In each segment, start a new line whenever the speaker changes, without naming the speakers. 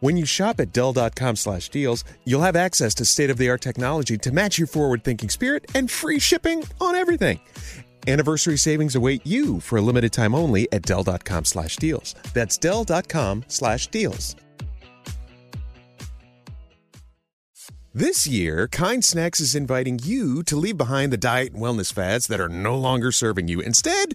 When you shop at Dell.com slash deals, you'll have access to state of the art technology to match your forward thinking spirit and free shipping on everything. Anniversary savings await you for a limited time only at Dell.com slash deals. That's Dell.com slash deals. This year, Kind Snacks is inviting you to leave behind the diet and wellness fads that are no longer serving you. Instead,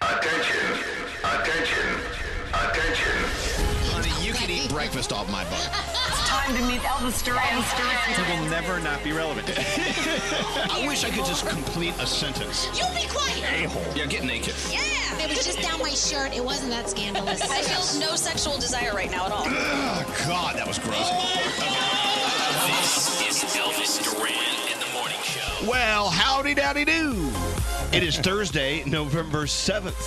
Attention, attention, attention.
Honey, you can eat breakfast off my butt.
It's time to meet Elvis Duran.
It will never not be relevant. I wish I could just complete a sentence.
You be quiet.
Yeah, get naked.
Yeah. It was just down my shirt. It wasn't that scandalous. I feel no sexual desire right now at all.
Oh, God, that was gross.
This is Elvis Duran in the morning show.
Well, howdy daddy do. It is Thursday, November 7th.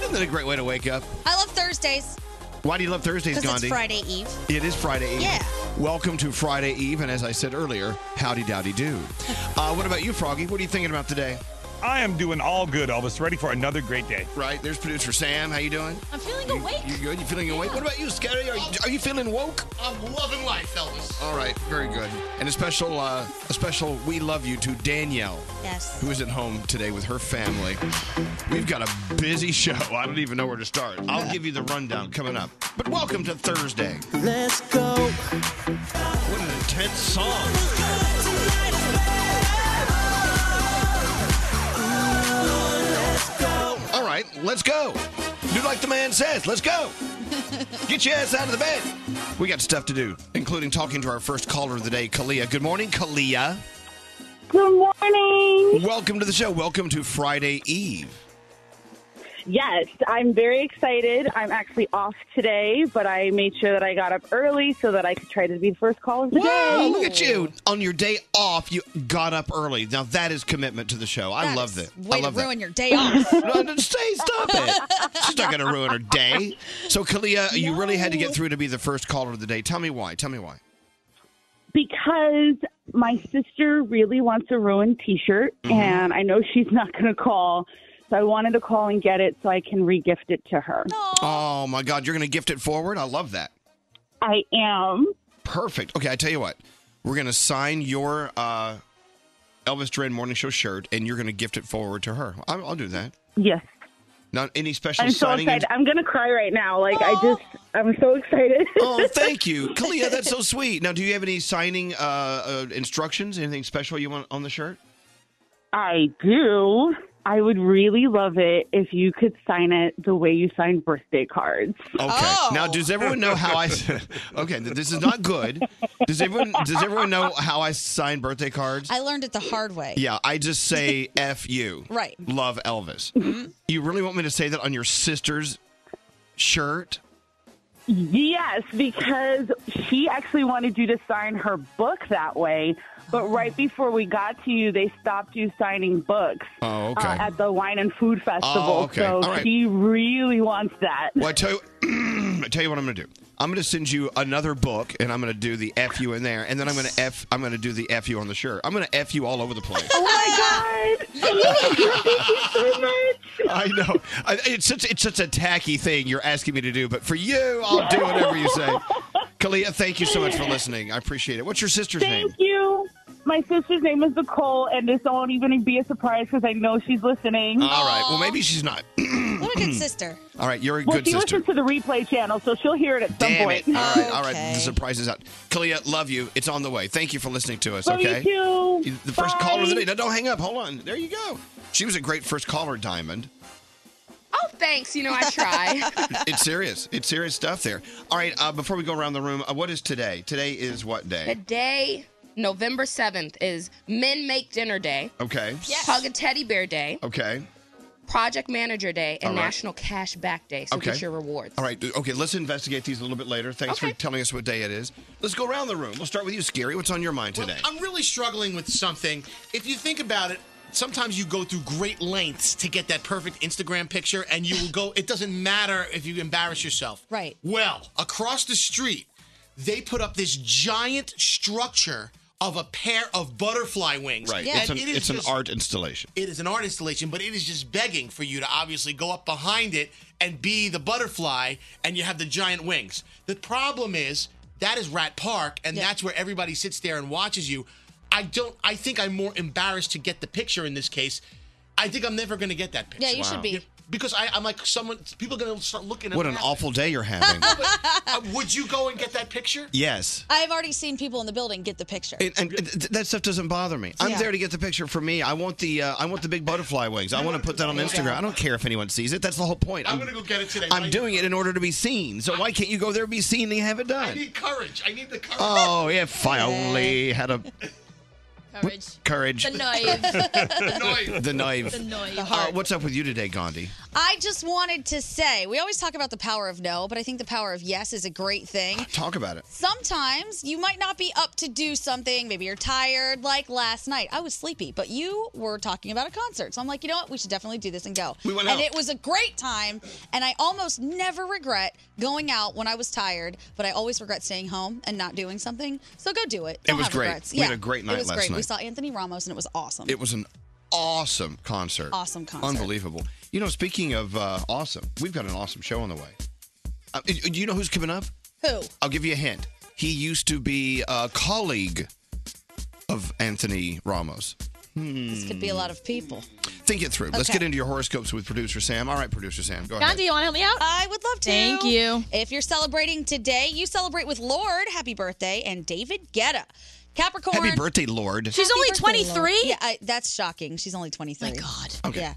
Isn't that a great way to wake up?
I love Thursdays
Why do you love Thursdays,
because
Gandhi?
it's Friday Eve.
It is Friday Eve.
Yeah.
Welcome to Friday Eve, and as I said earlier, howdy dowdy do. Uh, what about you, Froggy? What are you thinking about today?
I am doing all good, Elvis. Ready for another great day.
Right? There's producer Sam. How you doing?
I'm feeling awake.
You good? You feeling awake? What about you, Scary? Are you, are you feeling woke?
I'm loving life, Elvis.
All right, very good. And a special, uh, a special we love you to Danielle,
Yes.
who is at home today with her family. We've got a busy show. I don't even know where to start. I'll give you the rundown coming up. But welcome to Thursday.
Let's
Oh,
go.
What an intense song. All right, let's go. Do like the man says. Let's go. Get your ass out of the bed. We got stuff to do, including talking to our first caller of the day, Kalia. Good morning, Kalia.
Good morning.
Welcome to the show. Welcome to Friday Eve.
Yes, I'm very excited. I'm actually off today, but I made sure that I got up early so that I could try to be the first call of the
Wow,
day.
look at you. On your day off, you got up early. Now that is commitment to the show. I
That
love
is
that.
Way
I love
to
that.
ruin your day off.
No, no, stay, stop it. She's not going to ruin her day. So, Kalia, you really had to get through to be the first caller of the day. Tell me why. Tell me why.
Because
Mm-hmm.
my sister really wants a Rowan t shirt, and I know she's not going to call. So I wanted to call and get it so I can regift it to her.
Oh my God, you're going to gift it forward? I love that.
I am.
Perfect. Okay, I tell you what, we're going to sign your uh, Elvis Duran Morning Show shirt, and you're going to gift it forward to her. i I'll do that.
Yes.
Not any special
I'm so
signing.
excited. I'm gonna cry right now. Like I just, I'm so excited.
Oh, thank you, Kalia. That's so sweet. Now, do you have any signing uh, uh, instructions? Anything special you want on the shirt?
I do. I would really love it if you could sign it the way you sign birthday cards.
Okay. Now, does everyone know how I? okay, th- this is not good. Does everyone? Does everyone know how I sign birthday cards?
I learned it the hard way.
yeah, I just say "f you."
Right.
Love Elvis. You really want me to say that on your sister's shirt?
Yes, because she actually wanted you to sign her book that way. But right before we got to you, they stopped you signing books
Oh,
uh, at the Wine and Food Festival.
Oh, okay.
So
All right.
she really wants that.
Well, I tell you, I tell you what I'm going to do. I'm going to send you another book, and I'm going to do the f you in there, and then I'm going to f. I'm going to do the f you on the shirt. I'm going to f you all over the place.
Oh my God!
I know. I, it's such it's such a tacky thing you're asking me to do, but for you, I'll do whatever you say. Kalia, thank you so much for listening. I appreciate it. What's your sister's name?
Thank you. My sister's name is Nicole, and this won't even be a surprise because I know she's listening.
All right. Well, maybe she's not.
What a good sister.
All right, you're a
Well,
good
she
sister.
listens to the replay channel, so she'll hear it at some
Damn
point.
it. All right. All right. The surprise is out. Kalia, love you. It's on the way. Thank you for listening to us.
Love you
okay.
too.
The first
Bye.
caller of the day. No, don't hang up. Hold on. There you go. She was a great first caller, Diamond.
Oh, thanks. You know, I try.
It's serious. It's serious stuff there. All right. Uh, before we go around the room, uh, what is today? Today is what day?
Today, November 7th, is Men Make Dinner Day,
Okay.
Hug a Teddy Bear Day,
Okay.
Project Manager Day, and
Oh. All right.
National Cash Back Day. So get your rewards.
All right. Okay, let's investigate these a little bit later. Thanks for telling us what day it is. Let's go around the room. We'll start with you, Scary. What's on your mind today?
I'm really struggling with something. If you think about it, sometimes you go through great lengths to get that perfect Instagram picture, and you will go, it doesn't matter if you embarrass yourself.
Right.
Well, across the street, they put up this giant structure of a pair of butterfly wings.
right.
And
It's, an,
it is
it's an
just-
art installation.
It is an art installation, but it is just begging for you to obviously go up behind it and be the butterfly, and you have the giant wings. The problem is that is Rat Park, and that's where everybody sits there and watches you. I don't. I think I'm more embarrassed to get the picture in this case. I think I'm never going to get that picture.
Yeah, you should Wow. be.
Because I, I'm like someone. People are going to start looking at
What an awful day you're having.
awful. Would you go and get that picture?
yes.
Uh, I've already seen people in the building get the picture.
And, and th- th- that stuff doesn't bother me. I'm
Yeah.
there to get the picture for me. I want the uh, I want the big butterfly wings. I want to put that on
Yeah.
Instagram. I don't care if anyone sees it. That's the whole point.
I'm
I'm,
going to go get it today.
I'm
right?
doing it in order to be seen. So why can't you go there, be seen, and have it
I
done?
need courage. I need the courage.
Oh, if I only had a
Courage.
courage.
The knife. The
knife.
The knife.
The knife. The
Uh,
heart.
what's up with you today, Gandhi?
I just wanted to say we always talk about the power of no, but I think the power of yes is a great thing.
Talk about it.
Sometimes you might not be up to do something. Maybe you're tired, like last night. I was sleepy, but you were talking about a concert. So I'm like, you know what? We should definitely do this and go.
We went
and
out.
it was a great time. And I almost never regret going out when I was tired, but I always regret staying home and not doing something. So go do it.
It
Don't
was
have
great.
regrets.
We had a great night
It was
last
great. We
night.
saw Anthony Ramos and it was awesome.
It was an awesome concert.
Awesome concert.
Unbelievable. You know, speaking of uh, awesome, we've got an awesome show on the way. Uh, y- do you know who's coming up?
Who?
I'll give you a hint. He used to be a colleague of Anthony Ramos. Hmm.
This could be a lot
Mm.
of people.
Think it through. Let's
Okay.
get into your horoscopes with producer Sam. All right, producer Sam, go ahead.
Gandhi,
you want to help me out?
I would love to.
Thank you.
If you're celebrating today, you celebrate with Lord. Happy birthday. And David Guetta. Capricorn.
Happy birthday, Lord.
Happy birthday, Lord. Yeah, I, that's shocking. She's only 23. My God.
Okay.
Yeah.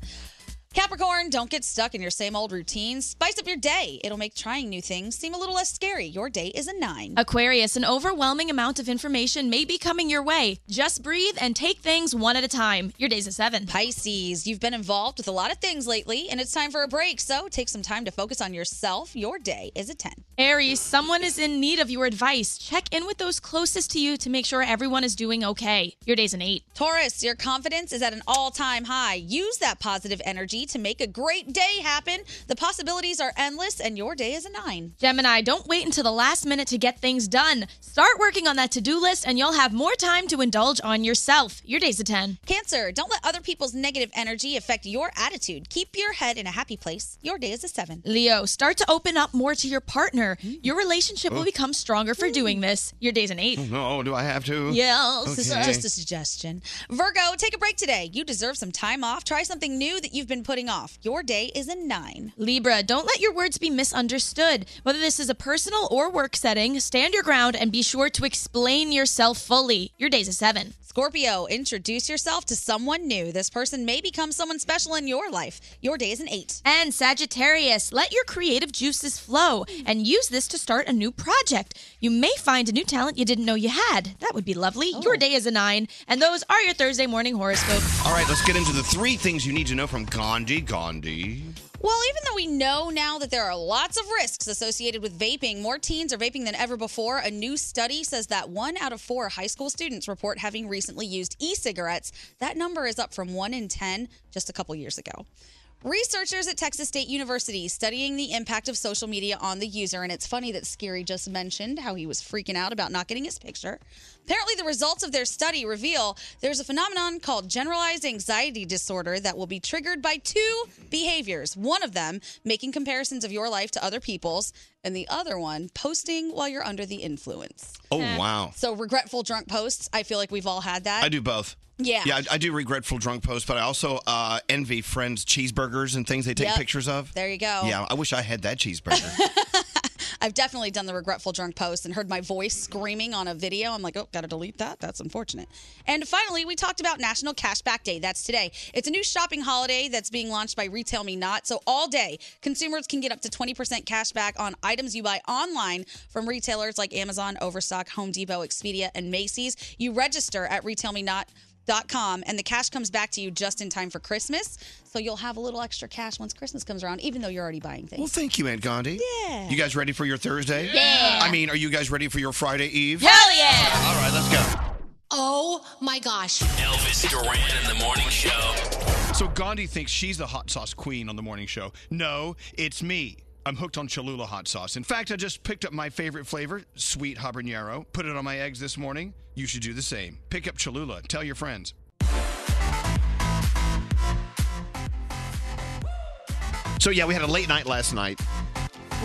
Capricorn, don't get stuck in your same old routines. Spice up your day. It'll make trying new things seem a little less scary. Your day is a nine.
Aquarius, an overwhelming amount of information may be coming your way. Just breathe and take things one at a time. Your day's a seven.
Pisces, you've been involved with a lot of things lately, and it's time for a break. So take some time to focus on yourself. Your day is a 10.
Aries, someone is in need of your advice. Check in with those closest to you to make sure everyone is doing okay. Your day's an eight.
Taurus, your confidence is at an all time high. Use that positive energy possibility to make a great day happen. The possibilities are endless, and your day is a nine.
Gemini, don't wait until the last minute to get things done. Start working on that to do list, and you'll have more time to indulge on yourself. Your day's a 10.
Cancer, don't let other people's negative energy affect your attitude. Keep your head in a happy place. Your day is a seven.
Leo, start to open up more to your partner. Your relationship will become stronger for doing this. Your day's an 8.
Oh, No, do I have to?
Yeah, this is
Okay.
just a suggestion. Virgo, take a break today. You deserve some time off. Try something new that you've been putting off. Your day is a nine.
Libra, don't let your words be misunderstood. Whether this is a personal or work setting, stand your ground and be sure to explain yourself fully. Your day's a 7.
Scorpio, introduce yourself to someone new. This person may become someone special in your life. Your day is an eight.
And Sagittarius, let your creative juices flow and use this to start a new project. You may find a new talent you didn't know you had. That would be lovely. Your day is a 9, and those are your Thursday morning horoscopes.
All right, let's get into the three things you need to know from Gandhi. Gandhi.
Well, even though we know now that there are lots of risks associated with vaping, more teens are vaping than ever before. A new study says that one out of four high school students report having recently used e cigarettes. That number is up from one in 10 just a couple years ago. Researchers at Texas State University studying the impact of social media on the user. And it's funny that Scary just mentioned how he was freaking out about not getting his picture. Apparently, the results of their study reveal there's a phenomenon called generalized anxiety disorder that will be triggered by two behaviors. One of them, making comparisons of your life to other people's, and the other one, posting while you're under the influence.
Oh, wow.
So, regretful drunk posts, I feel like we've all had that.
I do both.
Yeah.
Yeah, I, I do regretful drunk posts, but I also uh, envy friends' cheeseburgers and things they take
Yep.
pictures of.
There you go.
Yeah, I wish I had that cheeseburger.
I've definitely done the regretful drunk post and heard my voice screaming on a video. I'm like, oh, gotta delete that. That's unfortunate. And finally, we talked about National Cashback Day. That's today. It's a new shopping holiday that's being launched by Retail Me Not. So all day, consumers can get up to 20% cash back on items you buy online from retailers like Amazon, Overstock, Home Depot, Expedia, and Macy's. You register at retailmenot.com and the cash comes back to you just in time for Christmas. So you'll have a little extra cash once Christmas comes around, even though you're already buying things.
well, thank you, Aunt Gandhi.
Yeah.
You guys ready for your Thursday?
Yeah.
I mean, are you guys ready for your Friday Eve?
Hell yeah.
All right, let's go.
Oh my gosh.
Elvis Duran in the morning show. So Gandhi thinks she's the hot sauce queen on the morning show. No, it's me. I'm hooked on Cholula hot sauce. In fact, I just picked up my favorite flavor, sweet habanero, put it on my eggs this morning. You should do the same. Pick up Cholula. Tell your friends. So yeah, we had a late night last night.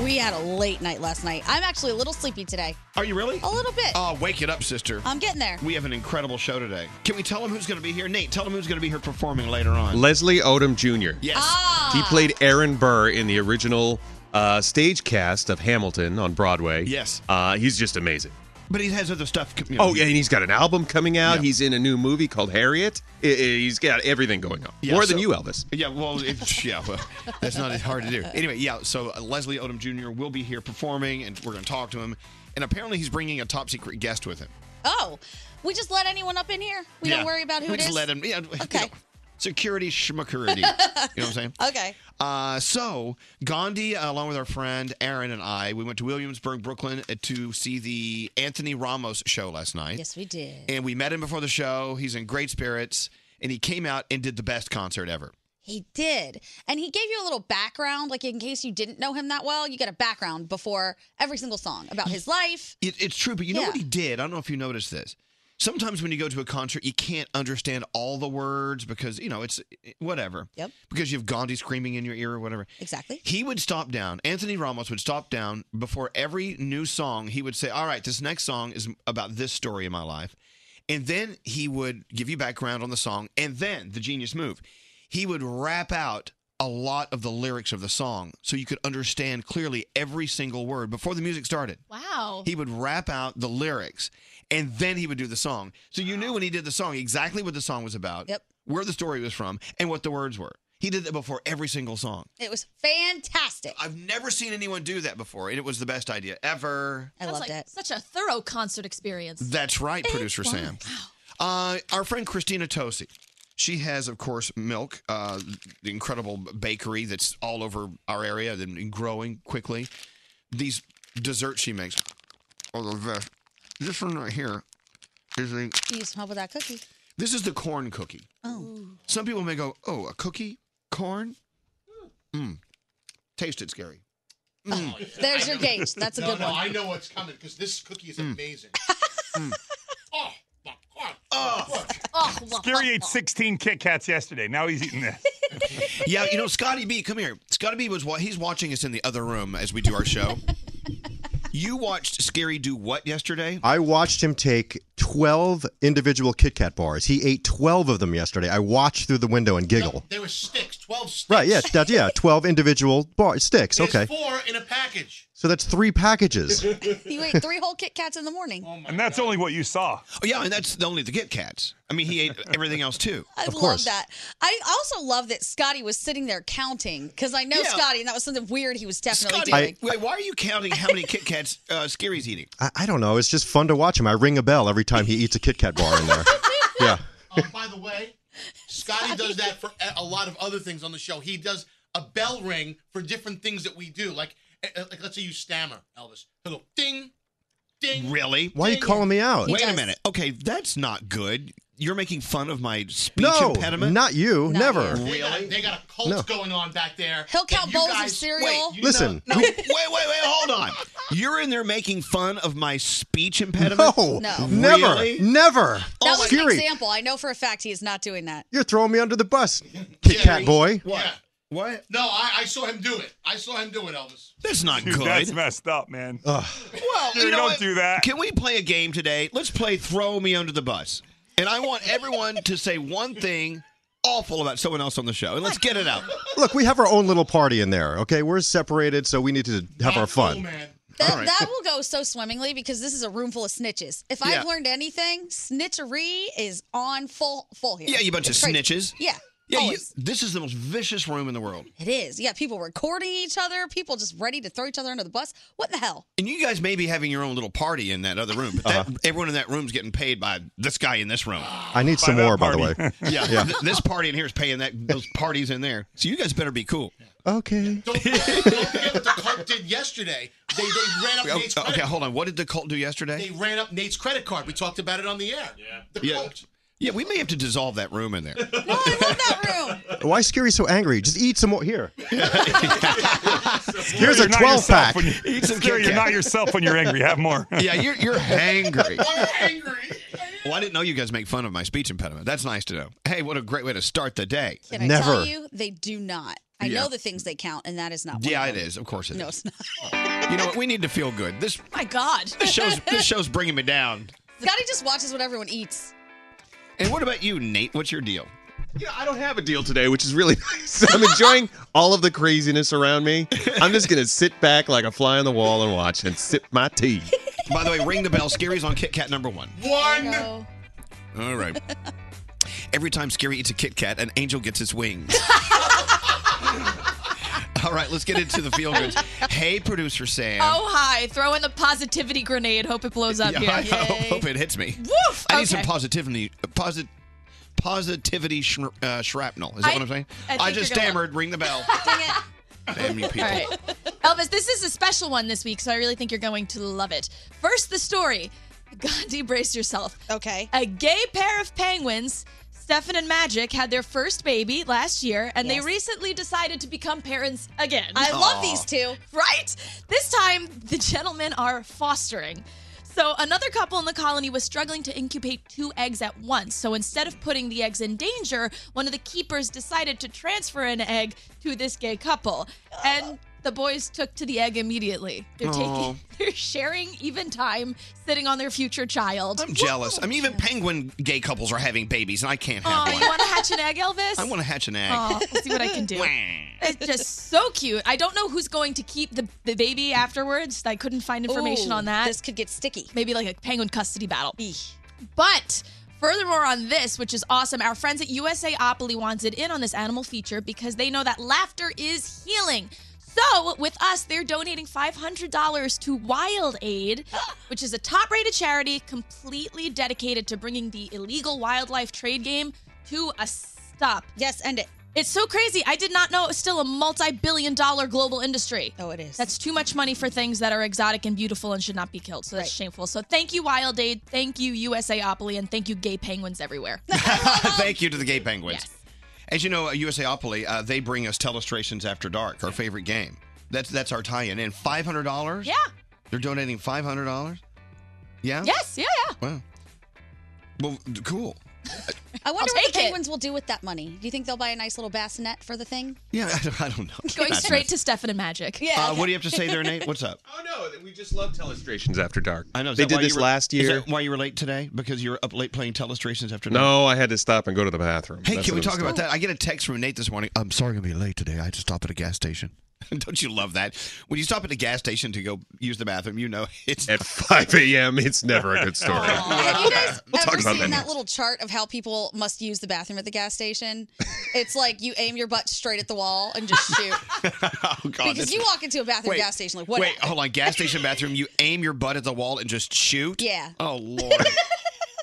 We had a late night last night. I'm actually a little sleepy today.
Are you really?
A little bit.
Oh, wake it up, sister.
I'm getting there.
We have an incredible show today. Can we tell them who's going to be here? Nate, tell them who's going to be here performing later on.
Leslie Odom Jr.
Yes.
He played Aaron Burr in the original uh, stage cast of Hamilton on Broadway.
Yes.
Uh, he's just amazing.
But he has other stuff. You know,
Oh, yeah, and he's got an album coming out. He's in a new movie called Harriet. I- I- he's got everything going on.
Yeah,
More than
so-
you, Elvis.
Yeah, well, it, yeah, well, that's not as hard to do. Anyway, yeah, so uh, Leslie Odom Jr. will be here performing, and we're going to talk to him. And apparently, he's bringing a top secret guest with him.
Oh, we just let anyone up in here. We
Yeah.
don't worry about who
we
it
just
is.
Let him. Yeah. Okay. security schmucurity. you know what I'm saying?
Okay.
Uh, so Gandhi, uh, along with our friend Aaron and I, we went to Williamsburg, Brooklyn, uh, to see the Anthony Ramos show last night.
Yes, we did.
And we met him before the show. He's in great spirits, and he came out and did the best concert ever.
He did. And he gave you a little background, like in case you didn't know him that well, you get a background before every single song about his life.
It, it's true, but you know
Yeah.
what he did? I don't know if you noticed this. Sometimes when you go to a concert, you can't understand all the words because, you know, it's eh, whatever. Yep. Because you have Gandhi screaming in your ear or whatever.
Exactly.
He would stop down. Anthony Ramos would stop down before every new song. He would say, All right, this next song is about this story in my life. And then he would give you background on the song. And then the genius move he would rap out a lot of the lyrics of the song so you could understand clearly every single word before the music started.
Wow.
He would rap out the lyrics and then he would do the song. So you knew when he did the song exactly what the song was about, yep. where the story was from, and what the words were. He did that before every single song.
It was fantastic.
I've never seen anyone do that before, and it was the best idea ever.
I loved it. Such a thorough concert experience.
That's right, producer Sam. Uh, our friend Christina Tosi. She has, of course, Milk, uh, the incredible bakery that's all over our area and growing quickly. These desserts she makes are the best. This one right here is the.
You just come up with that cookie.
This is the corn cookie.
Oh.
Some people may go, "Oh, a cookie, corn." Mm. Tasted scary. Mm.
Mm.
There's your gauge. That's a
no,
good
no,
one.
I know what's coming because this cookie is
Hmm.
amazing.
Oh,
Scary ate 16 Kit Kats yesterday. Now he's eating this.
Yeah, you know, Scotty B, come here. Scotty B was what he's watching us in the other room as we do our show. you watched Scary do what yesterday?
I watched him take 12 individual Kit Kat bars. He ate 12 of them yesterday. I watched through the window and giggle.
There were sticks, 12 sticks.
Right, yeah, that, yeah, 12 individual bar sticks.
There's
Okay.
four in a package.
So that's three packages.
you ate three whole Kit Kats in the morning.
Oh
And that's only what you saw.
Oh, yeah, and that's only the Kit Kats. I mean, he ate everything else too.
I love that. I also love that Scotty was sitting there counting because I know
Yeah.
Scotty, and that was something weird he was definitely
Scotty,
doing.
wait, why are you counting how many Kit Kats uh, Scary's eating?
I, I don't know. It's just fun to watch him. I ring a bell every time he eats a Kit Kat bar in there. Yeah.
Oh, By the way, Scotty does that for a- a lot of other things on the show. He does a bell ring for different things that we do. Like, uh, like let's say you stammer, Elvis. He'll go ding, ding.
Really?
Why are you calling me out? He
Wait a
does.
minute. Okay, that's not good. You're making fun of my speech
No,
impediment.
not you. Not Never. you.
They got, a- they got a cult
No.
going on back there.
He'll
that
count
you
bowls of
guys-
cereal.
you Listen.
No, wait, wait, wait, hold on. You're in there making fun of my speech impediment?
No,
No.
never,
Really?
never.
That was an
Scary.
example. I know for a fact he is not doing that.
You're throwing me under the bus, Kit Kat boy.
What?
What?
No, I, I saw him do it. I saw him do it, Elvis.
That's not
Dude,
good.
that's messed up, man.
Well,
Dude,
you know
don't
what?
do that.
Can we play a game today? Let's play Throw Me Under the Bus. And I want everyone to say one thing awful about someone else on the show. And let's get it out.
Look, we have our own little party in there. Okay, we're separated, so we need to have our fun.
That,
All right.
that will go so swimmingly because this is a room full of snitches. If I've
Yeah.
learned anything, snitchery is on full full here.
Yeah, you bunch
It's
of
crazy.
snitches.
Yeah.
Yeah, you,
always.
this is the most vicious room in the world.
It is. You got people recording each other, people just ready to throw each other under the bus. What in the hell?
And you guys may be having your own little party in that other room, but
Uh-huh.
that, everyone in that room's getting paid by this guy in this room.
I need some more, by the way.
Yeah, th- this party in here is paying that those parties in there. So you guys better be cool.
Okay.
Cult did yesterday. They, they ran up
Okay,
Nate's credit.
okay, hold on. What did the cult do yesterday?
They ran up Nate's credit card. We talked about it on the air. Yeah. The
yeah. yeah, we may have to dissolve that room in there.
Why is Scary so angry? Just eat some more. Here. Here's a
You're not
12
yourself
pack.
when you- Scary, you're not yourself when you're angry. Have more.
Yeah, you're you're hangry. Well, I didn't know you guys make fun of my speech impediment. That's nice to know. Hey, what a great way to start the day.
Can I tell you? They do not. I
Yeah.
know the things they count, and that is not one
Yeah,
of
it
them.
is. Of course it is.
No, it's not.
You know what? We need to feel good. This
My God.
this show's this show's bringing me down.
Scotty just watches what everyone eats.
And what about you, Nate? What's your deal?
You know, I don't have
a deal today, which is really nice. I'm enjoying all of the craziness around me. I'm just going to sit back like a fly on the wall and watch and sip my tea.
By the way, ring the bell. Scary's on Kit Kat number one.
One.
All right. Every time Scary eats a Kit Kat, an angel gets its wings. All right, let's get into the feel goods. Hey, producer Sam.
Oh, hi. Throw in the positivity grenade. Hope it blows up
Yeah, I
here.
hope, hope it hits me.
Woof!
I need some
Okay.
positivity. Posit, positivity sh- uh, shrapnel. Is that
I-
what I'm saying?
I
I,
think
just
you're gonna-
stammered. Ring the bell. Damn you people.
All right. Elvis, this is a special one this week, so I really think you're going to love it. First, the story. Gandhi, brace yourself.
Okay.
A gay pair of penguins, Stefan and Magic, had their first baby last year, and they recently decided to become parents again.
I love Aw. these two.
Right? This time, the gentlemen are fostering. So, another couple in the colony was struggling to incubate two eggs at once. So, instead of putting the eggs in danger, one of the keepers decided to transfer an egg to this gay couple. And the boys took to the egg immediately. They're
Aw.
taking they're sharing even time sitting on their future child.
I'm jealous. I mean, even penguin gay couples are having babies, and I can't have
Oh,
one.
you want to hatch an egg, Elvis?
I want to hatch an egg.
Aw, I'll see what I can do. it's just so cute. I don't know who's going to keep the, the baby afterwards. I couldn't find information
Ooh,
on that.
This could get sticky.
Maybe like a penguin custody battle. But furthermore on this, which is awesome, our friends at USAopoly wanted in on this animal feature because they know that laughter is healing. So with us, they're donating $500 to Wild Aid, which is a top-rated charity completely dedicated to bringing the illegal wildlife trade game to a stop.
Yes, end it.
It's so crazy. I did not know it was still a multi billion dollar global industry.
Oh, it is.
That's too much money for things that are exotic and beautiful and should not be killed. So that's shameful. So thank you, Wild Aid. Thank you, USAopoly. And thank you, gay penguins everywhere.
Thank you to the gay penguins. As you know, uh, USAopoly, uh, they bring us Telestrations After Dark, our favorite game. That's that's our tie-in. And five hundred dollars.
Yeah.
They're donating five hundred dollars. Yeah.
Yes. Yeah. Yeah.
Wow. Well, d- cool.
I wonder what the Penguins will do with that money. Do you think they'll buy a nice little bassinet for the thing?
Yeah, I don't, I don't know.
Going
That's
straight to Stefan and Magic.
Uh, What do you have to say there, Nate? What's up?
We just love telestrations after dark.
I know. is
they
that
did
why
this
you were-
last
is
year.
that why you were late today? Because you were up late playing Telestrations After Dark.
no, I had to stop and go to the bathroom.
Hey,
That's
can we
what it was
talk about
for.
that? I get a text from Nate this morning. I'm sorry I'm gonna be late today. I had to stop at a gas station. Don't you love that? When you stop at a gas station to go use the bathroom, you know it's at
5 a.m. It's never a good story.
Have you guys
We'll talk about
ever seen
that
that,
next.
little chart of how people must use the bathroom at the gas station? it's like you aim your butt straight at the wall and just shoot.
oh god.
because
that's-
you walk into a bathroom
Wait,
gas station like what?
Wait, hold on. Gas station bathroom. You aim your butt at the wall and just shoot.
Yeah.
Oh lord.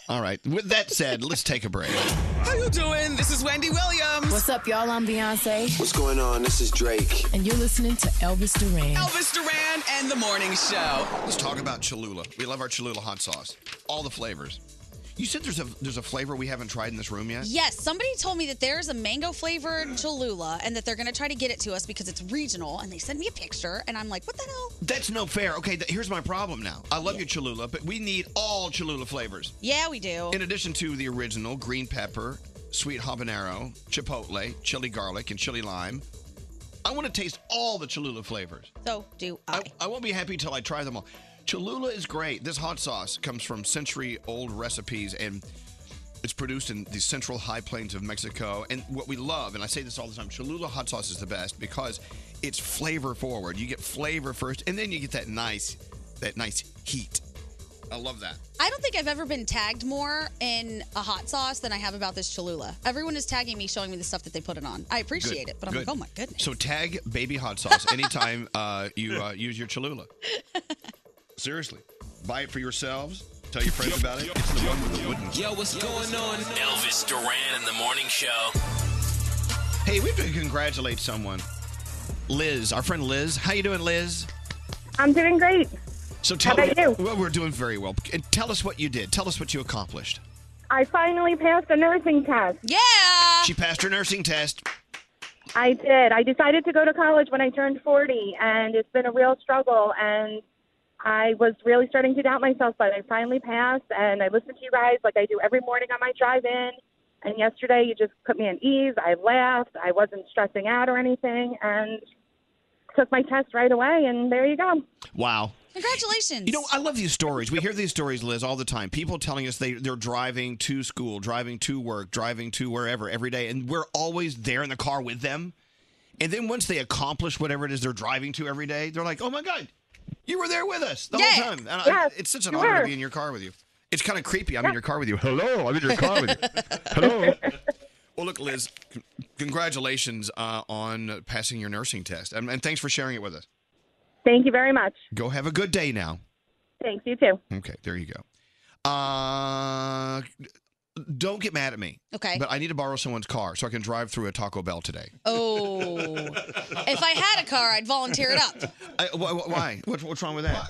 All right. With that said, let's take a break.
How you doing? This is Wendy Williams. What's up, y'all? I'm Beyonce.
What's going on? This is Drake.
And you're listening to Elvis Duran.
Elvis Duran and the Morning Show. Let's talk about Cholula. We love our Cholula hot sauce. All the flavors. You said there's a there's a flavor we haven't tried in this room yet.
Yes, somebody told me that there's a mango
Mm.
flavored Cholula and that they're going to try to get it to us because it's regional. And they sent me a picture, and I'm like, what the hell?
That's no fair. Okay, th- here's my problem now. I love your Cholula, but we need all Cholula flavors.
Yeah, we do.
In addition to the original green pepper, sweet habanero, chipotle, chili garlic, and chili lime, I want to taste all the Cholula flavors.
So do
I. I, won't be happy until I try them all. Cholula is great. This hot sauce comes from century old recipes and it's produced in the central high plains of Mexico. And what we love, and I say this all the time, Cholula hot sauce is the best because it's flavor forward. You get flavor first, and then you get that nice, that nice heat. I love that.
I don't think I've ever been tagged more in a hot sauce than I have about this Cholula. Everyone is tagging me, showing me the stuff that they put it on. I appreciate
Good,
it, but I'm
good.
like, oh my goodness.
So tag baby hot sauce anytime uh, you uh, use your Cholula. Seriously, buy it for yourselves. Tell your friends about it. It's the one with the wooden.
Yo, what's going on? Elvis Duran and the morning show.
Hey, we have to congratulate someone. Liz, our friend Liz. How you doing, Liz?
I'm doing great.
So
How
tell
about you?
Well, we're doing very well. And tell us what you did. Tell us what you accomplished.
I finally passed a nursing test.
Yeah.
She passed her nursing test.
I did. I decided to go to college when I turned 40, and it's been a real struggle. And I was really starting to doubt myself, but I finally passed, and I listened to you guys like I do every morning on my drive in. And yesterday, you just put me at ease. I laughed. I wasn't stressing out or anything, and took my test right away. And there you go.
Wow.
Congratulations.
You know, I love these stories. We hear these stories, Liz, all the time. People telling us they, they're driving to school, driving to work, driving to wherever every day, and we're always there in the car with them. And then once they accomplish whatever it is they're driving to every day, they're like, oh my God, you were there with us the whole time. And I-
Yes,
it's such an
you
honor to
were.
be in your car with you. It's kind of creepy. I'm
Yeah.
in your car with you. Hello, I'm in your car with you. Hello. Well, look, Liz, c- congratulations uh, on passing your nursing test. And, and thanks for sharing it with us.
Thank you very much.
Go have a good day now.
Thanks. You too.
Okay, there you go. Uh, don't get mad at me.
Okay.
But I need to borrow someone's car so I can drive through a Taco Bell today.
Oh. if I had a car, I'd volunteer it up.
I, wh- wh- why? What, what's wrong with that?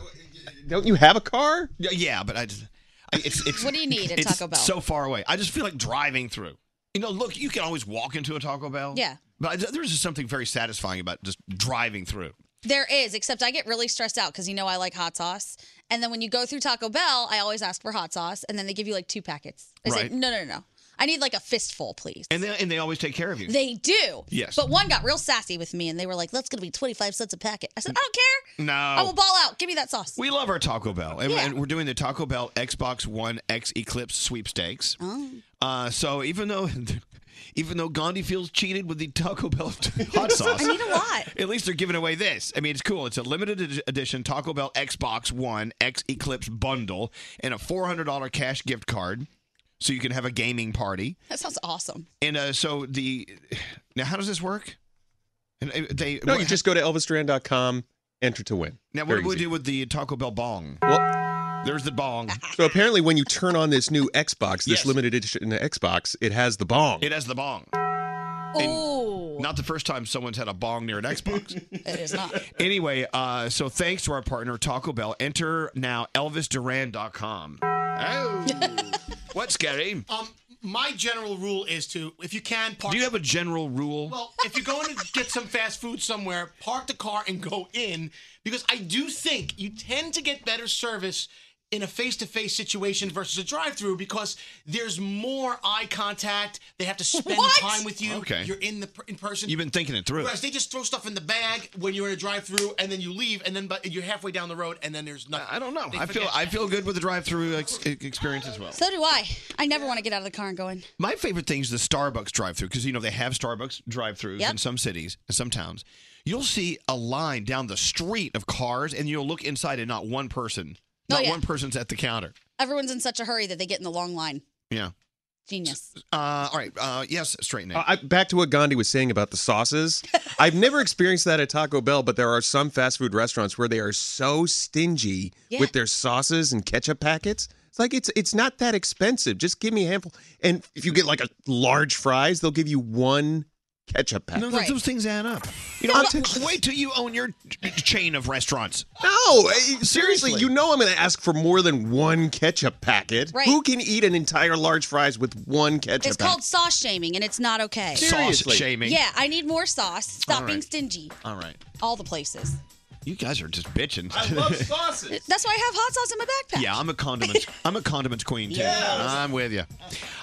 Don't you have a car?
Yeah, but I just. I, it's, it's,
What do you need at
it's
Taco Bell?
So far away. I just feel like driving through. You know, look, you can always walk into a Taco Bell.
Yeah.
But I, there's just something very satisfying about just driving through.
There is, except I get really stressed out because you know I like hot sauce. And then when you go through Taco Bell, I always ask for hot sauce, and then they give you like two packets. I say,
Right.
no, no, no, no. I need like a fistful, please.
And they, and they always take care of you.
They do.
Yes.
But one got real sassy with me, and they were like, "That's gonna be twenty five cents a packet." I said,
Mm.
"I don't care.
no.
I will ball out. Give me that sauce."
We love our Taco Bell, and,
Yeah.
and we're doing the Taco Bell Xbox One X Eclipse sweepstakes.
Oh.
Uh, so even though, even though Gandhi feels cheated with the Taco Bell hot sauce,
I need a lot.
At least they're giving away this. I mean, it's cool. It's a limited ed- edition Taco Bell Xbox One X Eclipse bundle and a four hundred dollar cash gift card, so you can have a gaming party.
That sounds awesome.
And uh, so the now, how does this work? And uh, they
No, you just go to elvisduran.com, enter to win.
now what
Very
do we
easy.
do with the Taco Bell bong?
Well,
there's the bong.
So apparently, when you turn on this new Xbox, this limited edition Xbox, it has the bong.
It has the bong.
Oh.
Not the first time someone's had a bong near an Xbox.
It is not.
anyway, uh, so thanks to our partner Taco Bell. Enter now elvisduran.com. Oh. What's scary?
Um, my general rule is to, if you can, park.
Do you have a general rule?
Well, if you're going to get some fast food somewhere, park the car and go in because I do think you tend to get better service in a face-to-face situation versus a drive-through because there's more eye contact. They have to spend
What?
time with you.
Okay.
You're in the per- in person.
You've been thinking it through.
Whereas they just throw stuff in the bag when you're in a drive-through and then you leave and then but you're halfway down the road and then there's nothing. I
don't know. I feel I feel good with the drive-through ex- experience as well.
So do I. I never want to get out of the car and go in.
My favorite thing is the Starbucks drive-through because you know they have Starbucks drive-throughs
Yep.
in some cities, in some towns. You'll see a line down the street of cars, and you'll look inside, and not one person,
Oh,
not
yeah.
one person's at the counter.
Everyone's in such a hurry that they get in the long line.
Yeah.
Genius.
Uh, all right. Uh, yes, straight name.
Uh, I, back to what Gandhi was saying about the sauces. I've never experienced that at Taco Bell, but there are some fast food restaurants where they are so stingy
Yeah.
with their sauces and ketchup packets. It's like it's it's not that expensive. Just give me a handful, and if you get like a large fries, they'll give you one ketchup
Uh,
packet.
No, those things add up. You know, what? wait till you own your chain of restaurants.
No, eh, seriously, you know I'm going to ask for more than one ketchup packet.
Right.
Who can eat an entire large fries with one ketchup
It's
packet?
called sauce shaming, and it's not okay.
Sauce Seriously. shaming?
Yeah, I need more sauce. Stop
All right.
being stingy.
All right.
All the places.
You guys are just bitching.
sauces.
That's why I have hot sauce in my backpack.
Yeah, I'm a condiments. I'm a condiments queen too.
Yes.
I'm with you.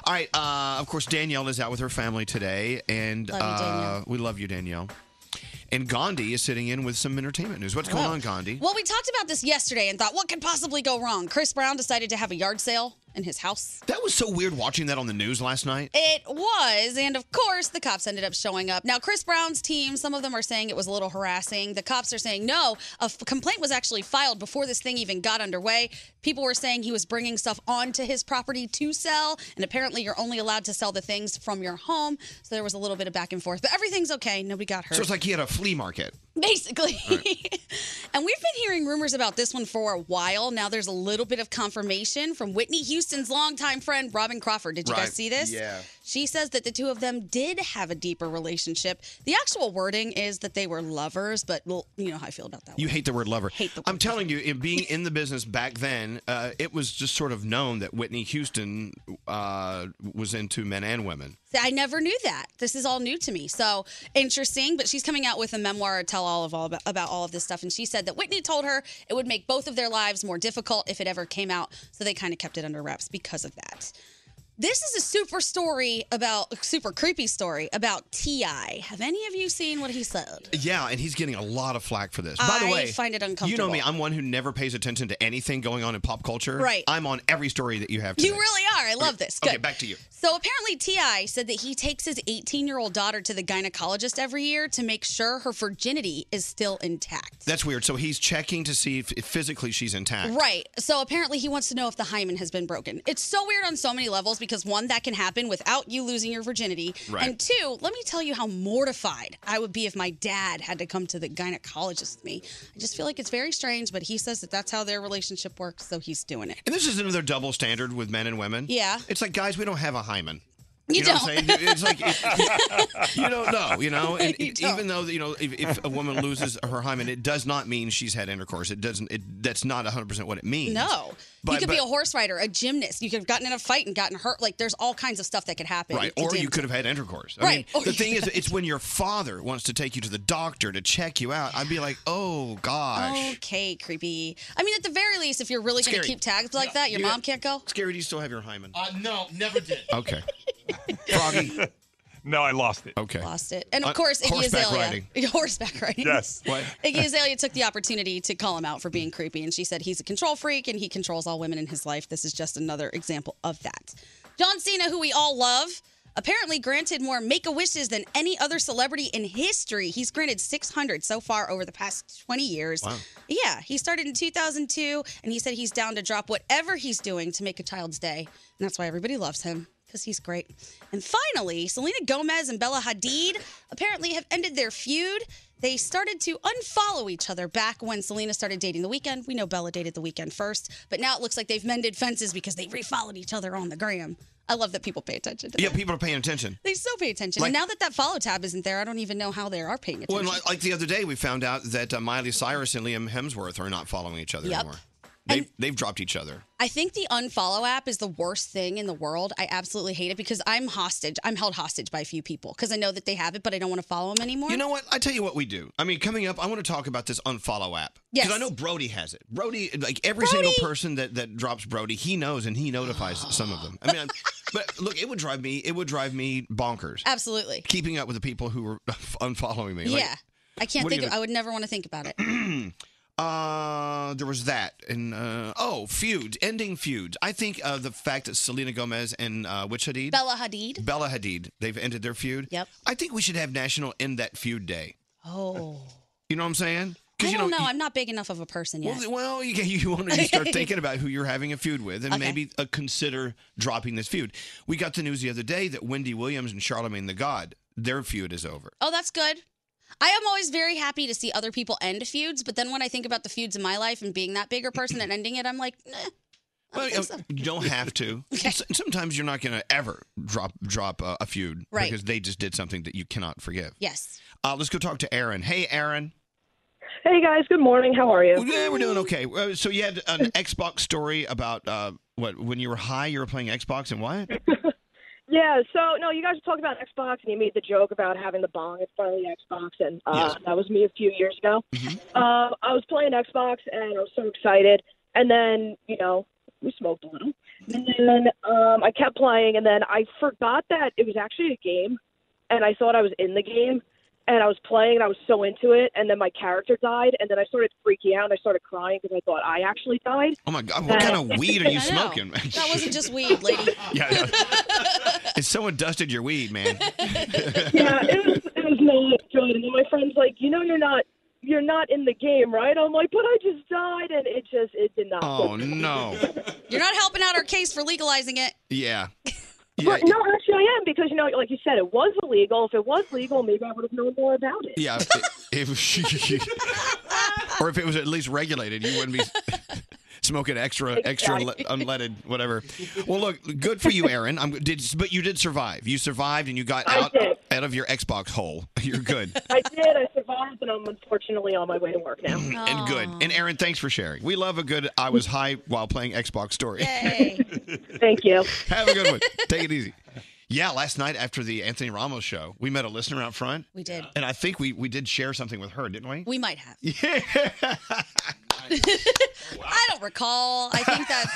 All right. Uh, of course, Danielle is out with her family today, and
Love you,
uh,
Danielle.
we love you, Danielle. And Gandhi is sitting in with some entertainment news. What's
Oh.
going on, Gandhi?
Well, we talked about this yesterday and thought, what could possibly go wrong? Chris Brown decided to have a yard sale in his house.
That was so weird watching that on the news last night.
It was, and of course, the cops ended up showing up. Now, Chris Brown's team, some of them are saying it was a little harassing. The cops are saying no. A f- complaint was actually filed before this thing even got underway. People were saying he was bringing stuff onto his property to sell, and apparently, you're only allowed to sell the things from your home. So there was a little bit of back and forth, but everything's okay. Nobody got hurt.
So it's like he had a flea market.
Basically. and we've been hearing rumors about this one for a while. Now there's a little bit of confirmation from Whitney Houston's longtime friend, Robin Crawford. Did you
Right.
guys see this?
Yeah.
She says that the two of them did have a deeper relationship. The actual wording is that they were lovers, but well, you know how I feel about that.
You hate the word lover. Hate the I'm telling you, it being in the business back then, uh, it was just sort of known that Whitney Houston uh, was into men and women.
See, I never knew that. This is all new to me. So interesting, but she's coming out with a memoir tell all of all about, about all of this stuff and she said that Whitney told her it would make both of their lives more difficult if it ever came out, so they kind of kept it under wraps because of that. This is a super story about super creepy story about T.I. Have any of you seen what he said?
Yeah, and he's getting a lot of flack for this. By the
I
way,
find it
You know
uncomfortable.
me; I'm one who never pays attention to anything going on in pop culture.
Right.
I'm on every story that you have.
You
today.
really are. I love this. Good.
Okay, back to you.
So apparently, T.I. said that he takes his 18 year old daughter to the gynecologist every year to make sure her virginity is still intact.
That's weird. So he's checking to see if if physically she's intact.
Right. So apparently he wants to know if the hymen has been broken. It's so weird on so many levels because one, that can happen without you losing your virginity.
Right.
And two, let me tell you how mortified I would be if my dad had to come to the gynecologist with me. I just feel like it's very strange, but he says that that's how their relationship works, so he's doing it.
And this is another double standard with men and women.
Yeah.
It's like, guys, we don't have a hymen.
You
know what I'm
don't.
saying? It's like it- you don't know, you know. And
You
it- even though you know, if, if a woman loses her hymen, it does not mean she's had intercourse. It doesn't. It, that's not 100 percent what it means.
No. you
But-
could be
but-
a horse rider, a gymnast. You could have gotten in a fight and gotten hurt. Like, there's all kinds of stuff that could happen.
Right,
to
or you
damage-
could have had intercourse. I
Right, Oh,
mean,
or
the
you
thing is,
could-
it's when your father wants to take you to the doctor to check you out. I'd be like, oh gosh.
Okay, creepy. I mean, at the very least, if you're really going
Scary.
to keep tags like that, your
you-
mom can't go.
Scary, do you still have your hymen?
Uh, no, never did.
Okay. Froggy.
no, I lost it.
Okay.
Lost it. And of
Uh,
course, Iggy
horseback
Azalea.
riding.
Horseback riding.
Yes.
What?
Iggy Azalea took the opportunity to call him out for being creepy, and she said he's a control freak and he controls all women in his life. This is just another example of that. John Cena, who we all love, apparently granted more make a wishes than any other celebrity in history. He's granted 600 so far over the past 20 years.
Wow.
Yeah, he started in 2002, and he said he's down to drop whatever he's doing to make a child's day. And that's why everybody loves him. Because he's great. And finally, Selena Gomez and Bella Hadid apparently have ended their feud. They started to unfollow each other back when Selena started dating The Weeknd. We know Bella dated The Weeknd first, but now it looks like they've mended fences because they refollowed each other on the gram. I love that people pay attention to
Yeah,
that.
people are paying attention.
They still pay attention.
Like-
and now that that follow tab isn't there, I don't even know how they are paying
Well,
attention.
and like, like the other day, we found out that uh, Miley Cyrus and Liam Hemsworth are not following each other
Yep.
anymore. They, they've dropped each other.
I think the unfollow app is the worst thing in the world. I absolutely hate it because I'm hostage. I'm held hostage by a few people because I know that they have it, but I don't want to follow them anymore.
You know what? I tell you what we do. I mean, coming up, I want to talk about this unfollow app.
Yes.
Because I know Brody has it. Brody, like every single person that, that drops Brody, he knows and he notifies some of them. I mean, I'm- but look, it would drive me, it would drive me bonkers.
Absolutely.
Keeping up with the people who were unfollowing me. Like,
yeah. I can't
what are you
think of
gonna-
I would never want to think about it.
uh, there was that, and uh, oh, feud, ending feuds. I think uh, the fact that Selena Gomez and uh, which Hadid,
Bella Hadid.
Bella Hadid, they've ended their feud. Yep. I think we should have National End That Feud Day.
Oh.
You know what I'm saying?
I don't
you
know.
you-
I'm not big enough of a person yet.
well, well, you, you want to start thinking about who you're having a feud with, and
Okay.
maybe uh, consider dropping this feud. We got the news the other day that Wendy Williams and Charlemagne the God, their feud is over.
Oh, that's good. I am always very happy to see other people end feuds, but then when I think about the feuds in my life and being that bigger person and ending it, I'm like, nah,
Well, you, you don't have to. S- Sometimes you're not going to ever drop drop uh, a feud
Right.
because they just did something that you cannot forgive.
yes.
Uh, let's go talk to Aaron. Hey, Aaron.
Hey guys, good morning. How are you?
Yeah, we're doing okay. Uh, so you had an Xbox story about uh, what when you were high, you were playing Xbox and what?
Yeah, so no, you guys were talking about Xbox and you made the joke about having the bong in front of the Xbox and uh
Yes.
that was me a few years ago. Uh, I was playing Xbox and I was so excited and then, you know, we smoked a little. And then um I kept playing and then I forgot that it was actually a game and I thought I was in the game and I was playing and I was so into it and then my character died and then I started freaking out and I started crying because I thought I actually died.
Oh my God!
Uh,
What kind of weed are you
I know.
smoking? man?
That wasn't just weed, lady.
yeah, yeah. If someone dusted your weed, man.
yeah, it was it was not good. And then my friend's like, you know, you're not you're not in the game, right? I'm like, but I just died, and it just it did not.
Oh no!
You're not helping out our case for legalizing it.
Yeah.
But no, actually, I am because you know, like you said, it was illegal. If it was legal, maybe I would have known more about it.
Yeah. If, if- or if it was at least regulated, you wouldn't be smoking extra, extra le-
Exactly.
unleaded, whatever. Well, look, good for you, Aaron. I'm did, but you did survive. You survived, and you got
I
out
did.
out of your Xbox hole. You're good
I did. I survived, and I'm unfortunately on my way to work now.
and good. And Aaron, thanks for sharing. We love a good. I was high while playing Xbox story.
Thank you.
Have a good one. Take it easy. Yeah, last night after the Anthony Ramos show, we met a listener out front,
We did.
and I think we we did share something with her, didn't we?
We might have.
Yeah.
I don't recall. I think that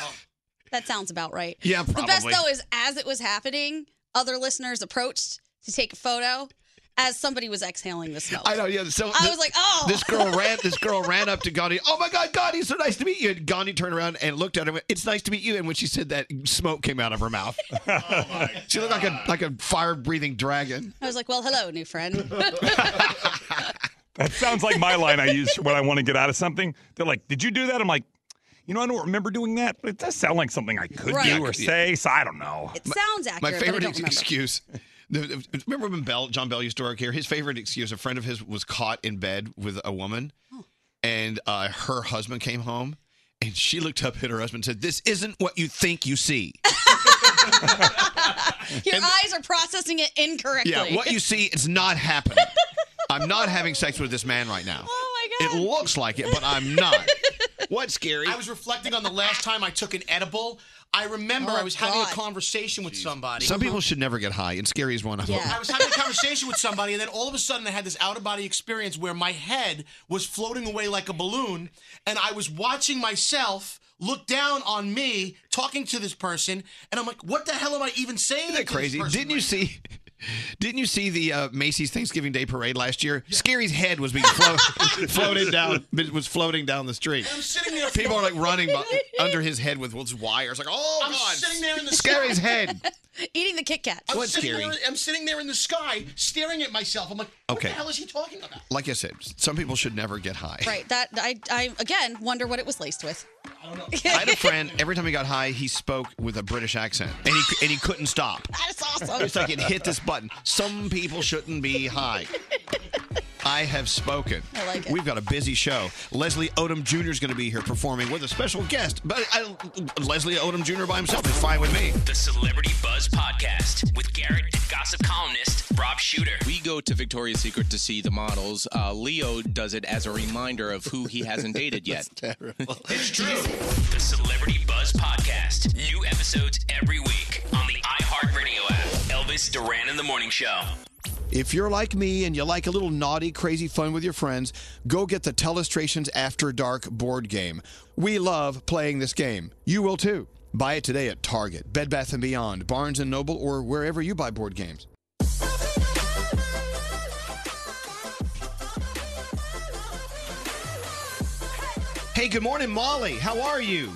that sounds about right.
Yeah,
The best
probably.
though is as it was happening, other listeners approached to take a photo as somebody was exhaling the smoke.
I know. Yeah. So
I was like, oh.
this girl ran. This girl ran up to Gandhi. Oh my God, Gandhi, so nice to meet you. And Gandhi turned around and looked at her. and went, It's nice to meet you. And when she said that, smoke came out of her mouth. she looked like a like a fire breathing dragon.
I was like, well, hello, new friend.
That sounds like my line I use when I want to get out of something. They're like, "Did you do that?" I'm like, "You know, I don't remember doing that, but it does sound like something I could
Right.
do or say." So I don't know.
It sounds accurate.
My
but I
favorite
don't
ex-
remember.
excuse. the- the- Remember when Bell, John Bell used to work here? His favorite excuse: a friend of his was caught in bed with a woman, and uh, her husband came home, and she looked up at her husband and said, "This isn't what you think you see."
Your
And-
eyes are processing it incorrectly.
Yeah, what you see is not happening. I'm not having sex with this man right now. Oh my god. It looks like it, but I'm not. What's scary?
I was reflecting on the last time I took an edible. I remember I was having a conversation with somebody.
Some people should never get high, and scary is one of them.
I was having a conversation with somebody, and then all of a sudden, I had this out of body experience where my head was floating away like a balloon, and I was watching myself look down on me talking to this person, and I'm like, "What the hell am I even saying?"
Isn't that crazy? Didn't you see? Didn't you see the uh, Macy's Thanksgiving Day parade last year? Scary's head was being floated, floated down, it was floating down the street.
I'm sitting there.
People are like running bu- under his head with with wires, like oh
I'm
god,
sitting there in the
Scary's
sky.
head.
Eating the Kit Kats.
I'm
What's
sitting
scary?
There, I'm sitting there in the sky, staring at myself. I'm like, "What
Okay.
the hell is he talking about?"
Like I said, some people should never get high.
Right. That I, I again wonder what it was laced with. I don't know.
I had a friend. Every time he got high, he spoke with a British accent, and he and he couldn't stop.
That is awesome.
It's like it hit this button. Some people shouldn't be high. I have spoken.
I like it.
We've got a busy show. Leslie Odom Jr. is going to be here performing with a special guest. But I, Leslie Odom Jr. by himself is fine with me.
The Celebrity Buzz Podcast with Garrett and gossip columnist Rob Shooter.
We go to Victoria's Secret to see the models. Uh, Leo does it as a reminder of who he hasn't dated yet.
It's true. The Celebrity Buzz Podcast. New episodes every week on the iHeartRadio app. Elvis Duran in the Morning Show.
If you're like me and you like a little naughty, crazy fun with your friends, go get the Telestrations After Dark board game. We love playing this game. You will too. Buy it today at Target, Bed Bath & Beyond, Barnes & Noble, or wherever you buy board games. Hey, good morning, Molly. How are you?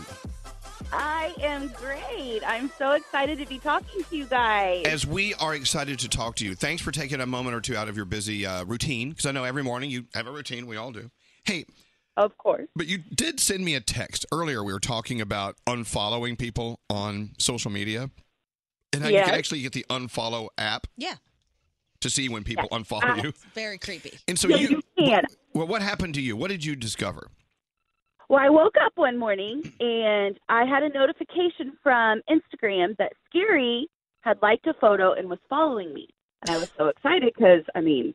I am great. I'm so excited to be talking to you guys.
As we are excited to talk to you, thanks for taking a moment or two out of your busy uh, routine, because I know every morning you have a routine. We all do. Hey.
Of course.
But you did send me a text earlier. We were talking about unfollowing people on social media and how you
Yes.
can actually get the unfollow app
Yeah.
to see when people unfollow
Ah.
you.
It's very creepy.
And so
Yeah,
you,
you can.
Well, what happened to you? What did you discover?
Well, I woke up one morning and I had a notification from Instagram that Scary had liked a photo and was following me. And I was so excited because, I mean,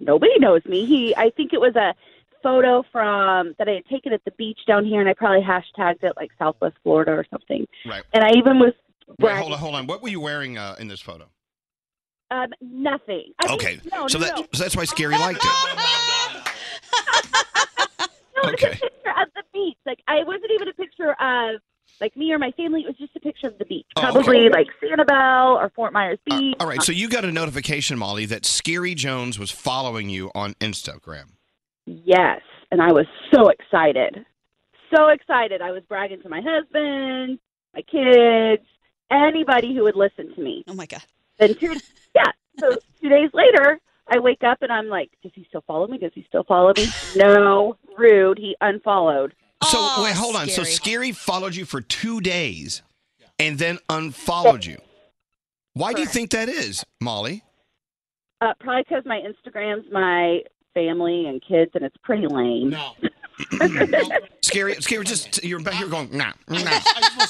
nobody knows me. He, I think it was a photo from that I had taken at the beach down here, and I probably hashtagged it like Southwest Florida or something.
Right.
And I even was
Wait, hold on, hold on. What were you wearing uh, in this photo?
um, nothing. I think-
okay,
no,
so
no,
that
no.
so that's why Scary liked it.
No, it was a picture of the beach. Like I it wasn't even a picture of like me or my family. It was just a picture of the beach,
Oh, okay.
probably like Sanibel or Fort Myers Beach.
All right, so you got a notification, Molly, that Scary Jones was following you on Instagram.
Yes, and I was so excited, so excited. I was bragging to my husband, my kids, anybody who would listen to me.
Oh my god!
Then two, yeah. So two days later, I wake up and I'm like, does he still follow me? Does he still follow me? no, rude. He unfollowed.
So wait, hold on. So Scary followed you for two days, and then unfollowed you. Why do you think that is, Molly?
Uh, probably because my Instagram's my family and kids, and it's pretty lame.
No.
Scary, scary. Just you're back here going nah, nah, nah,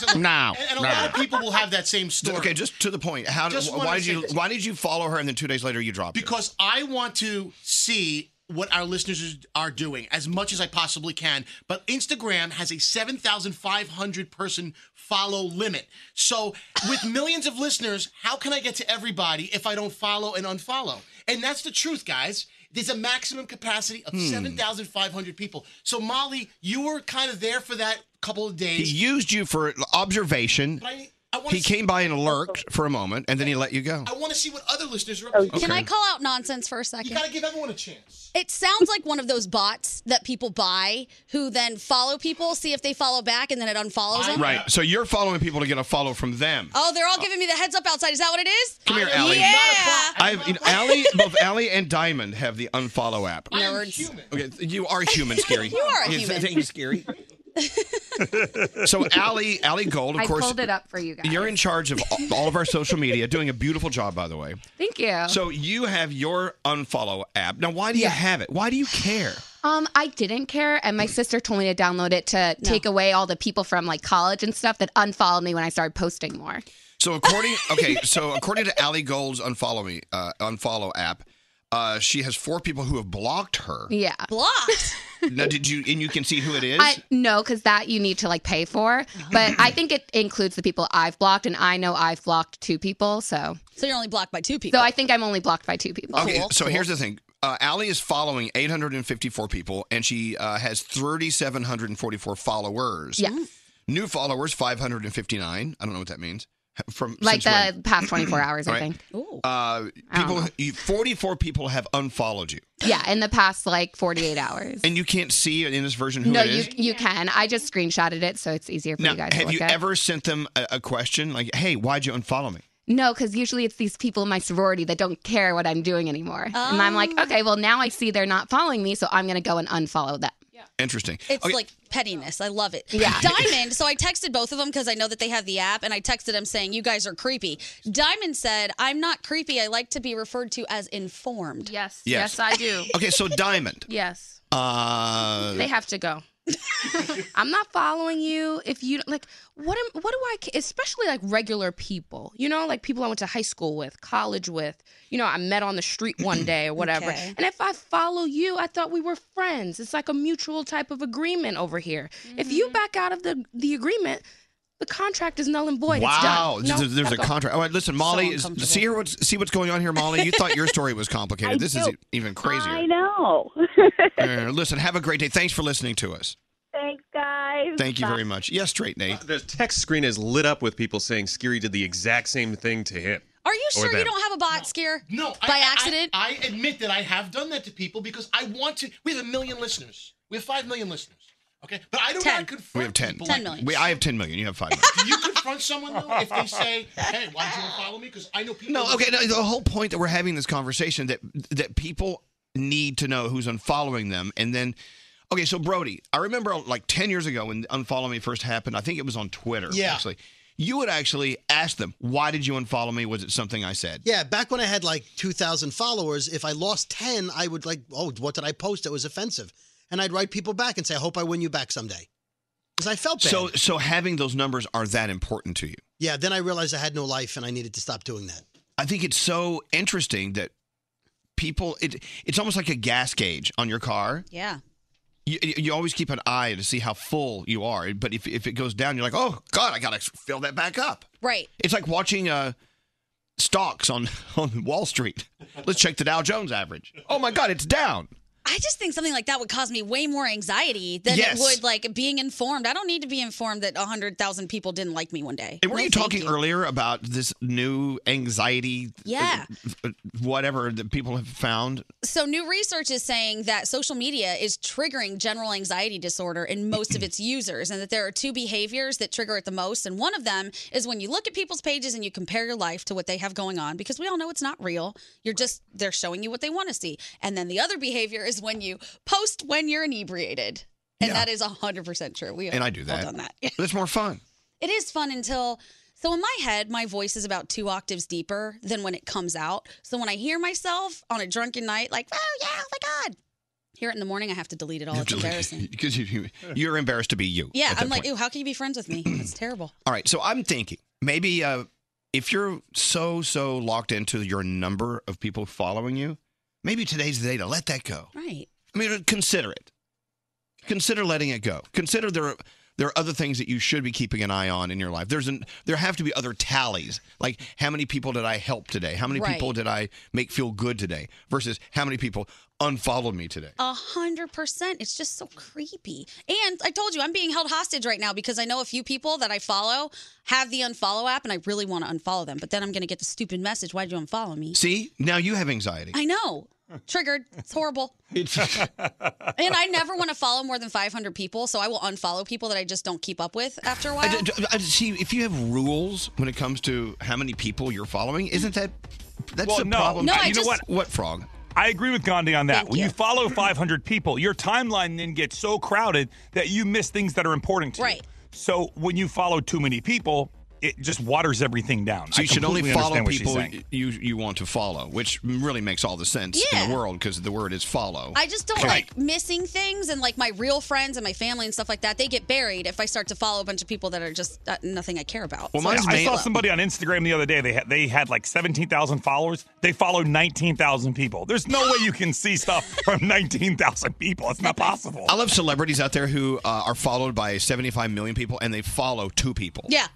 And a
nah.
lot of people will have that same story.
Okay, just to the point. How did,
Just wanted
why
to
did
say
you
this.
why did you follow her and then two days later you dropped her?
because I want to see what our listeners is- are doing as much as I possibly can. But Instagram has a 7,500 person follow limit. So, with millions of listeners, how can I get to everybody if I don't follow and unfollow? And that's the truth, guys. There's a maximum capacity of 7,500 people. So, Molly, you were kind of there for that couple of
He
days.
used you for observation.
But I, I want
He
to
came by and lurked for a moment, and then he let you go.
I want to see what other listeners are up
Oh,
to.
Can
Okay.
I call out nonsense for a second?
You gotta give everyone a chance.
It sounds like one of those bots that people buy who then follow people, see if they follow back, and then it unfollows them.
Right. So you're following people to get a follow from them.
Oh, they're all giving me the heads up outside. Is that what it is?
Come here, Allie.
Yeah.
I've, you know, Allie, both Allie and Diamond have the unfollow app.
Nerds.
Okay, you are human, Scary.
You are a
Yeah,
human.
Thank you, Scary. so Allie, Allie Gold, of
I
course.
pulled it up for you guys.
You're in charge of all- all of our social media, doing a beautiful job, by the way.
Thank you.
So you have your unfollow app. Now, why do you have it? Why do you care?
Um, I didn't care, and my sister told me to download it to take away all the people from like college and stuff that unfollowed me when I started posting more.
So according, okay, so according to Allie Gold's unfollow me, uh, unfollow app, uh, she has four people who have blocked her.
Yeah,
blocked.
Now, did you? And you can see who it is.
I no, because that you need to like pay for.
Uh-huh.
But I think it includes the people I've blocked, and I know I've blocked two people. So
so you're only blocked by two
people. So I think I'm only blocked by two people.
Okay, so here's the thing. Uh, Allie is following 854 people, and she uh, has 3,744 followers.
Yeah.
New followers, 559. I don't know what that means. From
like
since when?
the past 24 hours, I
Right.
think.
Uh, people, you, 44 people have unfollowed you,
Yeah, in the past like 48 hours.
and you can't see in this version who
No,
it
you
is.
you can. I just screenshotted it, so it's easier for
now,
you guys to
have
look
you
at.
ever sent them a, a question like, "Hey, why'd you unfollow me?"
No, because usually it's these people in my sorority that don't care what I'm doing anymore. And I'm like, okay, well, now I see they're not following me, so I'm going to go and unfollow them.
Interesting.
It's
Okay,
like pettiness. I love it.
Yeah.
Diamond, so I texted both of them because I know that they have the app, and I texted them saying, You guys are creepy. Diamond said, I'm not creepy. I like to be referred to as informed.
Yes.
Yes. yes, I
do.
Okay, so Diamond.
Yes.
Uh,
They have to go. I'm not following you if you like what am what do I ca- especially like regular people you know like people I went to high school with college with you know I met on the street one day or whatever
Okay.
and if I follow you I thought we were friends it's like a mutual type of agreement over here if you back out of the the agreement the contract is null and void it's
Wow,
done. No,
there's, there's a
that's all.
contract. All right, listen, Molly, is-
uncomfortable.
see here what's see what's going on here, Molly. You thought your story was complicated.
I
this is
do.
e- even crazier.
I know.
Uh, listen, have a great day. Thanks for listening to us.
Thanks, guys.
Thank you very much. Yes, straight Nate.
Uh, The text screen is lit up with people saying Skiri did the exact same thing to him.
Are you
Or
sure you
them.
don't have a bot scare?
No,
by accident.
I, I admit that I have done that to people because I want to. We have a million listeners. We have five million listeners. Okay, but I do not confront.
We have 10.
people like-
We, I have 10 million. You have 5 million.
Do you confront someone though if they say, "Hey, why don't you follow me?" Because I know people.
No, okay. No, the whole point that we're having this conversation that that people need to know who's unfollowing them, and then okay. So Brody, I remember like ten years ago when unfollow me first happened. I think it was on Twitter.
Yeah.
Actually, you would actually ask them, "Why did you unfollow me? Was it something I said?"
Yeah, back when I had like 2,000 followers, if I lost 10, I would like, oh, what did I post that was offensive? And I'd write people back and say, I hope I win you back someday. Because I felt bad.
So so having those numbers are that important to you.
yeah, then I realized I had no life and I needed to stop doing that.
I think it's so interesting that people it it's almost like a gas gauge on your car.
Yeah.
You, you always keep an eye to see how full you are, but if if it goes down, you're like, oh God, I gotta fill that back up.
Right.
It's like watching uh, stocks on, on Wall Street. Let's check the Dow Jones average. Oh my God, it's down.
I just think something like that would cause me way more anxiety than
Yes.
it would like being informed. I don't need to be informed that 100,000 people didn't like me one day.
And were
No,
you
thank
talking earlier about this new anxiety?
Yeah.
uh, Whatever that people have found.
So, new research is saying that social media is triggering general anxiety disorder in most of its users, and that there are two behaviors that trigger it the most. And one of them is when you look at people's pages and you compare your life to what they have going on, because we all know it's not real. You're just, they're showing you what they want to see. And then the other behavior is when you post when you're inebriated. And that is 100% true. We
And I do
all
that.
done that.
But it's more fun.
It is fun until so in my head, my voice is about two octaves deeper than when it comes out. So when I hear myself on a drunken night, like, oh yeah, oh my god, hear it in the morning, I have to delete it all. It's embarrassing.
Because you, you're embarrassed to be you.
Yeah,
at that
I'm like,
point.
ew, how can you be friends with me? That's terrible.
All right, so I'm thinking maybe uh, if you're so so locked into your number of people following you, maybe today's the day to let that go.
Right.
I mean, uh, consider it. Consider letting it go. Consider there are, there are other things that you should be keeping an eye on in your life. There's an there have to be other tallies, like how many people did I help today? How many
Right.
people did I make feel good today? Versus how many people unfollowed me today.
A hundred percent. It's just so creepy. And I told you, I'm being held hostage right now because I know a few people that I follow have the unfollow app, and I really want to unfollow them. But then I'm going to get the stupid message, "Why'd you unfollow me?"
See, now you have anxiety.
I know. Triggered. It's horrible. And I never want to follow more than 500 people, so I will unfollow people that I just don't keep up with after a while.
I d- d- I d- see, if you have rules when it comes to how many people you're following, isn't that that's
Well,
the
no.
problem?
No, I
you know
just-
what? What frog?
I agree with Gandhi on that. when you. follow 500 people, your timeline then gets so crowded that you miss things that are important to you.
Right.
So when you follow too many people, it just waters everything down.
So
I
you should only
completely
follow
understand what she's
people
saying.
y- you you want to follow, which really makes all the sense in
Yeah.
the world because the word is follow.
I just don't
Right.
like missing things, and like my real friends and my family and stuff like that, they get buried if I start to follow a bunch of people that are just uh, nothing I care about. So I just
I saw
follow.
somebody on Instagram the other day. They had they had like seventeen thousand followers. They followed nineteen thousand people. There's no way you can see stuff from nineteen thousand people. It's not possible.
I love celebrities out there who uh, are followed by 75 million people and they follow two people.
Yeah.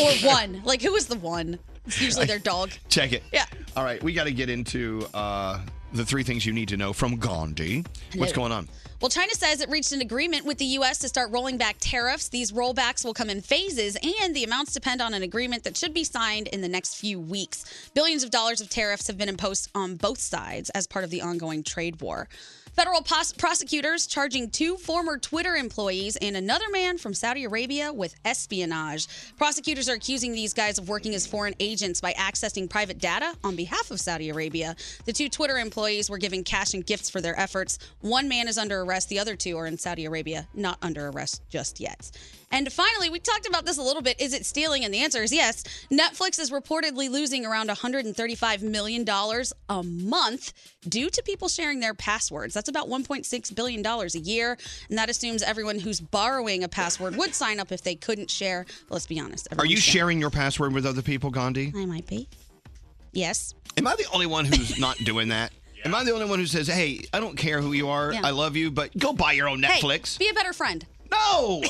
Or one. Like, who is the one? It's usually their dog.
Check it.
Yeah.
All right, we got to get into uh, the three things you need to know from Gandhi. What's
Hello.
going on?
Well, China says it reached an agreement with the U.S. to start rolling back tariffs. These rollbacks will come in phases, and the amounts depend on an agreement that should be signed in the next few weeks. Billions of dollars of tariffs have been imposed on both sides as part of the ongoing trade war. Federal pos- prosecutors charging two former Twitter employees and another man from Saudi Arabia with espionage. Prosecutors are accusing these guys of working as foreign agents by accessing private data on behalf of Saudi Arabia. The two Twitter employees were given cash and gifts for their efforts. One man is under arrest, the other two are in Saudi Arabia, not under arrest just yet. And finally, we talked about this a little bit. Is it stealing? And the answer is yes. Netflix is reportedly losing around $135 million a month due to people sharing their passwords. That's about $1.6 billion a year. And that assumes everyone who's borrowing a password would sign up if they couldn't share. But let's be honest.
Are you
everyone's-
sharing your password with other people, Gandhi?
I might be. Yes.
Am I the only one who's not doing that? Am I the only one who says, "Hey, I don't care who you are,
Yeah.
I love you, but go buy your own
Hey,
Netflix"?
be a better friend.
No.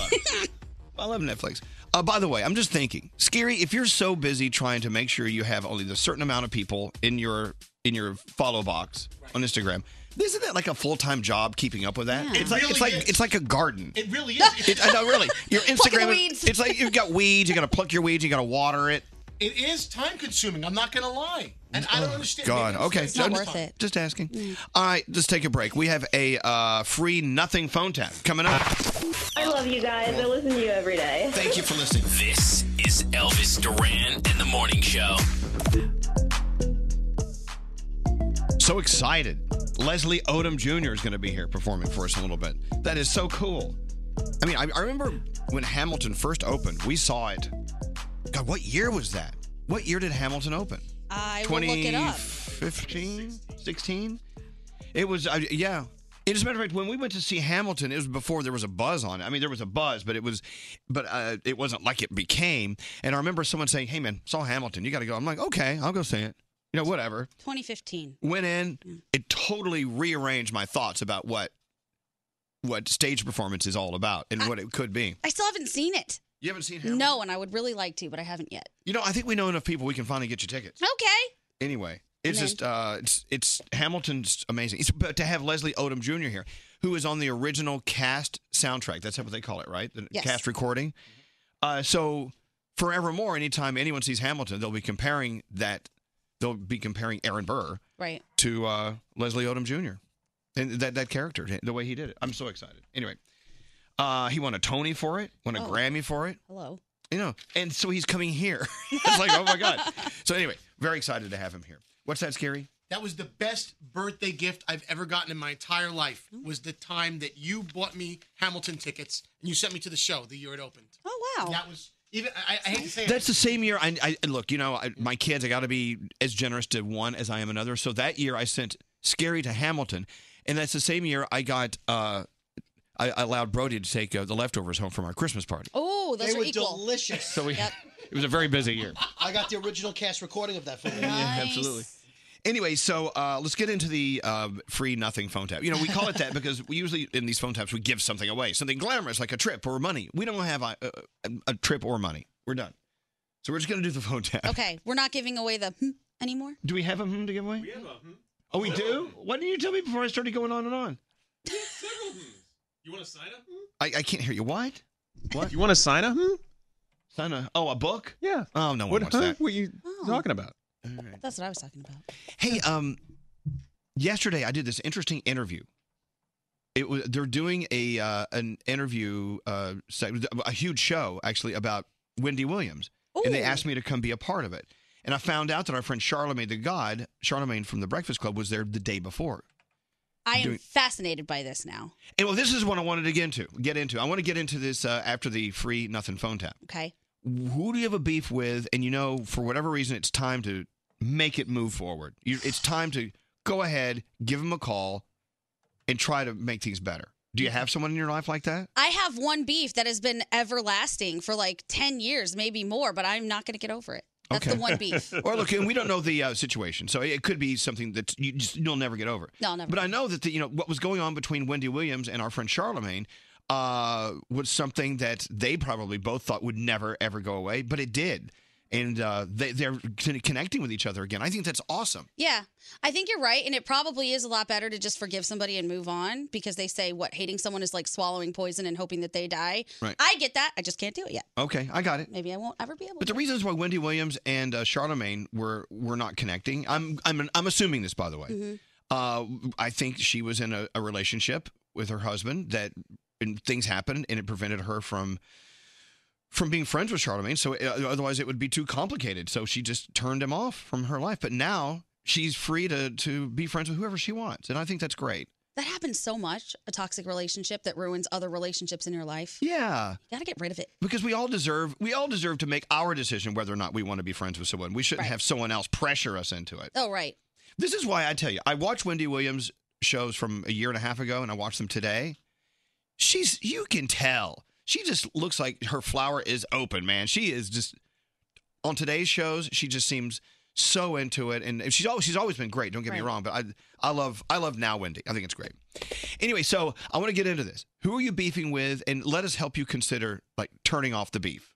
I love Netflix. Uh, by the way, I'm just thinking, Scary, if you're so busy trying to make sure you have only the certain amount of people in your in your follow box on Instagram, isn't that like a full time job keeping up with that?
Yeah.
It's like
It
it's like
really
it's like a garden.
It really is.
It, I know, really. Your
Plucking
Instagram,
weeds.
it's like you've got weeds. You got to pluck your weeds. You got to water it.
It is time consuming. I'm not going to lie. And I don't understand.
Oh, God,
maybe
okay.
not
just,
worth it. Mm.
Just asking. All right, let's take a break. We have a uh, free nothing phone tap coming up.
I love you guys. I listen to you every day.
Thank you for listening.
This is Elvis Duran and the Morning Show.
So excited. Leslie Odom Jr. is going to be here performing for us in a little bit. That is so cool. I mean, I, I remember when Hamilton first opened, we saw it. God, what year was that? What year did Hamilton open?
I will look it up.
2015, 16? It was, uh, yeah. As a matter of fact, when we went to see Hamilton, it was before there was a buzz on it. I mean, there was a buzz, but it was, but uh, it wasn't like it became. And I remember someone saying, "Hey, man, saw Hamilton. You got to go." I'm like, "Okay, I'll go see it." You know, whatever
2015.
went in it totally rearranged my thoughts about what what stage performance is all about and what it could be
I still haven't seen it.
You haven't seen
Hamilton? No, and I would really like to, but I haven't yet.
you know i think we know enough people we can finally get you tickets
Okay.
anyway it's
Amen.
just uh it's it's hamilton's amazing it's, but to have leslie odom jr here who is on the original cast soundtrack that's what they call it right the
Yes.
cast recording uh so forevermore anytime anyone sees hamilton they'll be comparing that they'll be comparing aaron burr
Right.
to uh, Leslie Odom Jr. and that that character, the way he did it. I'm so excited. Anyway, uh, he won a Tony for it, won a
Oh.
Grammy for it.
Hello.
You know, and so he's coming here. it's like, oh my god. So anyway, very excited to have him here. What's that, Scary?
That was the best birthday gift I've ever gotten in my entire life.
Mm-hmm.
Was the time that you bought me Hamilton tickets and you sent me to the show the year it opened.
Oh wow!
That was even. I, I hate to say it.
That's the same year. I, I look, you know, I, my kids. I got to be as generous to one as I am another. So that year, I sent Scary to Hamilton, and that's the same year I got. Uh, I, I allowed Brody to take uh, the leftovers home from our Christmas party.
Oh,
those
they
are
were
equal.
delicious.
So we. It was a very busy year.
I got the original cast recording of that for you.
Yeah, absolutely. Anyway, so uh, let's get into the uh, free nothing phone tap. You know, we call it that because we usually in these phone taps we give something away, something glamorous like a trip or money. We don't have a, a, a trip or money. We're done. So we're just gonna do the phone tap.
Okay, we're not giving away the hmm anymore.
Do we have a hmm to give away? We have a hmm. Oh, we do.
hmm.
Why didn't you tell me before I started going on and on?
You want to sign up?
I, I can't hear you. What? What?
You want to sign a hmm?
Sign a oh a book?
Yeah.
Oh no one
What
wants
huh?
that.
What you talking about?
That's what I was talking about.
Hey, um, yesterday I did this interesting interview. It was they're doing a uh, an interview, uh, se- a huge show actually about Wendy Williams, and they asked me to come be a part of it. And I found out that our friend Charlemagne the God, Charlemagne from the Breakfast Club, was there the day before.
I am
Doing-
fascinated by this now.
And well, this is what I wanted to get into. Get into. I want to get into this uh, after the free nothing phone tap.
Okay.
who do you have a beef with and you know for whatever reason it's time to make it move forward you, it's time to go ahead give them a call and try to make things better do you have someone in your life like that
I have one beef that has been everlasting for like 10 years, maybe more, but I'm not going to get over it. That's the one beef.
or look, and we don't know the uh, situation, so it could be something that you just, you'll never get over.
No, never.
But I know that the, you know what was going on between Wendy Williams and our friend Charlemagne uh, was something that they probably both thought would never ever go away, but it did, and uh, they, they're con- connecting with each other again. I think that's awesome.
Yeah, I think you're right. And it probably is a lot better to just forgive somebody and move on because they say what hating someone is like swallowing poison and hoping that they die.
Right.
I get that. I just can't do it yet.
Okay, I got it.
Maybe I won't ever be able
But
to.
the reasons why
Mm-hmm.
Wendy Williams and uh, Charlemagne were were not connecting, I'm I'm I'm assuming this by the way,
Mhm.
Uh, I think she was in a, a relationship with her husband that and things happened and it prevented her from from being friends with Charlemagne. So uh, otherwise, it would be too complicated. So she just turned him off from her life. But now she's free to to be friends with whoever she wants, and I think that's great.
That happens so much, a toxic relationship that ruins other relationships in your life.
Yeah.
You gotta get rid of it.
Because we all deserve we all deserve to make our decision whether or not we want to be friends with someone. We shouldn't
Right.
have someone else pressure us into it.
Oh, right.
This is why I tell you, I watched Wendy Williams shows from a year and a half ago and I watched them today. She's you can tell. She just looks like her flower is open, man. She is just on today's shows, she just seems so into it and she's always she's always been great, don't get me
Right.
wrong, but I I love I love now Wendy. I think it's great. Anyway, so I want to get into this. Who are you beefing with and let us help you consider like turning off the beef.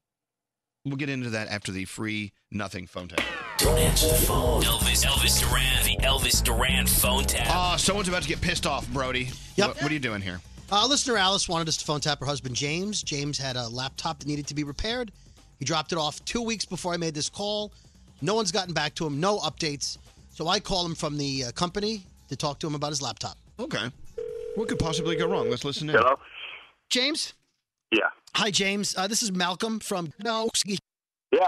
We'll get into that after the free nothing phone tap.
Don't answer the phone. Elvis, Elvis Duran, the Elvis Duran phone tap.
Ah, someone's about to get pissed off, Brody.
Yep.
What, what are you doing here?
Uh, listener Alice wanted us to phone tap her husband James. James had a laptop that needed to be repaired. He dropped it off two weeks before I made this call. No one's gotten back to him. No updates. So I call him from the uh, company to talk to him about his laptop.
Okay. What could possibly go wrong? Let's listen in.
Hello? James.
Yeah.
Hi, James. Uh, this is Malcolm from No.
Yeah.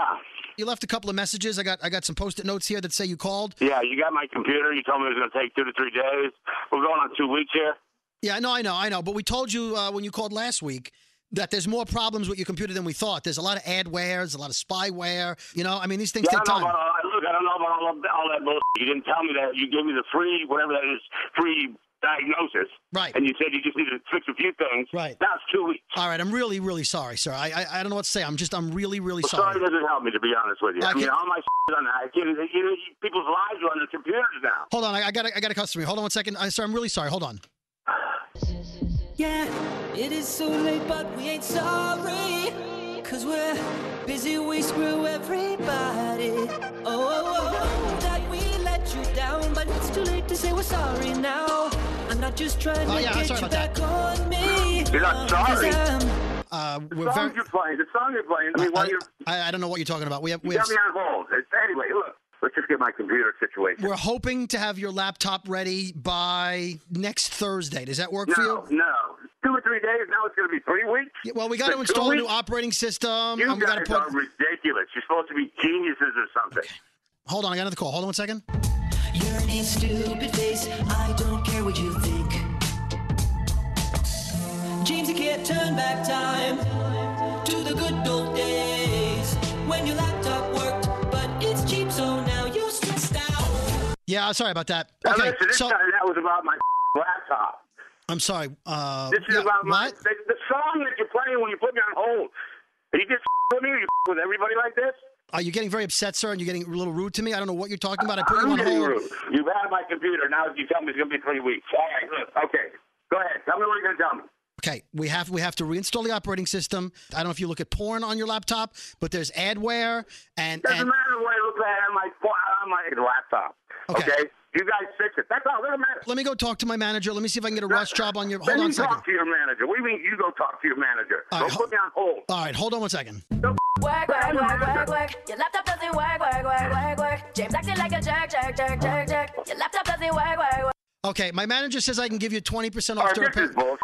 You left a couple of messages. I got I got some post-it notes here that say you called.
Yeah, you got my computer. You told me it was going to take two to three days. We're going on two weeks here.
Yeah, I know, I know, I know. But we told you uh, when you called last week that there's more problems with your computer than we thought. There's a lot of adware, there's a lot of spyware. You know, I mean, these things
yeah,
take
I
time.
don't know about all that. Look, I don't know about all, of, all that bullshit. You didn't tell me that. You gave me the free, whatever that is, free diagnosis.
Right.
And you said you just needed to fix a few things.
Right.
That's two weeks.
All right, I'm really, really sorry, sir. I, I, I don't know what to say. I'm just, I'm really, really
Well,
sorry.
sorry doesn't help me, to be honest with you.
I
I, mean,
can't-
all my is on that. I can't, you know, people's lives are on their computers now.
Hold on, I, I got, I got a customer. Hold on one second, I, sir. I'm really sorry. Hold on.
Yeah, it is so late, but we ain't sorry. Cause we're busy, we screw everybody. Oh, oh, oh, that we let you down, but it's too late to say we're sorry now. I'm not just trying
Oh,
to
yeah, I'm
get
sorry
you
about
back on me.
You're not sorry.
Cause I'm
Uh,
The
we're
song
very.
you're playing, the song you're playing. I mean, while you're,
I, I don't know what you're talking about. We have,
you
we have.
got me on hold. It's, anyway, look, let's just get my computer situation.
We're hoping to have your laptop ready by next Thursday. Does that work for you?
No, no. Two or three days. Now it's going to be three weeks.
Yeah, well, we got to
Two
install a new
weeks?
operating system.
You
and we
guys
got to put.
are ridiculous. You're supposed to be geniuses or something.
Hold on, I got another call. Hold on one second.
Your name, stupid face. I don't care what you think. James, you can't turn back time to the good old days when your laptop worked, but it's cheap, so now you're stressed out.
Yeah, sorry about that.
Now
Okay,
listen, this
so
time that was about my laptop.
I'm sorry. Uh,
This is
yeah,
about my
what?
the, the song that you're playing when you put me on hold. Are you just with me? Are you with everybody like this?
Are you getting very upset, sir? And you're getting a little rude to me. I don't know what you're talking about. I put
I'm
you on
getting
hold.
rude. You've had my computer. Now you tell me it's going to be three weeks. All right, look, okay. Go ahead. Tell me what you're going to tell me.
Okay, we have we have to reinstall the operating system. I don't know if you look at porn on your laptop, but there's adware and,
Doesn't
and
matter what I look at on my fo- on my laptop. Okay. You guys fix it. That's all. Doesn't matter.
let me go talk to my manager. Let me see if I can get a rush job on your. Hold
then
on
you
a second.
talk to your manager. What do you mean you go talk to your manager?
All
Don't
right,
put me on hold.
All right, hold on one second.
Work, work, work, work, work. Your laptop doesn't work, work, work, work, work. James acting like a jerk, jerk, jerk, jerk, jerk. Your laptop doesn't work, work, work.
Okay, my manager says I can give you 20%
Oh,
off the
this
repair.
is bullshit.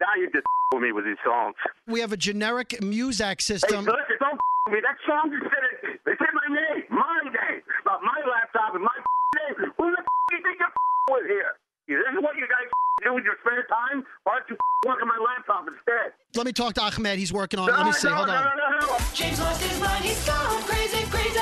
Now you just with me with these songs.
We have a generic Muzak
Hey,
system.
listen, don't me. That song just said it. They said my name, my name, about my laptop and my name. Who the do you think you're with here? This is what you guys do with your spare time? Why don't you work on my laptop instead?
Let me talk to Ahmed. He's working on it. Let me see.
No,
Hold
no,
on.
no, no, no.
James lost his mind, he's gone crazy, crazy.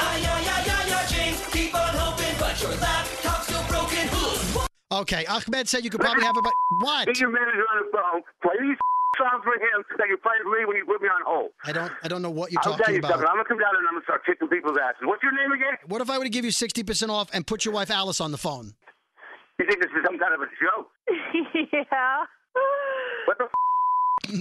Ay, ay, ay, ay, ay, James, keep on hoping, but your laptop's still broken. Ooh.
Okay, Ahmed said you could probably have about what?
Get your manager on the phone. Play these songs for him that you play for me when you put me on hold.
I don't I don't know what you're
I'll tell
talking
you
about.
something. I'm going to come down and I'm going to start kicking people's asses. What's your name again?
What if I were to give you 60% off and put your wife Alice on the phone?
You think this is some kind of a joke?
yeah.
What the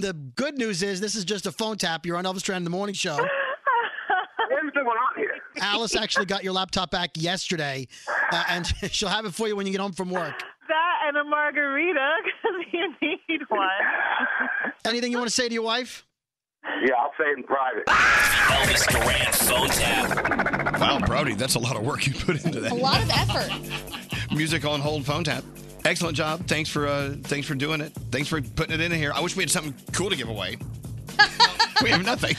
The good news is this is just a phone tap. You're on Elvis Duran in the morning show.
What is going on here?
Alice actually got your laptop back yesterday, uh, and she'll have it for you when you get home from work.
That and a margarita, because you need one.
Anything you want to say to your wife?
Yeah, I'll say it in private.
Elvis Duran phone tap.
Wow, Brody, that's a lot of work you put into
A
that.
lot of effort.
music on hold phone tap. Excellent job. Thanks for uh, thanks for doing it. Thanks for putting it in here. I wish we had something cool to give away. we have nothing.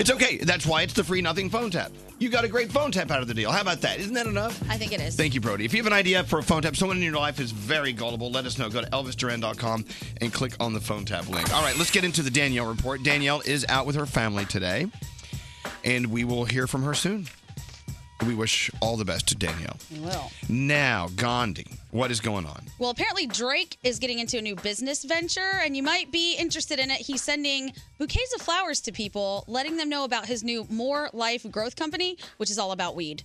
It's okay. That's why it's the free nothing phone tap. You got a great phone tap out of the deal. How about that? Isn't that enough?
I think it is.
Thank you, Brody. If you have an idea for a phone tap, someone in your life is very gullible, let us know. Go to elvisduran.com and click on the phone tap link. All right, let's get into the Danielle report. Danielle is out with her family today, and we will hear from her soon. We wish all the best to Danielle.
Well.
Now, Gandhi, what is going on?
Well, apparently Drake is getting into a new business venture, and you might be interested in it. He's sending bouquets of flowers to people, letting them know about his new More Life Growth Company, which is all about weed.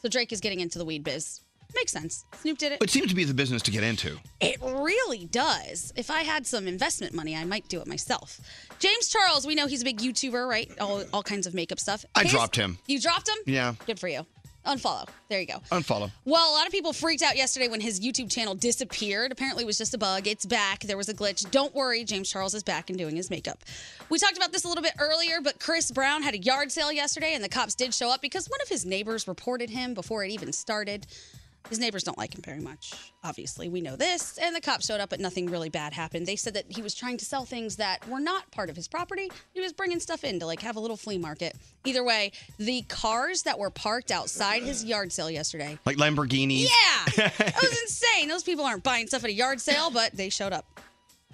So Drake is getting into the weed biz. Makes sense. Snoop did it.
It seems to be the business to get into.
It really does. If I had some investment money, I might do it myself. James Charles, we know he's a big YouTuber, right? All, all kinds of makeup stuff.
I
His-
dropped him.
You dropped him?
Yeah.
Good for you. Unfollow. There you go.
Unfollow.
Well, a lot of people freaked out yesterday when his YouTube channel disappeared. Apparently, it was just a bug. It's back. There was a glitch. Don't worry, James Charles is back and doing his makeup. We talked about this a little bit earlier, but Chris Brown had a yard sale yesterday, and the cops did show up because one of his neighbors reported him before it even started. His neighbors don't like him very much. Obviously, we know this. And the cops showed up, but nothing really bad happened. They said that he was trying to sell things that were not part of his property. He was bringing stuff in to like have a little flea market. Either way, the cars that were parked outside his yard sale yesterday
Like Lamborghinis.
yeah, that was insane. Those people aren't buying stuff at a yard sale, but they showed up.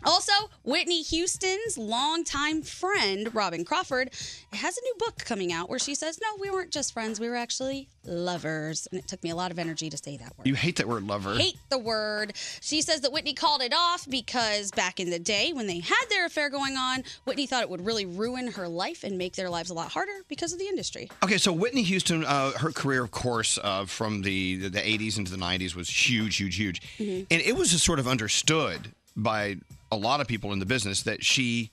Also, Whitney Houston's longtime friend, Robin Crawford, has a new book coming out where she says, No, we weren't just friends, we were actually lovers. And it took me a lot of energy to say that word.
You hate that word lover.
Hate the word. She says that Whitney called it off because back in the day when they had their affair going on, Whitney thought it would really ruin her life and make their lives a lot harder because of the industry.
Okay, so Whitney Houston, uh, her career, of course, uh, from the the eighties into the nineties was huge, huge, huge,
Mhm.
and it was just sort of understood by a lot of people in the business that she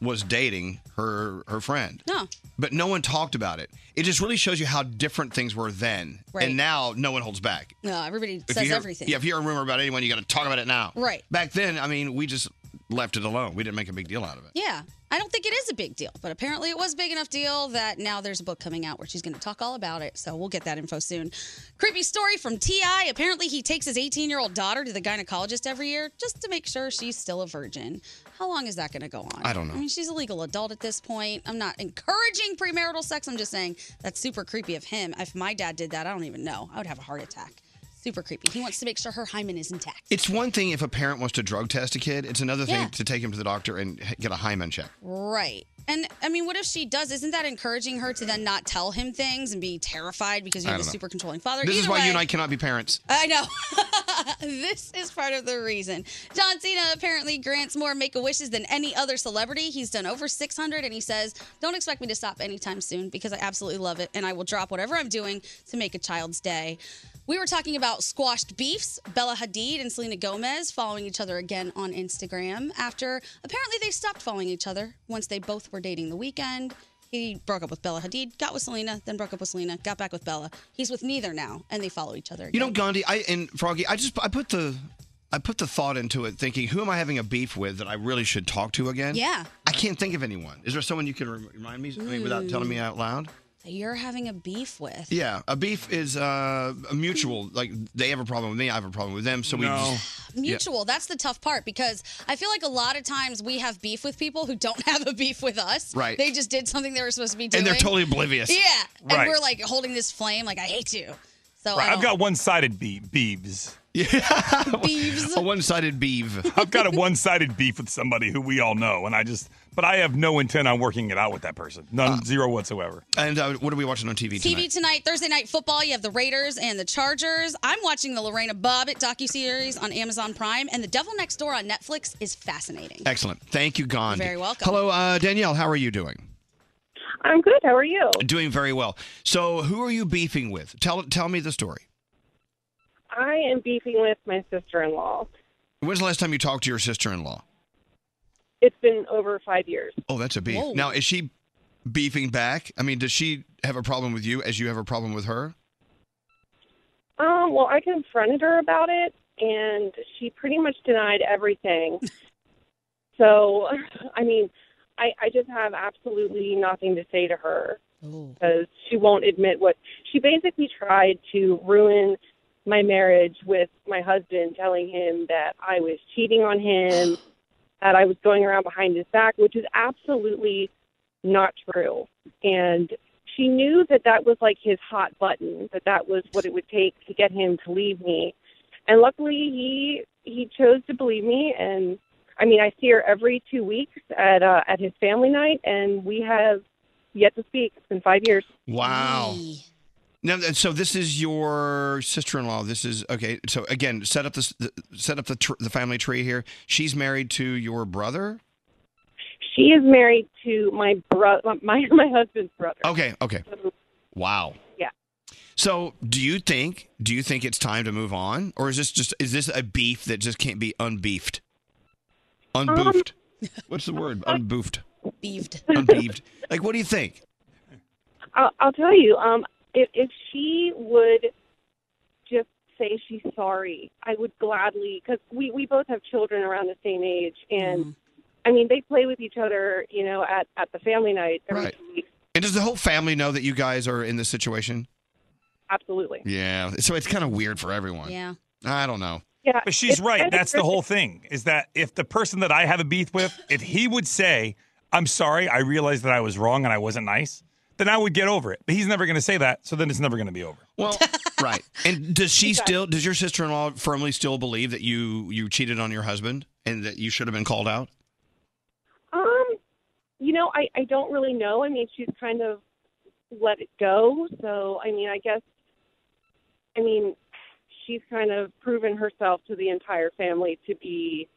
was dating her her friend.
No.
But no one talked about it. It just really shows you how different things were then,
Right.
and now no one holds back.
No, everybody
If
says
you hear-
everything.
Yeah, if you hear a rumor about anyone, you got to talk about it now.
Right.
Back then, I mean, we just left it alone. We didn't make a big deal out of it.
Yeah. I don't think it is a big deal, but apparently it was a big enough deal that now there's a book coming out where she's going to talk all about it. So we'll get that info soon. Creepy story from T.I. Apparently he takes his 18 year old daughter to the gynecologist every year just to make sure she's still a virgin. How long is that going to go on?
I don't know.
I mean, she's a legal adult at this point. I'm not encouraging premarital sex. I'm just saying that's super creepy of him. If my dad did that, I don't even know. I would have a heart attack. Super creepy. He wants to make sure her hymen is intact.
It's one thing if a parent wants to drug test a kid. It's another thing
Yeah.
to take him to the doctor and h- get a hymen check.
Right. And I mean, what if she does? Isn't that encouraging her to then not tell him things and be terrified because you
I
have a
don't know.
super controlling father?
This
Either
is why
way,
you and I cannot be parents.
I know. this is part of the reason. John Cena apparently grants more make a wishes than any other celebrity. He's done over 600, and he says, Don't expect me to stop anytime soon because I absolutely love it, and I will drop whatever I'm doing to make a child's day. We were talking about squashed beefs. Bella Hadid and Selena Gomez following each other again on Instagram after apparently they stopped following each other once they both were dating the weekend. He broke up with Bella Hadid, got with Selena, then broke up with Selena, got back with Bella. He's with neither now, and they follow each other again.
You know, Gandhi, I and Froggy, I just I put the I put the thought into it, thinking, who am I having a beef with that I really should talk to again?
Yeah.
I can't think of anyone. Is there someone you can rem- remind me I mean, without
Mm.
telling me out loud?
that you're having a beef with.
Yeah, a beef is uh, a mutual. Like they have a problem with me, I have a problem with them. So we just,
Mutual, that's the tough part because I feel like a lot of times we have beef with people who don't have a beef with us.
Right.
They just did something they were supposed to be doing.
And they're totally oblivious.
Yeah. And
Right.
we're like holding this flame, like, I hate you. So
Right,
I
I've
don't-
got one-sided be- beeves.
Beeves.
a
one-sided beeve.
I've got a one-sided beef with somebody who we all know, and I just, but I have no intent on working it out with that person. None, zero whatsoever.
Uh, And uh, what are we watching on TV
TV tonight, Thursday night football. You have the Raiders and the Chargers. I'm watching the Lorena Bobbitt docuseries on Amazon Prime, and The Devil Next Door on Netflix is fascinating.
Excellent. Thank you, Gandhi.
You're very welcome.
Hello, uh, Danielle. How are you doing?
I'm good. How are you?
Doing very well. So, who are you beefing with? Tell tell me the story.
I am beefing with my sister-in-law.
When's the last time you talked to your sister-in-law?
It's been over five years.
Oh, that's a beef.
Whoa.
Now, is she beefing back? I mean, does she have a problem with you as you have a problem with her?
Uh,
Um, well, I confronted her about it, and she pretty much denied everything. so, I mean, I, I just have absolutely nothing to say to her because she won't admit what she basically tried to ruin
my marriage with my husband, telling him that I was cheating on him, that I was going around behind his back, which is absolutely not true. And she knew that that was like his hot button, that that was what it would take to get him to leave me. And luckily, he he chose to believe me. And I mean, I see her every two weeks at uh, at his family night, and we have yet to speak. It's been five years.
Wow. Now, th- so this is your sister-in-law. This is okay. So again, set up this, the set up the tr- the family tree here. She's married to your brother.
She is married to my bro my my husband's brother.
Okay, okay. Wow.
Yeah.
So, do you think do you think it's time to move on, or is this just is this a beef that just can't be unbeefed, unboofed? What's the word? Unboofed.
Beaved.
Unbeefed. like, what do you think?
I'll, I'll tell you, um, if, if she would just say she's sorry, I would gladly because we we both have children around the same age, and I mean they play with each other, you know, at at the family night. Every,
Right. And does the whole family know that you guys are in this situation?
Absolutely.
Yeah. So it's kind of weird for everyone.
Yeah.
I don't know.
Yeah,
but she's
it's-
right.
it's-
That's the whole thing. Is that if the person that I have a beef with, if he would say, "I'm sorry, I realized that I was wrong and I wasn't nice," then I would get over it. But he's never going to say that, so then it's never going to be over.
Well, right. And does she still? Does your sister-in-law firmly still believe that you you cheated on your husband and that you should have been called out?
Um, you know, I I don't really know. I mean, she's kind of let it go. So, I mean, I guess, I mean, she's kind of proven herself to the entire family to be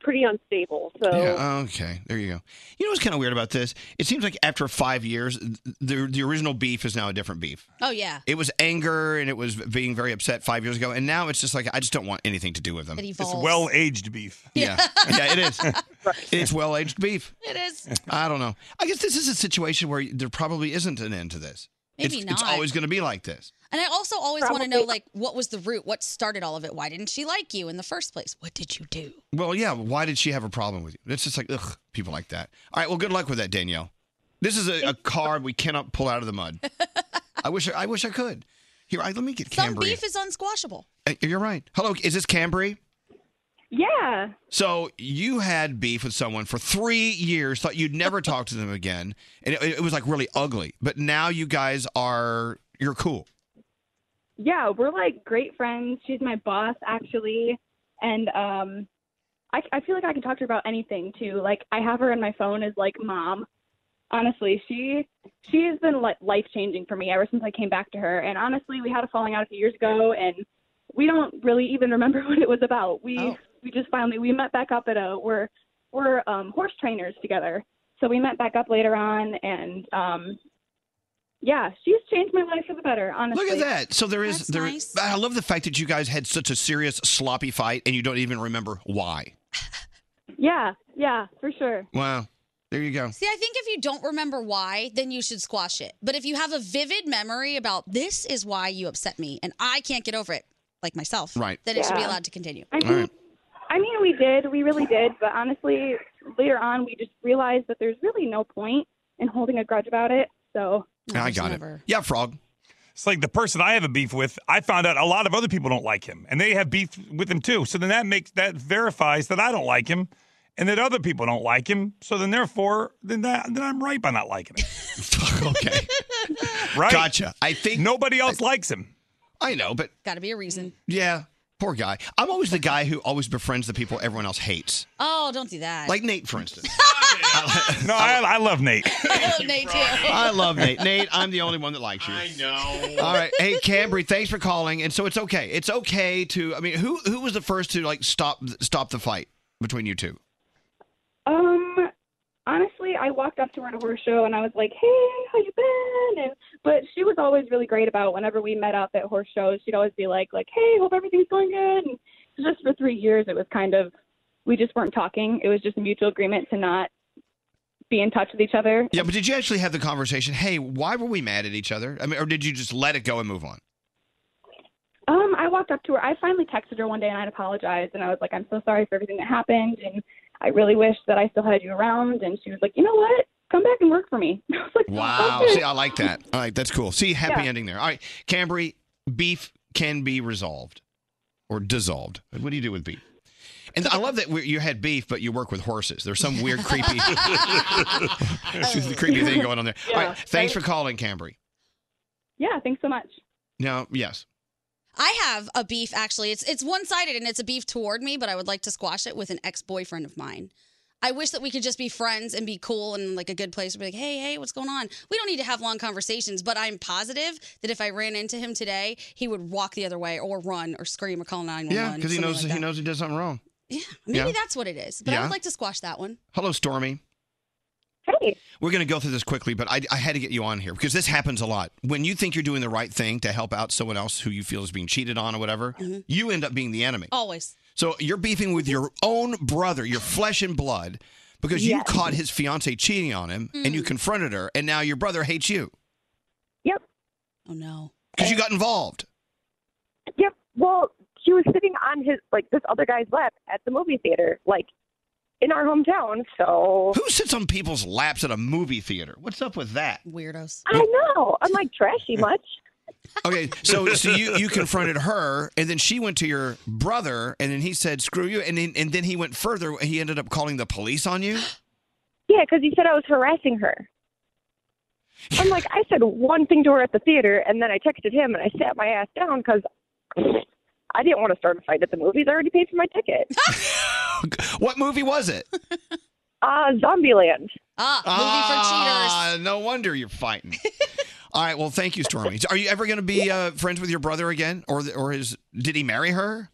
pretty unstable. So,
Yeah. Okay. There you go. You know what's kind of weird about this? It seems like after five years, the the original beef is now a different beef.
Oh yeah.
It was anger and it was being very upset five years ago, and now it's just like I just don't want anything to do with them.
It
It's well aged beef.
Yeah. yeah, it is. It's well aged beef.
It is.
I don't know. I guess this is a situation where there probably isn't an end to this.
Maybe
it's, It's
not.
always going to be like this.
And I also always want to
Probably.
know like what was the root? What started all of it? Why didn't she like you in the first place? What did you do?
Well, yeah. Why did she have a problem with you? It's just like ugh, people like that. All right. Well, good luck with that, Danielle. This is a, a card we cannot pull out of the mud. I wish. I wish I could. Here, I, let me get
Some
Cambria.
beef is unsquashable.
Uh, You're right. Hello, is this Cambry?
Yeah.
So you had beef with someone for three years, thought you'd never talk to them again, and it, it was like really ugly. But now you guys are you're cool.
Yeah, we're like great friends. She's my boss actually, and um, I I feel like I can talk to her about anything too. Like I have her in my phone as like mom. Honestly, she she has been like life changing for me ever since I came back to her. And honestly, we had a falling out a few years ago, and we don't really even remember what it was about. We
Oh.
we just finally we met back up at a we're we're um, horse trainers together, so we met back up later on, and um, yeah, she's changed my life for the better. Honestly,
Look at that. So there is there. I love the fact that you guys had such a serious sloppy fight, and you don't even remember why.
Yeah, yeah, for sure.
Wow. There you go.
See, I think if you don't remember why, then you should squash it. But if you have a vivid memory about this is why you upset me and I can't get over it, like myself,
Right.
then it should be
Yeah.
allowed to continue.
I mean, I mean, we did, we really did, but honestly, later on, we just realized that there's really no point in holding a grudge about it. So
I got
never.
it.
Yeah, frog.
It's like the person I have a beef with. I found out a lot of other people don't like him, and they have beef with him too. So then that makes that verifies that I don't like him, and that other people don't like him. So then therefore, then that, then I'm right by not liking him.
okay.
Right.
Gotcha. I think
nobody else likes him.
I know, but
Got to be a reason.
yeah, poor guy. I'm always the guy who always befriends the people everyone else hates,
Oh, don't do that.
like Nate, for instance.
no, I, I love Nate.
Oh, Nate, too.
I love Nate. Nate, I'm the only one that likes you. I know. All right. Hey, Cambry, thanks for calling. And so it's okay. It's okay to. I mean, who who was the first to like stop stop the fight between you two?
Um, honestly, I walked up to her at a horse show and I was like, "Hey, how you been?" And but she was always really great about whenever we met up at horse shows. She'd always be like, "Like, hey, hope everything's going good." And just for three years, it was kind of we just weren't talking. It was just a mutual agreement to not be in touch with each other.
Yeah, but did you actually have the conversation? Hey, why were we mad at each other? I mean, or did you just let it go and move on?
Um, I walked up to her. I finally texted her one day and I'd apologized and I was like, I'm so sorry for everything that happened and I really wish that I still had you around and she was like, You know what? Come back and work for me. I was like,
Wow.
"Okay."
See, I like that. All right, that's cool. See, happy
Yeah.
ending there. All right, Cambry, beef can be resolved or dissolved. What do you do with beef? And I love that we- you had beef, but you work with horses. There's some weird, creepy, creepy thing going on there. All
Yeah,
right, thanks for
right.
calling, Cambry.
Yeah, thanks so much.
Now, yes,
I have a beef actually. It's it's one sided and it's a beef toward me, but I would like to squash it with an ex boyfriend of mine. I wish that we could just be friends and be cool and like a good place to be like, hey, hey, what's going on? We don't need to have long conversations, but I'm positive that if I ran into him today, he would walk the other way or run or scream or call 911.
yeah, because he
something
knows
like
he
that.
knows he did something wrong.
Maybe
yeah.
that's what it is, but I
Yeah.
would like to squash that one.
Hello, Stormy.
Hey.
We're going to go through this quickly, but I, I had to get you on here because this happens a lot. When you think you're doing the right thing to help out someone else who you feel is being cheated on or whatever, you end up being the enemy.
Always.
So you're beefing with your own brother, your flesh and blood, because you caught his fiance cheating on him and you confronted her, and now your brother hates you.
Yep. Oh, no.
Because you got involved.
Yep. Well, she was sitting on his like this other guy's lap at the movie theater, like in our hometown. So
Who sits on people's laps at a movie theater? What's up with that?
Weirdos.
I know. I'm like trashy much.
Okay, so so you, you confronted her, and then she went to your brother, and then he said, "Screw you," and then, and then he went further. and He ended up calling the police on you.
Yeah, because he said I was harassing her. I'm like, I said one thing to her at the theater, and then I texted him, and I sat my ass down because I didn't want to start a fight at the movies. I already paid for my ticket.
What movie was it?
Uh, Zombieland.
Ah,
ah, No wonder you're fighting. All right. Well, thank you, Stormy. Are you ever going to be uh, friends with your brother again, or the- or his? Did he marry her?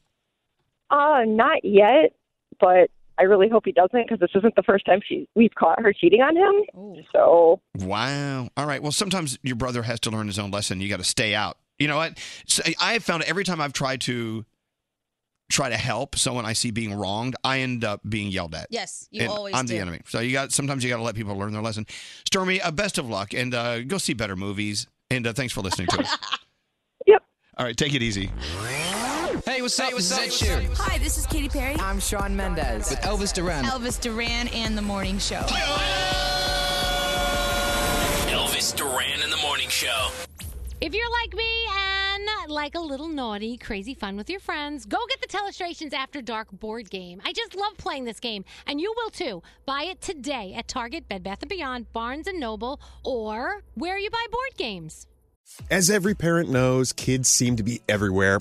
Uh, not yet, but I really hope he doesn't because this isn't the first time she we've caught her cheating on him. So
Wow. All right. Well, sometimes your brother has to learn his own lesson. You got to stay out. You know what? So I have found every time I've tried to try to help someone I see being wronged, I end up being yelled at.
Yes, you
And
always
I'm
do.
the enemy. So you got sometimes you got to let people learn their lesson. Stormy, uh, best of luck and uh, go see better movies. And uh, thanks for listening to us. yep. All right. Take it easy.
Hey, what's up? What's up?
Hi, this is Katy Perry.
I'm Sean Mendez with Elvis Duran.
Elvis Duran and the Morning Show.
Elvis Duran in the morning show.
If you're like me and like a little naughty, crazy fun with your friends, go get the Telestrations After Dark board game. I just love playing this game, and you will too. Buy it today at Target, Bed Bath & Beyond, Barnes & Noble, or where you buy board games.
As every parent knows, kids seem to be everywhere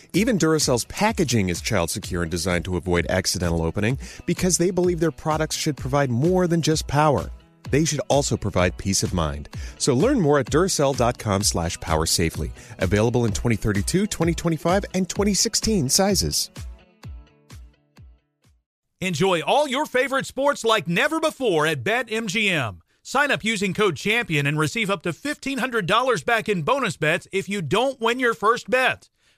Even Duracell's packaging is child secure and designed to avoid accidental opening because they believe their products should provide more than just power. They should also provide peace of mind. So learn more at Duracell.com slash power safely. Available in 2032, 2025, and 2016 sizes.
Enjoy all your favorite sports like never before at BetMGM. Sign up using code CHAMPION and receive up to $1,500 back in bonus bets if you don't win your first bet.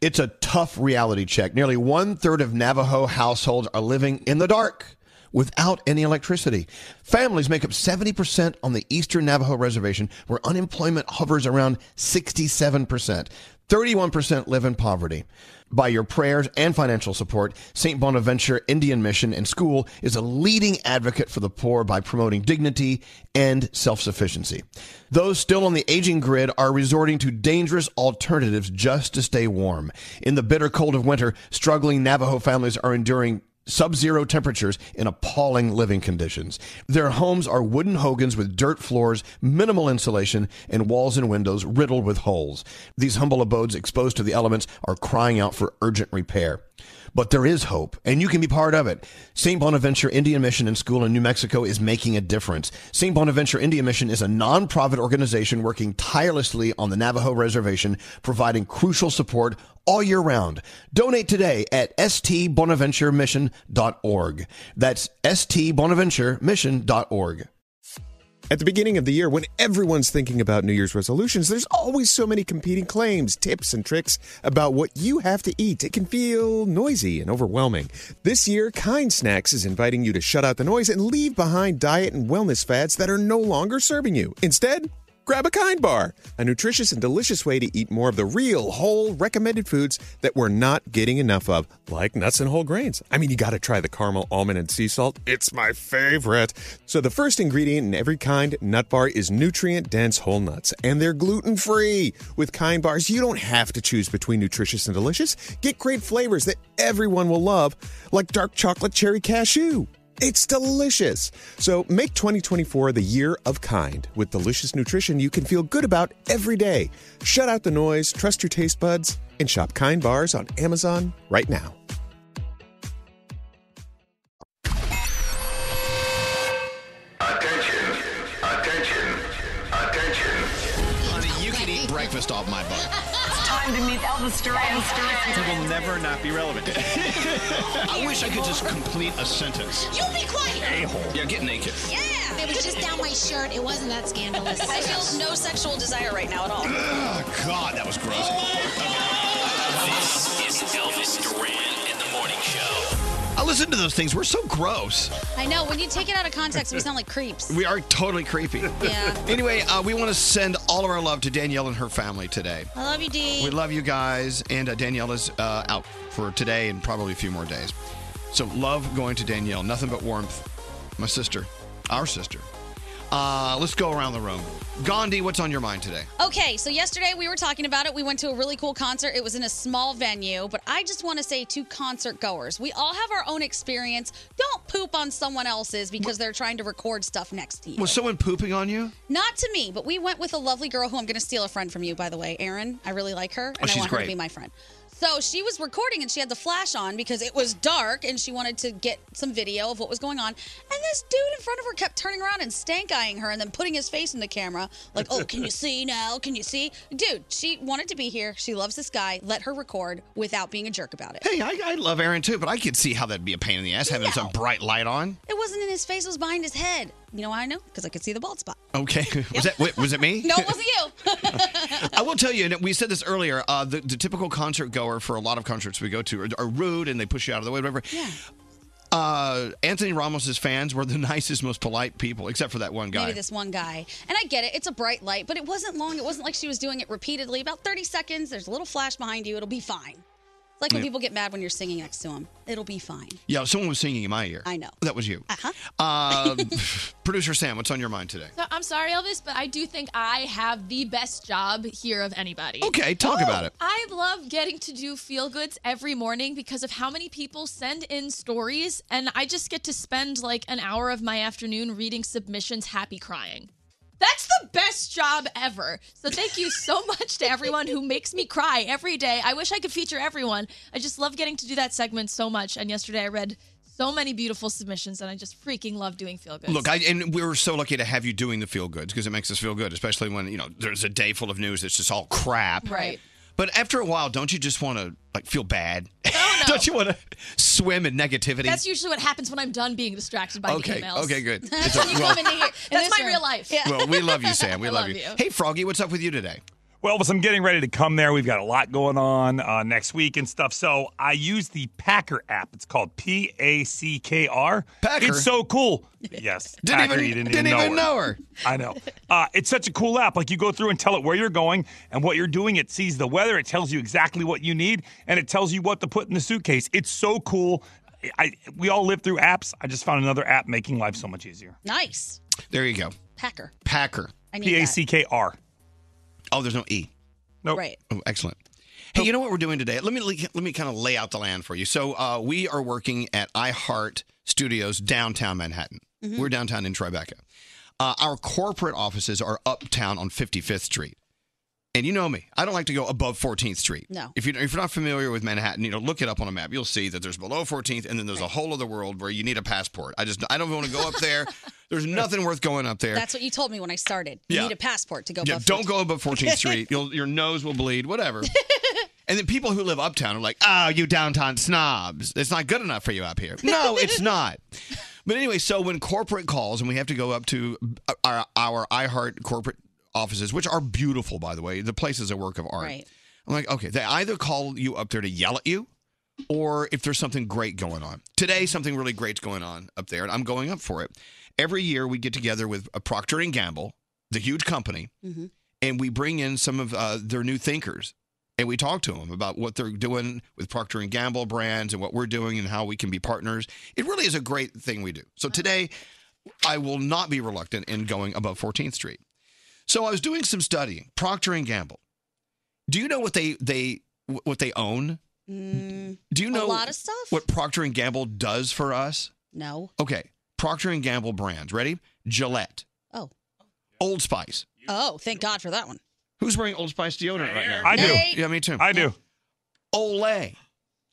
It's a tough reality check. Nearly one third of Navajo households are living in the dark without any electricity. Families make up 70% on the Eastern Navajo Reservation, where unemployment hovers around 67%. 31% live in poverty. By your prayers and financial support, St. Bonaventure Indian Mission and School is a leading advocate for the poor by promoting dignity and self sufficiency. Those still on the aging grid are resorting to dangerous alternatives just to stay warm. In the bitter cold of winter, struggling Navajo families are enduring sub zero temperatures in appalling living conditions. Their homes are wooden hogans with dirt floors, minimal insulation, and walls and windows riddled with holes. These humble abodes exposed to the elements are crying out for urgent repair. But there is hope, and you can be part of it. St. Bonaventure Indian Mission and School in New Mexico is making a difference. St. Bonaventure Indian Mission is a nonprofit organization working tirelessly on the Navajo Reservation, providing crucial support all year round. Donate today at stbonaventuremission.org. That's stbonaventuremission.org.
At the beginning of the year, when everyone's thinking about New Year's resolutions, there's always so many competing claims, tips, and tricks about what you have to eat. It can feel noisy and overwhelming. This year, Kind Snacks is inviting you to shut out the noise and leave behind diet and wellness fads that are no longer serving you. Instead, grab a Kind Bar, a nutritious and delicious way to eat more of the real, whole, recommended foods that we're not getting enough of, like nuts and whole grains. I mean, you gotta try the caramel almond and sea salt. It's my favorite. So, the first ingredient in every kind nut bar is nutrient dense whole nuts, and they're gluten free. With kind bars, you don't have to choose between nutritious and delicious. Get great flavors that everyone will love, like dark chocolate cherry cashew. It's delicious. So make 2024 the year of kind with delicious nutrition you can feel good about every day. Shut out the noise, trust your taste buds, and shop Kind Bars on Amazon right now.
Honey, you can eat breakfast off my butt.
It's time to meet Elvis Duran.
It will never not be relevant. I wish I could just complete a sentence.
You be quiet.
Yeah, get naked.
Yeah. It was just down my shirt. It wasn't that scandalous.
I feel no sexual desire right now at all.
Oh, God, that was gross.
This is Elvis Duran in the morning show.
I listen to those things. We're so gross.
I know. When you take it out of context, we sound like creeps.
We are totally creepy.
Yeah.
Anyway, uh, we want to send all of our love to Danielle and her family today.
I love you, Dee.
We love you guys, and uh, Danielle is uh, out for today and probably a few more days. So love going to Danielle. Nothing but warmth. My sister, our sister. Uh, let's go around the room. Gandhi, what's on your mind today?
Okay, so yesterday we were talking about it. We went to a really cool concert. It was in a small venue, but I just want to say to concert goers, we all have our own experience. Don't poop on someone else's because they're trying to record stuff next to you.
Was someone pooping on you?
Not to me, but we went with a lovely girl who I'm going to steal a friend from you, by the way, Erin. I really like her, and
Oh, she's
I want her
great.
to be my friend. So she was recording and she had the flash on because it was dark and she wanted to get some video of what was going on. And this dude in front of her kept turning around and stank eyeing her and then putting his face in the camera, like, oh, can you see now? Can you see? Dude, she wanted to be here. She loves this guy. Let her record without being a jerk about it.
Hey, I, I love Aaron too, but I could see how that'd be a pain in the ass having some bright light on.
It wasn't in his face, it was behind his head. You know why I know? Because I could see the bald spot.
Okay, was that wait, was it me?
No, it wasn't you.
I will tell you, and we said this earlier. Uh, the, the typical concert goer for a lot of concerts we go to are, are rude and they push you out of the way, whatever. Yeah. Uh, Anthony Ramos's fans were the nicest, most polite people, except for that one guy.
Maybe this one guy. And I get it. It's a bright light, but it wasn't long. It wasn't like she was doing it repeatedly. About 30 seconds. There's a little flash behind you. It'll be fine. It's like when
Yeah.
people get mad when you're singing next to them. It'll be fine.
Yeah, someone was singing in my ear.
I know.
That was you. Uh-huh. Uh, Producer Sam, what's on your mind today?
So I'm sorry, Elvis, but I do think I have the best job here of anybody.
Okay, talk about it.
I love getting to do feel goods every morning because of how many people send in stories, and I just get to spend like an hour of my afternoon reading submissions, happy crying. That's the best job ever. So thank you so much to everyone who makes me cry every day. I wish I could feature everyone. I just love getting to do that segment so much. And yesterday I read so many beautiful submissions, and I just freaking love doing feel goods.
Look, I, and we were so lucky to have you doing the feel goods because it makes us feel good, especially when you know there's a day full of news that's just all crap.
Right.
But after a while, don't you just want to like feel bad? don't you want to swim in negativity?
That's usually what happens when I'm done being distracted by
Okay,
the emails.
okay, good. It's
That's
a-
when you
well-
come into here. That's my real life.
well, we love you, Sam. We
I
love, you. Hey, Froggy, what's up with you today?
Well, Elvis, I'm getting ready to come there. We've got a lot going on uh, next week and stuff. So I use the Packer app. It's called P A C K R. Packer. It's so cool. Yes.
Didn't
Packer,
even-
you didn't,
didn't
even,
even know her.
I know. Uh, it's such a cool app. Like you go through and tell it where you're going and what you're doing. It sees the weather. It tells you exactly what you need, and it tells you what to put in the suitcase. It's so cool. I, we all live through apps. I just found another app making life so much easier.
Nice.
There you go.
Packer.
Packer.
I need
P A C K R.
Oh, there's no E.
Nope.
Right.
Oh, excellent. Hey, you know what we're doing today? Let me let me kind of lay out the land for you. So uh, we are working at iHeart Studios downtown Manhattan.
Mhm.
Mm-hmm.
We're downtown in Tribeca. Uh, our corporate offices are uptown on 55th Street. And you know me, I don't like to go above 14th Street.
No.
If you if you're not familiar with Manhattan, you know, look it up on a map. You'll see that there's below 14th, and then there's a whole other world where you need a passport. I just I don't want to go up there. there's nothing worth going up there.
That's what you told me when I started. You
Yeah.
need a passport to go.
Yeah,
above
don't
14th.
go above 14th Street. You'll, your nose will bleed, whatever. and then people who live uptown are like, oh, you downtown snobs. It's not good enough for you up here. No, it's not. But anyway, so when corporate calls and we have to go up to uh, our, our iHeart corporate offices, which are beautiful, by the way, the place is a work of art.
Right.
I'm like, okay, they either call you up there to yell at you or if there's something great going on. Today, something really great's going on up there, and I'm going up for it. Every year, we get together with a Procter and Gamble, the huge company,
Mhm.
and we bring in some of uh, their new thinkers, and we talk to them about what they're doing with Procter and Gamble brands and what we're doing and how we can be partners. It really is a great thing we do. So today, I will not be reluctant in going above 14th Street. So I was doing some studying. Procter and Gamble. Do you know what they they what they own?
Mm,
Do you know
a lot of stuff?
What Procter and Gamble does for us?
No.
Okay, Procter and Gamble brands. Ready? Gillette,
Oh.
Old Spice.
Oh, thank God for that one.
Who's wearing Old Spice deodorant right now?
I do. Nate.
Yeah, me too.
I do.
Olay,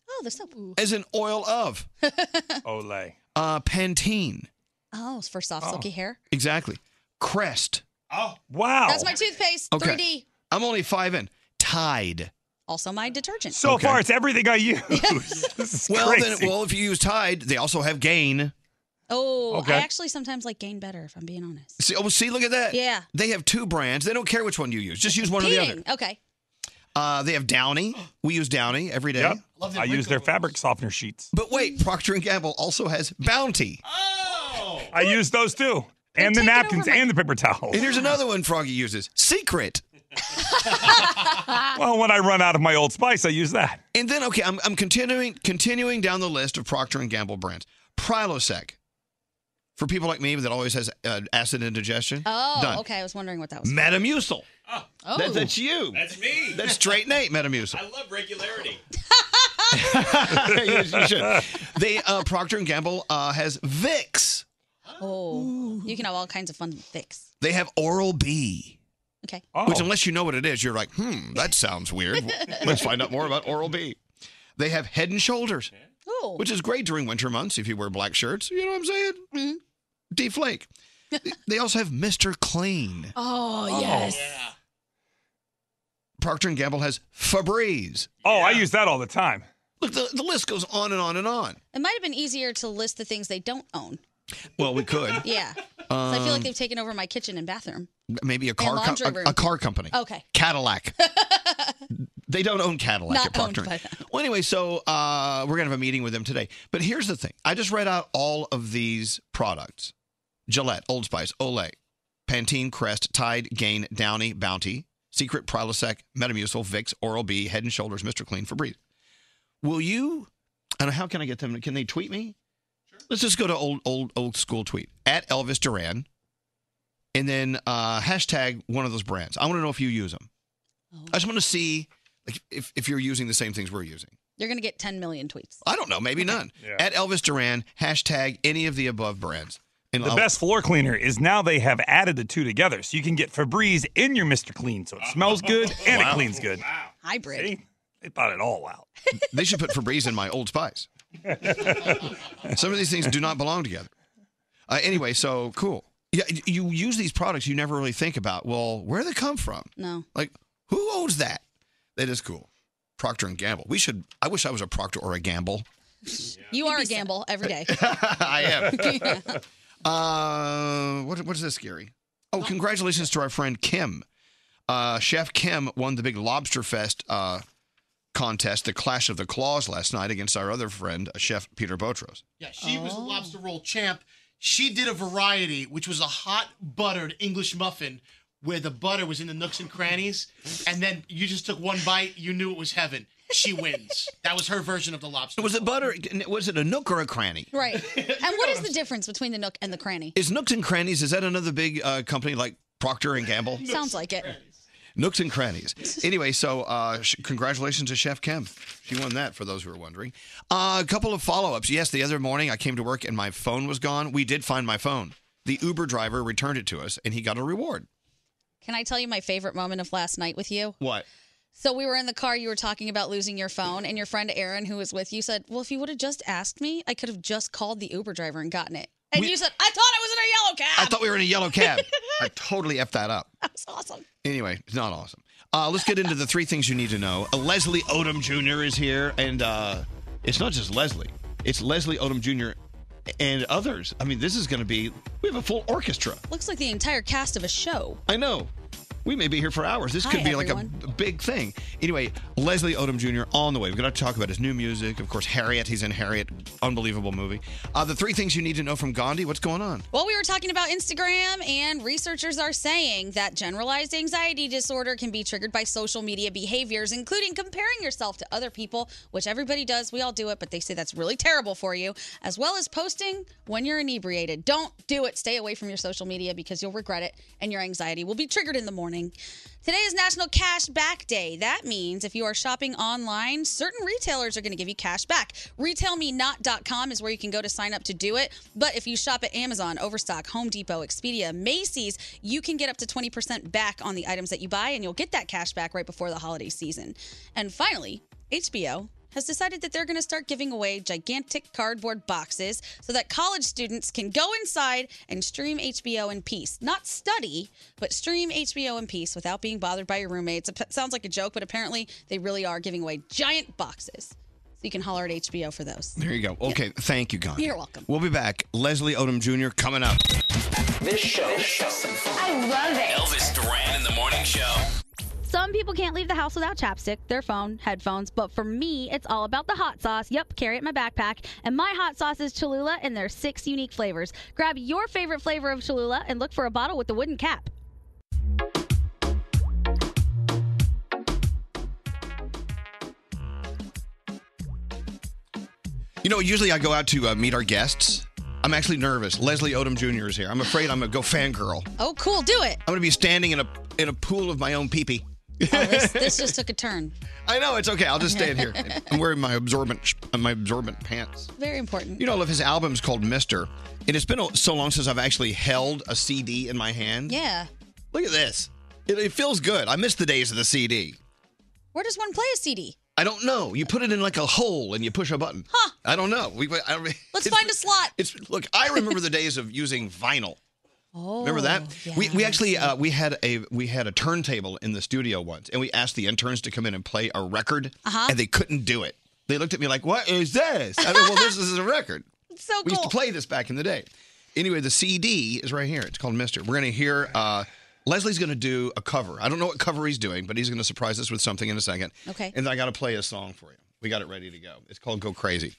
Oh, there's no.
as an oil of.
Olay.
Uh, Pantene.
Oh, it's for soft, silky hair.
Exactly. Crest.
Oh wow.
That's my toothpaste.
Okay.
3D.
I'm only five in. Tide.
Also my detergent.
So Okay. far, it's
everything I use.
well,
crazy.
then, well, if you use Tide, they also have Gain.
Oh,
Okay.
I actually sometimes like gain better if I'm being honest.
See, oh, see, look at that.
Yeah.
They have two brands. They don't care which one you use. Just use one or the other.
Peeing. Okay.
Uh, they have Downy. We use Downy every day.
Yep. I use their fabric softener sheets.
But wait, Procter and Gamble also has Bounty.
Oh. I use those too, and the napkins and the paper towels.
And here's another one Froggy uses: Secret.
well, when I run out of my Old Spice, I use that.
And then okay, I'm, I'm continuing continuing down the list of Procter and Gamble brands. Prilosec. For people like me that always has uh, acid indigestion.
Oh,
Done.
okay. I was wondering what that was.
Metamucil.
Oh.
That- that's you.
That's me.
That's straight Nate Metamucil.
I love regularity.
you, you should. They uh, Procter and Gamble uh, has Vicks.
Oh. You can have all kinds of fun fix.
They have Oral B.
Okay.
Which, unless you know what it is, you're like, hmm, that sounds weird. Oh. Let's find out more about Oral B. They have Head and Shoulders,
Oh.
which is great during winter months if you wear black shirts. You know what I'm saying?
Mm-hmm.
Deflake. They- they also have Mr. Clean.
Oh,
Oh.
yes.
Procter and Gamble has Febreze.
Oh, I use that all the time.
Look, the, the list goes on and on and on.
It might have been easier to list the things they don't own.
Well, we could.
Yeah.
Um,
so I feel like they've taken over my kitchen and bathroom.
maybe a
and
car co-
laundry room.
a, a car company.
Okay.
Cadillac. they don't own Cadillac
Not
at Procter.
owned by
Well, anyway, so uh, we're gonna have a meeting with them today. But here's the thing: I just read out all of these products: Gillette, Old Spice, Olay, Pantene, Crest, Tide, Gain, Downy, Bounty, Secret, Prilosec, Metamucil, Vicks, Oral B, Head and Shoulders, Mr. Clean, Febreze. Will you? And how can I get them? to- Can they tweet me? Let's just go to old old old school tweet at Elvis Duran, and then uh, hashtag one of those brands. I want to know if you use them. I just want to see like, if if you're using the same things we're using.
You're going to get 10 million tweets.
I don't know, maybe none. At Elvis Duran, hashtag any of the above brands. And
The
I'll-
best floor cleaner is now they have added the two together, so you can get Febreze in your Mister Clean, so it smells good and it
Wow.
cleans good.
Hybrid.
They thought it all out.
they should put Febreze in my Old Spice. Some of these things do not belong together. Uh, anyway, so cool. Yeah, y- you use these products you never really think about. Well, where do they come from?
No.
Like, who owns that? That is cool. Procter and Gamble. We should. I wish I was a Procter or a Gamble.
You are a gamble every day.
I am. uh, what, what is this, Gary? Oh, congratulations to our friend Kim. Uh, Chef Kim won the big Lobster Fest uh, contest, the Clash of the Claws, last night against our other friend, uh, Chef Peter Botros.
Yeah, she
Oh.
was the lobster roll champ. She did a variety, which was a hot buttered English muffin where the butter was in the nooks and crannies, and then you just took one bite, you knew it was heaven. She wins. that was her version of the lobster.
Was it butter? Was it a nook or a cranny?
Right. And what is the difference between the nook and the cranny?
Is Nooks and Crannies is that another big uh, company like Procter and Gamble?
Sounds like it.
Nooks and Crannies. Anyway, so uh, sh- congratulations to Chef Kim. She won that. For those who are wondering, uh, a couple of follow-ups. Yes, the other morning I came to work and my phone was gone. We did find my phone. The Uber driver returned it to us, and he got a reward.
Can I tell you my favorite moment of last night with you?
What?
So we were in the car, you were talking about losing your phone, and your friend Aaron, who was with you, said, Well, if you would have just asked me, I could have just called the Uber driver and gotten it. And you said, I thought I was in a yellow
I
cab.
thought we were in a yellow cab. I totally effed that up.
That was awesome.
Anyway, it's not awesome. Uh, let's get into the three things you need to know. Uh, Leslie Odom Jr. is here, and uh, it's not just Leslie, it's Leslie Odom Jr. and others. I mean, this is going to be, we have a full orchestra.
Looks like the entire cast of a show.
I know. We may be here for hours. This could
Hi,
be
everyone.
like a b- big thing. Anyway, Leslie Odom Jr. on the way. We've got to talk about his new music. Of course, Harriet. He's in Harriet. Unbelievable movie. Uh, the three things you need to know from Gandhi. What's going on?
Well, we were talking about Instagram, and researchers are saying that generalized anxiety disorder can be triggered by social media behaviors, including comparing yourself to other people, which everybody does. We all do it, but they say that's really terrible for you, as well as posting when you're inebriated. Don't do it. Stay away from your social media because you'll regret it, and your anxiety will be triggered in the morning. Today is National Cash Back Day. That means if you are shopping online, certain retailers are going to give you cash back. RetailMeNot.com is where you can go to sign up to do it. But if you shop at Amazon, Overstock, Home Depot, Expedia, Macy's, you can get up to 20% back on the items that you buy, and you'll get that cash back right before the holiday season. And finally, HBO has decided that they're going to start giving away gigantic cardboard boxes so that college students can go inside and stream HBO in peace. Not study, but stream HBO in peace without being bothered by your roommates. It p- sounds like a joke, but apparently they really are giving away giant boxes. So you can holler at HBO for those.
There you go. Okay. Thank you, Gandhi.
You're welcome.
We'll be back. Leslie Odom Jr. coming up.
This show. I
love it.
Elvis Duran in the morning show.
Some people can't leave the house without chapstick, their phone, headphones, but for me, it's all about the hot sauce. Yep, carry it in my backpack. And my hot sauce is Cholula, and there's six unique flavors. Grab your favorite flavor of Cholula and look for a bottle with the wooden cap.
You know, usually I go out to uh, meet our guests. I'm actually nervous. Leslie Odom Jr. is here. I'm afraid I'm gonna go fangirl.
Oh, cool. Do it.
I'm gonna be standing in a in a pool of my own pee-pee.
Oh, This, this just took a turn.
I know it's okay. I'll just stand here. I'm wearing my absorbent sh- uh, my absorbent pants.
Very important.
You know, if his album's called Mister, and it's been so long since I've actually held a CD in my hand.
Yeah.
Look at this. It, it feels good. I miss the days of the CD.
Where does one play a CD?
I don't know. You put it in like a hole and you push a button. Huh. I don't know. We, I, don't- it's-
Let's find a slot.
It's look. I remember the days of using vinyl.
Oh,
Remember that? We, we actually uh, we had a we had a turntable in the studio once, and we asked the interns to come in and play a record,
Uh-huh.
and they couldn't do it. They looked at me like, "What is this?" I mean, "Well, this is a record."
It's so
We used to
cool.
play this back in the day. Anyway, the CD is right here. It's called Mister. We're gonna hear. Uh, Leslie's gonna do a cover. I don't know what cover he's doing, but he's gonna surprise us with something in a second.
Okay.
And I gotta play a song for you. We got it ready to go. It's called Go Crazy.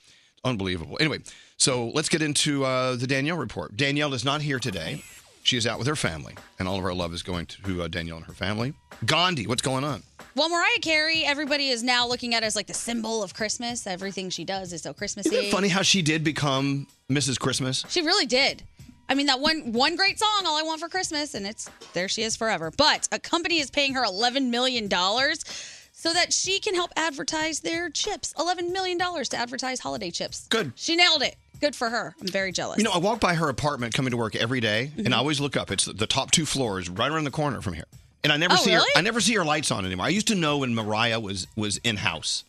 Unbelievable. Anyway, so let's get into uh, the Danielle report. Danielle is not here today. She is out with her family, and all of our love is going to uh, Danielle and her family. Gandhi, what's going on?
Well, Mariah Carey, everybody is now looking at her as like the symbol of Christmas. Everything she does is so Christmassy.
Isn't it funny how she did become Mrs. Christmas?
She really did. I mean that one one great song, "All I Want for Christmas," and it's there she is forever. But a company is paying her eleven million dollars so that she can help advertise their chips. Eleven million dollars to advertise holiday chips.
Good.
She nailed it. Good for her. I'm very jealous.
You know, I walk by her apartment coming to work every day, and
Mhm.
I always look up. It's the top two floors right around the corner from here, and I never
Oh,
see
really?
her. I never see her lights on anymore. I used to know when Mariah was was in house.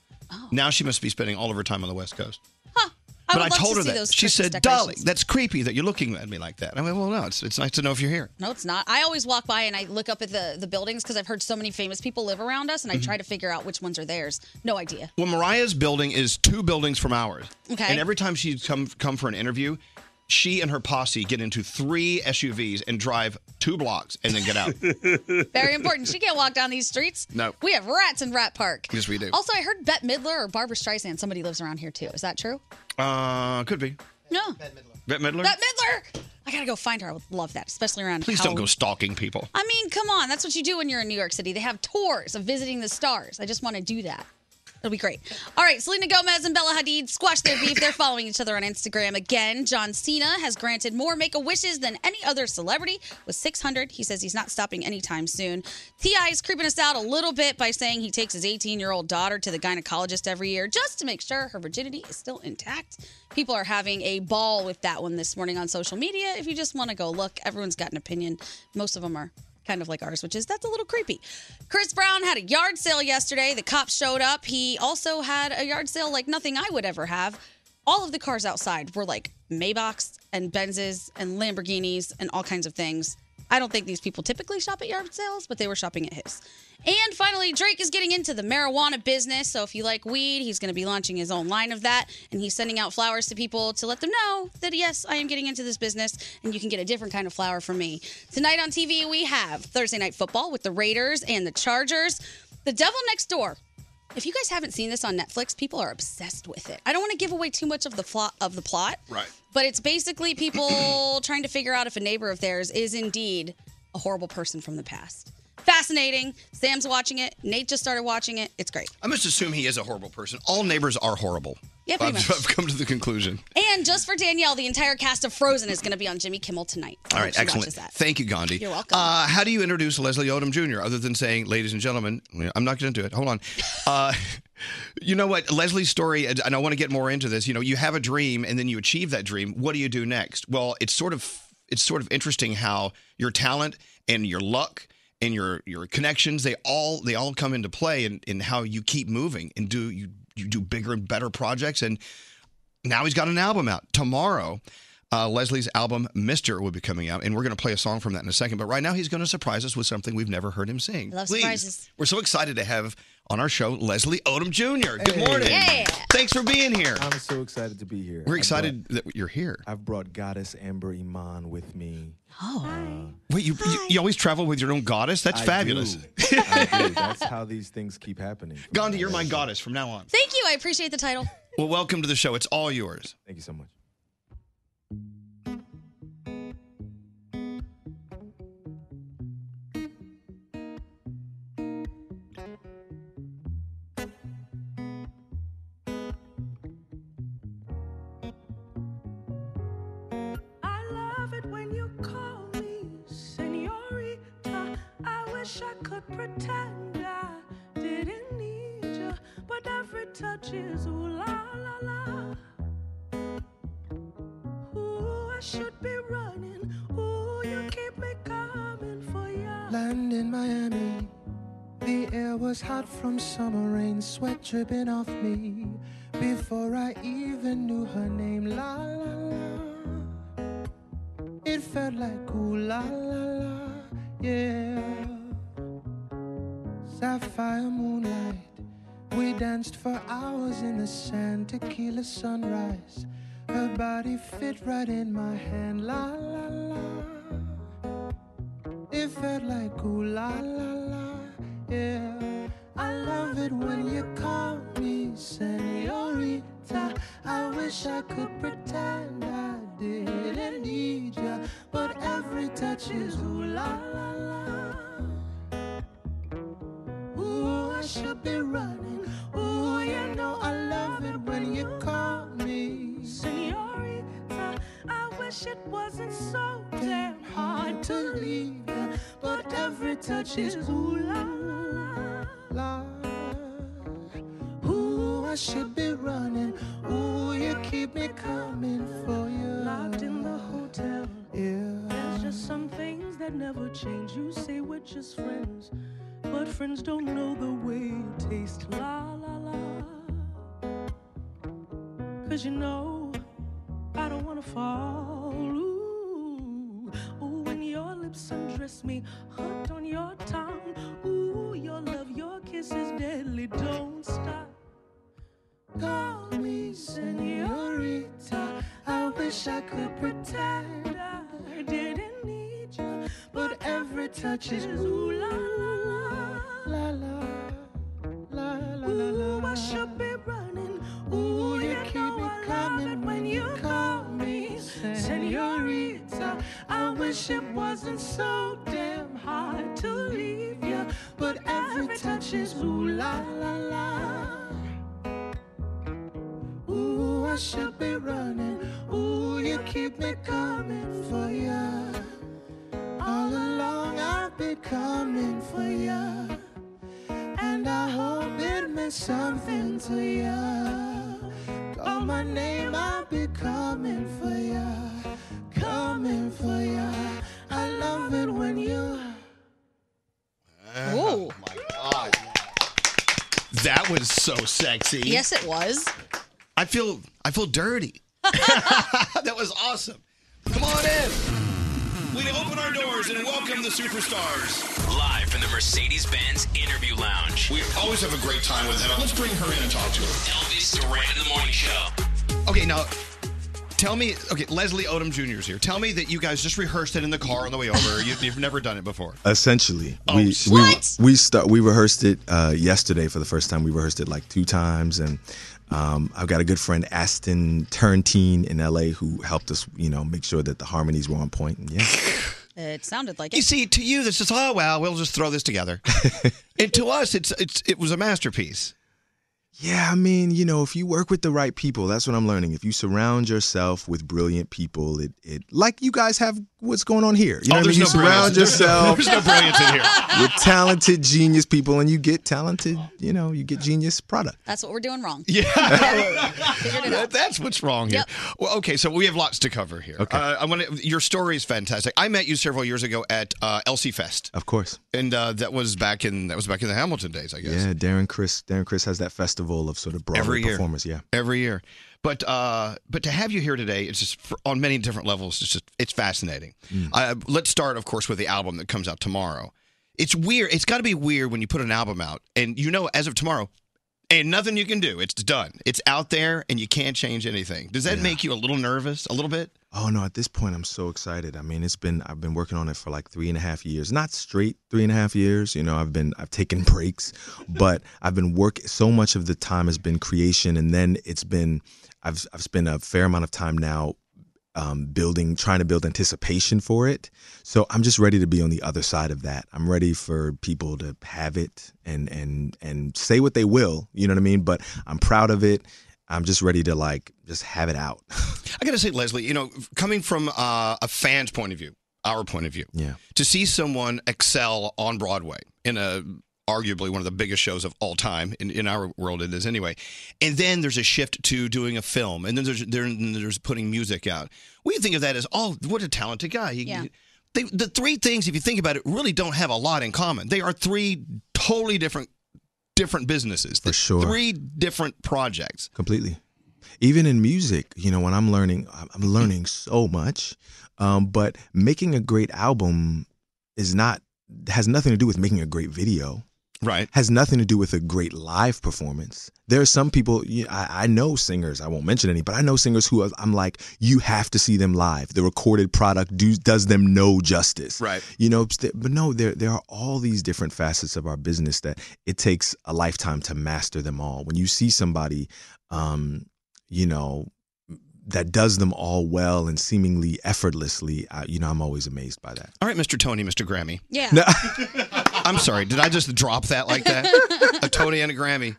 Now she must be spending all of her time on the West Coast.
Oh. I
but
would
I
love
told
to
her
see
that
those
she
Christmas
said, "Dolly,
decorations."
that's creepy that you're looking at me like that." I went, "Well, no, it's it's nice to know if you're here."
No, it's not. I always walk by and I look up at the the buildings because I've heard so many famous people live around us, and I
Mhm.
try to figure out which ones are theirs. No idea.
Well, Mariah's building is two buildings from ours.
Okay.
And every time she'd come come for an interview, she and her posse get into three SUVs and drive two blocks and then get out.
Very important. She can't walk down these streets.
No.
We have rats in Rat Park.
Yes, we do.
Also, I heard Bette Midler or Barbara Streisand. Somebody lives around here too. Is that true?
Uh, could be.
No.
Bette Midler?
Bette Midler. I gotta go find her. I would love that, especially around.
Please don't
Halloween.
go stalking people.
I mean, come on. That's what you do when you're in New York City. They have tours of visiting the stars. I just want to do that. It'll be great. All right, Selena Gomez and Bella Hadid squash their beef. They're following each other on Instagram again. John Cena has granted more make a wishes than any other celebrity with 600. He says he's not stopping anytime soon. T.I. is creeping us out a little bit by saying he takes his 18 year old daughter to the gynecologist every year just to make sure her virginity is still intact. People are having a ball with that one this morning on social media. If you just want to go look, everyone's got an opinion. Most of them are kind of like ours, which is that's a little creepy. Chris Brown had a yard sale yesterday. The cops showed up. He also had a yard sale like nothing I would ever have. All of the cars outside were like Maybachs and Benzes and Lamborghinis and all kinds of things. I don't think these people typically shop at yard sales, but they were shopping at his. And finally, Drake is getting into the marijuana business. So if you like weed, he's going to be launching his own line of that. And he's sending out flowers to people to let them know that, yes, I am getting into this business and you can get a different kind of flower from me. Tonight on TV, we have Thursday Night Football with the Raiders and the Chargers. The Devil Next Door. If you guys haven't seen this on Netflix, people are obsessed with it. I don't want to give away too much of the plot of the plot,
Right.
but it's basically people trying to figure out if a neighbor of theirs is indeed a horrible person from the past. Fascinating. Sam's watching it. Nate just started watching it. It's great.
I must assume he is a horrible person. All neighbors are horrible.
Yeah, pretty
I've,
much.
I've come to the conclusion.
And just for Danielle, the entire cast of Frozen is going to be on Jimmy Kimmel tonight.
All right,
She watches
excellent.
that.
Thank you, Gandhi.
You're welcome.
Uh, how do you introduce Leslie Odom Jr. other than saying, ladies and gentlemen, I'm not going to do it. Hold on. Uh, you know what? Leslie's story, and and I want to get more into this. You know, you have a dream and then you achieve that dream. What do you do next? Well, it's sort of it's sort of interesting how your talent and your luck and your your connections they all they all come into play and in, in how you keep moving and do you you do bigger and better projects and now he's got an album out tomorrow. Uh, Leslie's album Mister will be coming out, and we're going to play a song from that in a second. But right now, he's going to surprise us with something we've never heard him sing.
Love
Please.
surprises.
We're so excited to have on our show Leslie Odom Jr. Good
Hey.
morning.
Yeah.
Thanks for being here.
I'm so excited to be here.
We're
I
excited that you're here.
I've brought goddess Amber Iman with me. Uh,
Oh.
Wait, you, you, you always travel with your own goddess? That's
I
fabulous.
do. I do. That's how these things keep happening.
Gandhi, you're my goddess from now on.
Thank you. I appreciate the title.
Well, welcome to the show. It's all yours.
Thank you so much.
I love it when you call me senorita. I wish I could pretend I didn't need you, but every touch is ooh la la la. Ooh, I should be running. Ooh, you keep me coming for ya.
Land in Miami. The air was hot from summer rain, sweat dripping off me. Before I even knew her name, la la la. It felt like ooh la la la, yeah. Sapphire moonlight, we danced for hours in the sand, tequila sunrise. Her body fit right in my hand, la la la. It felt like ooh la la la, yeah. I love it when you call me senorita. I wish I could pretend I didn't need ya, but every touch is ooh la la la. Ooh, I should be running. Ooh, you know I love it when you call me
senorita. I wish it wasn't so damn hard to leave ya, but every touch is ooh la la
la. Ooh, I should be running. Ooh, you keep me coming for you.
Locked in the hotel.
Yeah.
There's just some things that never change. You say we're just friends, but friends don't know the way you taste. La la la. Cause you know, I don't wanna fall. Ooh, ooh, when your lips undress me, hooked on your tongue. Ooh, your love, your kiss is deadly. Don't stop.
Call me senorita. I wish wish I could pretend I didn't need you, but every touch is ooh la la la la la la la la. Ooh, I should be running. Ooh, you keep me coming when you call me senorita. I wish it wasn't so damn hard to leave you, but every touch is ooh la la la. Ooh, I should be running. Ooh, you keep me coming for ya. All along I've been coming for ya. And I hope it meant something to ya. Call my name, I'll be coming for ya. Coming for ya. I love it when you.
Oh my God.
That was so sexy.
Yes, it was.
I feel I feel dirty. that was awesome. Come on in. We open our doors and welcome the superstars.
Live from the Mercedes Benz Interview Lounge.
We always have a great time with him. Let's bring her in and talk to her.
Elvis Duran in the Morning Show.
Okay, now tell me. Okay, Leslie Odom Jr. is here. Tell me that you guys just rehearsed it in the car on the way over. you, you've never done it before.
Essentially,
Oh,
we we we start we rehearsed it uh, yesterday for the first time. We rehearsed it like two times, and um, I've got a good friend Aston Turntine in LA who helped us, you know, make sure that the harmonies were on point. And yeah,
It sounded like
You see, to you, this is oh well, we'll just throw this together. and to us, it's it's it was a masterpiece.
yeah. I mean, you know, if you work with the right people, that's what I'm learning. If you surround yourself with brilliant people, it it like you guys have what's going on here. You know,
oh,
what I mean?
there's
you
no
surround
brilliance. There's no-
yourself.
There's no brilliance in here.
with talented genius people and you get talented you know you get genius product
That's what we're doing wrong.
Yeah.
Figured it
That-
out.
that's what's wrong here. Well, okay, so we have lots to cover here. Okay. Uh, I want to, your story is fantastic. I met you several years ago at uh, LC Fest,
of course
and uh, that was back in that was back in the Hamilton days, I guess.
yeah darren chris darren chris has that festival of sort of broadway
Every year.
performers yeah
Every year, but uh, but to have you here today, it's just for, on many different levels. It's just it's fascinating. Uh, let's start, of course, with the album that comes out tomorrow. It's weird. It's got to be weird when you put an album out, and you know, as of tomorrow, and nothing you can do. It's done. It's out there, and you can't change anything. Does that make you a little nervous? A little bit?
oh no at this point i'm so excited i mean it's been i've been working on it for like three and a half years not straight three and a half years you know i've been i've taken breaks but i've been working so much of the time has been creation and then it's been i've i've spent a fair amount of time now um, building, trying to build anticipation for it. So I'm just ready to be on the other side of that. I'm ready for people to have it and and and say what they will. You know what I mean? But I'm proud of it. I'm just ready to like just have it out.
I gotta say, Leslie, you know, coming from uh, a fan's point of view, our point of view,
Yeah.
to see someone excel on Broadway in a arguably one of the biggest shows of all time in, in our world it is anyway and then there's a shift to doing a film and then there's then there's putting music out we think of that as oh what a talented guy He-
Yeah.
they, the three things if you think about it really don't have a lot in common they are three totally different different businesses for
sure.
three different projects
Completely. Even in music, you know, when I'm learning, I'm I'm learning so much. Um, but making a great album is not has nothing to do with making a great video.
Right.
Has nothing to do with a great live performance. There are some people you I, I know singers. I won't mention any, but I know singers who are- I'm like, you have to see them live. The recorded product do, does them no justice.
Right.
You know, st- but no, there there are all these different facets of our business that it takes a lifetime to master them all. When you see somebody, um, you know, that does them all well and seemingly effortlessly, I, you know, I'm always amazed by that.
all right mr tony mr grammy
Yeah.
No.
I'm sorry. Did I just drop that like that? a Tony and a Grammy.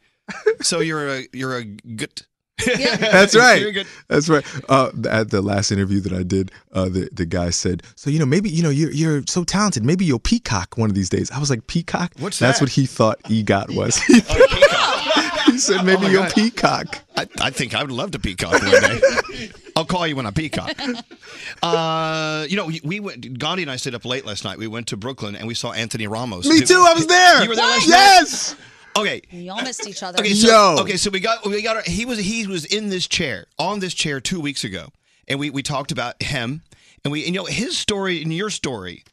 So you're a you're a good.
That's
You're a
right.
good-
That's right. Uh, at the last interview that I did, uh, the the guy said, "So you know, maybe you know you're you're so talented. Maybe you'll peacock one of these days." I was like, "Peacock?
What's
That's
that?
what he thought E EGOT was. he said, "Maybe
Oh my
you'll
God.
peacock."
I, I think I would love to peacock one day. I'll call you when I peacock. Uh, you know, we- we went. Gandhi and I stayed up late last night. We went to Brooklyn and we saw Anthony Ramos.
Me
Did-
too. I was there.
You were there last
What? Yes.
night? Okay.
We all missed each other.
Okay, so, okay, so we got we got our, he was he was in this chair on this chair two weeks ago, and we we talked about him, and we and, you know his story and your story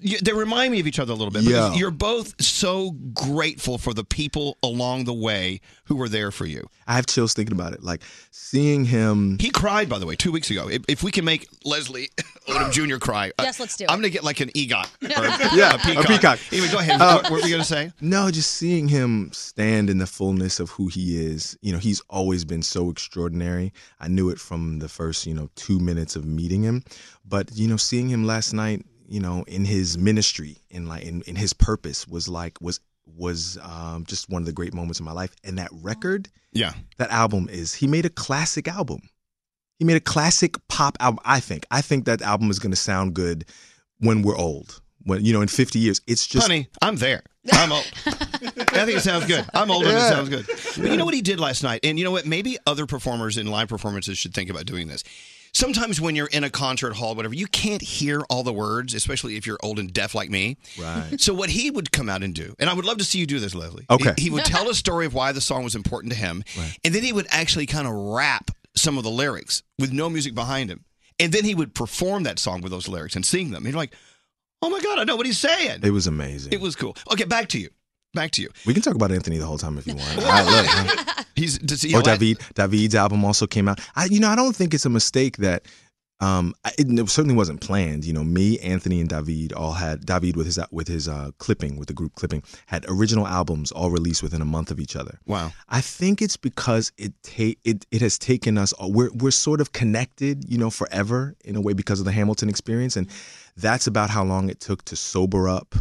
You, they remind me of each other a little bit because you're both so grateful for the people along the way who were there for you.
I have chills thinking about it. Like seeing him.
He cried, by the way, two weeks ago. If, if we can make Leslie Odom Jr. cry, uh,
Yes, let's do it.
I'm going to get like an EGOT. Or
yeah,
a peacock. Anyway, go ahead.
Uh,
what were you going to say?
No, just seeing him stand in the fullness of who he is. You know, he's always been so extraordinary. I knew it from the first, you know, two minutes of meeting him. But you know, seeing him last night, you know, in his ministry, in like in, in his purpose, was like was was um, just one of the great moments of my life. And that record,
Yeah.
that album is he made a classic album. He made a classic pop album. I think. I think that album is going to sound good when we're old. When you know, in fifty years, it's just.
Honey, I'm there. I'm old. I think it sounds good. I'm old and it
Yeah.
sounds good. But you know what he did last night? And you know what? Maybe other performers in live performances should think about doing this. Sometimes when you're in a concert hall, whatever, you can't hear all the words, especially if you're old and deaf like me.
Right.
So what he would come out and do, and I would love to see you do this, Leslie.
Okay.
He, he would tell a story of why the song was important to him, and then he would actually kind of rap some of the lyrics with no music behind him, and then he would perform that song with those lyrics and sing them. And you're like, oh my god, I know what he's saying.
It was amazing.
It was cool. Okay, back to you. Back to you.
We can talk about Anthony the whole time if you want. I love him.
He's does he
Or
yell at-
David. David's album also came out. I, you know, I don't think it's a mistake that. Um, I, it certainly wasn't planned. You know, me, Anthony, and David all had David with his with his uh, clipping with the group clipping had original albums all released within a month of each other.
Wow.
I think it's because it ta- it it has taken us all- we're we're sort of connected, you know, forever in a way because of the Hamilton experience and that's about how long it took to sober up,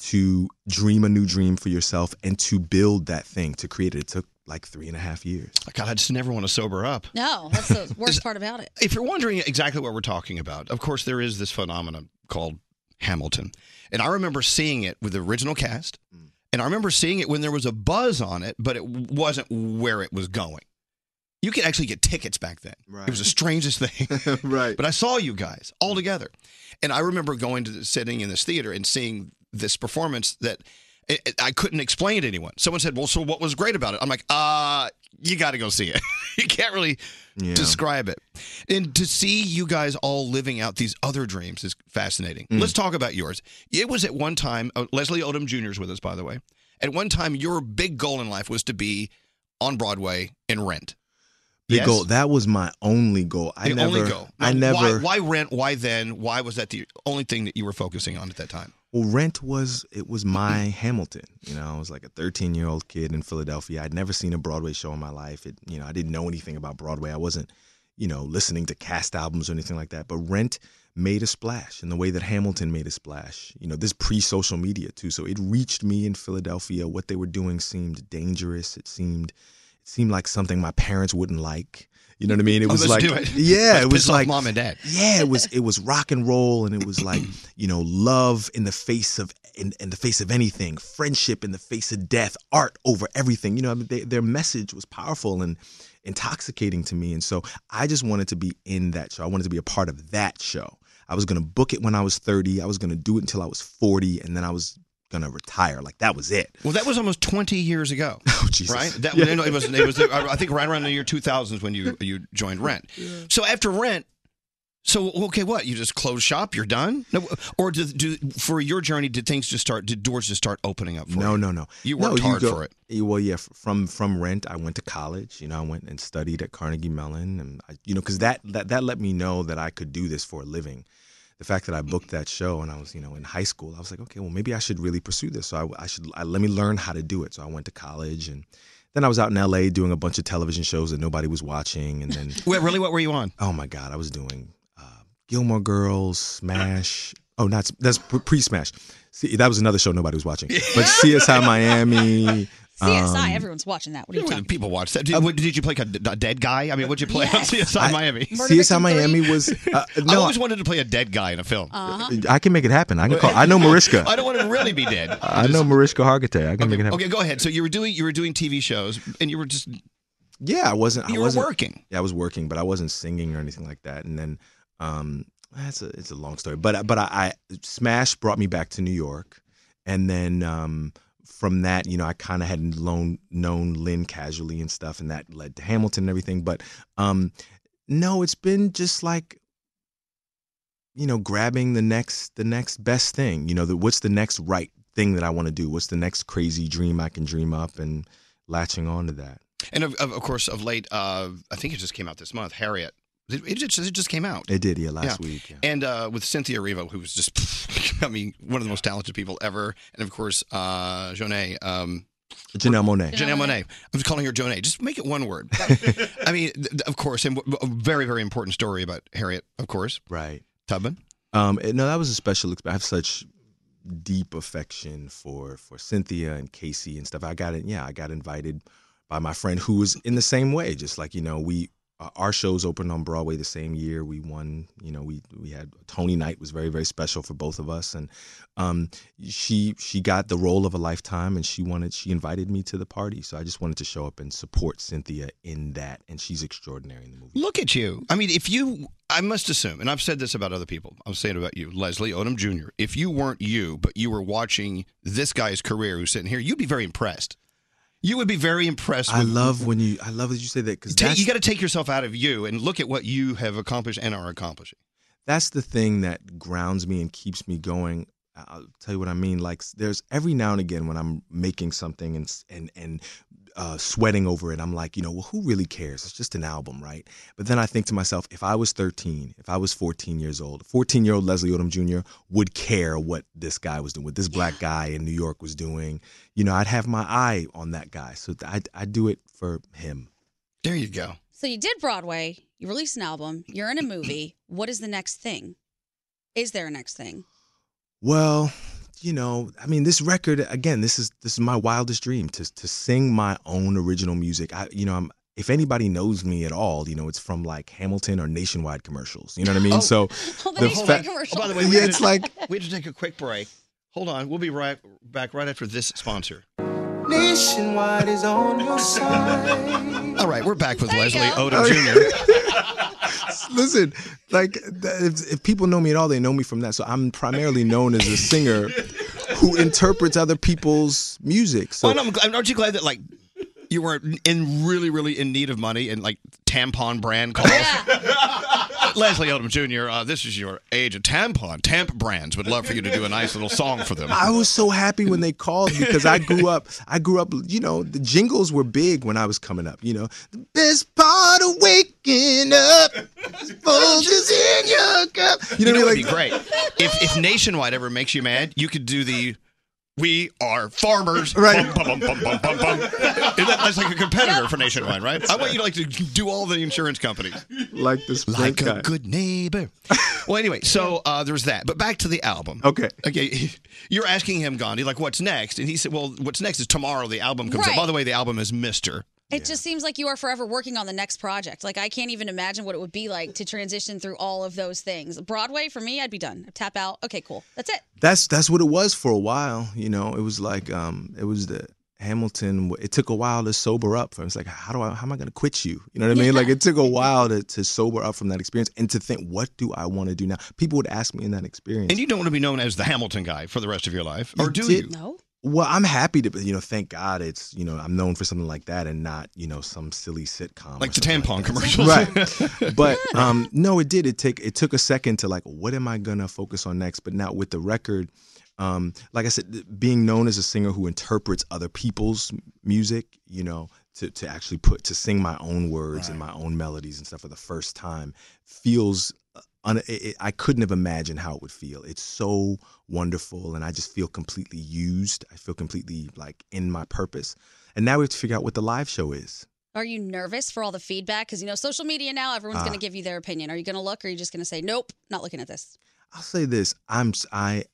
to dream a new dream for yourself and to build that thing, to create it. It took like three and a half years.
God, I just never want to sober up.
No, that's the worst part about it.
If you're wondering exactly what we're talking about, of course, there is this phenomenon called Hamilton. And I remember seeing it with the original cast. And I remember seeing it when there was a buzz on it, but it wasn't where it was going. You could actually get tickets back then. It was the strangest thing.
right.
But I saw you guys all together. And I remember going to the, sitting in this theater and seeing this performance that it, it- I couldn't explain to anyone. Someone said, Well, so what was great about it? I'm like, Uh, you got to go see it. you can't really describe it. And to see you guys all living out these other dreams is fascinating. Let's talk about yours. It was at one time, oh, Leslie Odom Jr. is with us, by the way. At one time, your big goal in life was to be on Broadway in rent.
Big
Yes?
goal. That was my only goal. I
the
never
only goal.
I
Now,
never
Why, why rent? Why then? Why was that the only thing that you were focusing on at that time?
Well, Rent was it was my Hamilton. You know, I was like a 13 year old kid in Philadelphia. I'd never seen a Broadway show in my life. It, you know, I didn't know anything about Broadway. I wasn't, you know, listening to cast albums or anything like that. But Rent made a splash in the way that Hamilton made a splash. You know, this pre social media too. So it reached me in Philadelphia. What they were doing seemed dangerous. It seemed it seemed like something my parents wouldn't like. You know what I mean? It
Oh,
was
let's do
like
it.
yeah,
Let's
it was
piss off
like
mom and dad.
yeah, it was it was rock and roll, and it was like you know love in the face of in, in the face of anything, friendship in the face of death, art over everything. You know, I mean, they, their message was powerful and intoxicating to me, and so I just wanted to be in that show. I wanted to be a part of that show. I was gonna book it when I was thirty. I was gonna do it until I was forty, and then I was gonna retire. Like that was it.
Well, that was almost 20 years ago. Oh,
Jesus.
Right? That
Yeah.
no, it was. It was. I think right around the year 2000s when you you joined Rent. So after Rent, so okay, what you just close shop? You're done? No, or do, do for your journey did things just start? Did doors just start opening up? for
no,
you?
no, no.
You
No,
worked hard
go-
for it.
eh, Well, yeah. f- From from rent, I went to college. You know, I went and studied at Carnegie Mellon, and I, you know, because that, that that let me know that I could do this for a living. The fact that I booked that show and I was, you know, in high school, I was like, okay, well, maybe I should really pursue this. So I, I should I, let me learn how to do it. So I went to college, and then I was out in L.A. doing a bunch of television shows that nobody was watching, and then
Wait, really? What were you on?
Oh my God, I was doing uh, Gilmore Girls, Smash. Oh, not that's pre Smash. See, that was another show nobody was watching. But CSI Miami.
CSI,
um,
everyone's watching that. What are you talking?
People watch that. Did, what- did you play a, d- a dead guy? I mean, what'd you play
Yes.
on CSI Miami?
Murder CSI Victim Miami three? Uh-huh. was, uh,
I
no,
always wanted to play a dead guy in a film.
I can make it happen. I can call. I know Mariska.
I don't want to really be dead.
I know Mariska Hargitay. I can make it happen.
Okay, go ahead. So you were doing you were doing TV shows, and you were just
Yeah, I wasn't.
You
I
were
wasn't,
working.
Yeah, I was working, but I wasn't singing or anything like that. And then, um, that's a it's a long story. But I- but I, I Smash brought me back to New York, and then um, from that, you know, I kind of had known known Lynn casually and stuff, and that led to Hamilton and everything. But um, no, it's been just like you know grabbing the next the next best thing you know the, what's the next right thing that i want to do what's the next crazy dream i can dream up and latching on to that
And of, of, of course, of late, uh, I think it just came out this month. Harriet, it, it just it just came out.
it did yeah last
Yeah.
week
And uh, with Cynthia Erivo, who was just, I mean, one of the most talented people ever, and of course, uh, Jonet. Um,
janelle monet
Janelle Monet. I'm just calling her Jonet. Just make it one word. That- I mean, th- th- of course, and w- w- a very, very important story about Harriet, of course.
Right.
Tubman.
Um, it- no, that was a special. Exp- I have such deep affection for for Cynthia and Casey and stuff. I got it. Yeah, I got invited by my friend who was in the same way. Just like you know, we uh, our shows opened on Broadway the same year. We won. You know, we we had Tony Night was very very special for both of us, and um, she she got the role of a lifetime, and she wanted she invited me to the party. So I just wanted to show up and support Cynthia in that, and she's extraordinary in the movie.
Look at you. I mean, if you, I must assume, and I've said this about other people, I'm saying about you, Leslie Odom Jr., if you weren't you, but you were watching this guy's career who's sitting here, you'd be very impressed. You would be very impressed.
I
with-
love when you I love that you say that because
Ta- you got to take yourself out of you and look at what you have accomplished and are accomplishing.
that's the thing that grounds me and keeps me going. I'll tell you what I mean. Like there's every now and again when I'm making something and s- and and uh, sweating over it, I'm like, you know, well, who really cares? It's just an album, right? But then I think to myself, if I was 13, if I was 14 years old, 14 year old Leslie Odom Jr. would care what this guy was doing, what this black guy in New York was doing. You know, I'd have my eye on that guy. So th- I I do it for him.
There you go.
So you did Broadway, you released an album, you're in a movie. what is the next thing? Is there a next thing?
Well, you know, I mean, this record again. This is this is my wildest dream to to sing my own original music. I, you know, I'm if anybody knows me at all, you know, it's from like Hamilton or Nationwide commercials. You know what I mean?
Oh.
so fa-
Oh, by the way, we
yeah,
had
it's
to-
like
we had to take a quick break. Hold on, we'll be right back right after this sponsor.
Nationwide is on your side.
All right, we're back with Leslie
Oh,
go.
Odom Jr.
listen, like th- if, if people know me at all, they know me from that. So I'm primarily known as a singer who interprets other people's music. So
Well, and I'm, gl- aren't you glad that like you were in really, really in need of money and like tampon brand calls? Leslie Odom Jr., uh, this is your age of tampon. Tamp brands would love for you to do a nice little song for them.
I was so happy when they called because I grew up. I grew up. You know, the jingles were big when I was coming up. You know,
Best part of waking up is Folgers in your cup.
You know, it'd be great if if Nationwide ever makes you mad, you could do the "We are farmers." Right, bum, bum, bum, bum, bum, bum. Is that- that's like a competitor for Nationwide, right? I want you to like to do all the insurance companies.
like this.
Like a good neighbor. Well, anyway, so uh, there's that. But back to the album.
Okay.
Okay. You're asking him, Gandhi, like, what's next? And he said, well, what's next is tomorrow the album comes
Right.
out. By the way, the album is Mister.
It just seems like you are forever working on the next project. Like I can't even imagine what it would be like to transition through all of those things. Broadway for me, I'd be done. I'd tap out. Okay, cool. That's it.
that's that's what it was for a while. You know, it was like um, it was the Hamilton. It took a while to sober up from. It's like how do I how am I going to quit you? You know what I mean? Like it took a while to to sober up from that experience and to think what do I want to do now? People would ask me in that experience.
And you don't want to be known as the Hamilton guy for the rest of your life. Or do
did-
you?
No.
Well, I'm happy to, you know, thank God it's, you know, I'm known for something like that and not, you know, some silly sitcom.
Like the tampon commercials.
Right. but um, no, it did. It take it took a second to like, what am I gonna focus on next? But now with the record, um, like I said, th- being known as a singer who interprets other people's music, you know, to to actually put to sing my own words and my own melodies and stuff for the first time feels. uh, Un- it, it- I couldn't have imagined how it would feel. It's so wonderful, and I just feel completely used. I feel completely like in my purpose. And now we have to figure out what the live show is.
Are you nervous for all the feedback? Because you know, social media now, everyone's
Ah.
going to give you their opinion. Are you going to look, or are you just going to say, "Nope, not looking at this"?
I'll say this: I'm s- I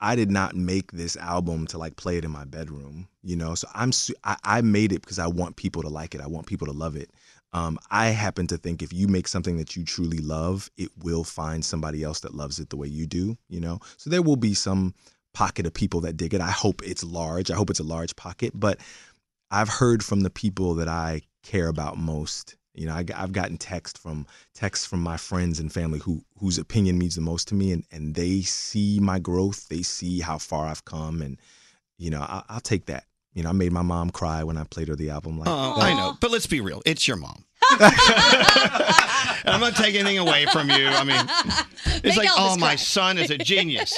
I did not make this album to like play it in my bedroom, you know. So I'm su- I, I made it because I want people to like it. I want people to love it. Um, I happen to think if you make something that you truly love, it will find somebody else that loves it the way you do, you know. So there will be some pocket of people that dig it. I hope it's large. I hope it's a large pocket, but I've heard from the people that I care about most. You know, I, have gotten text from texts from my friends and family who whose opinion means the most to me, and and they see my growth. They see how far I've come, and you know, I, I'll take that. You know, I made my mom cry when I played her the album. Like,
Oh,
that-
I know, but let's be real. It's your mom. And I'm not taking anything away from you. I mean, It's like,
Make Elvis
oh, my
cry.
son is a genius.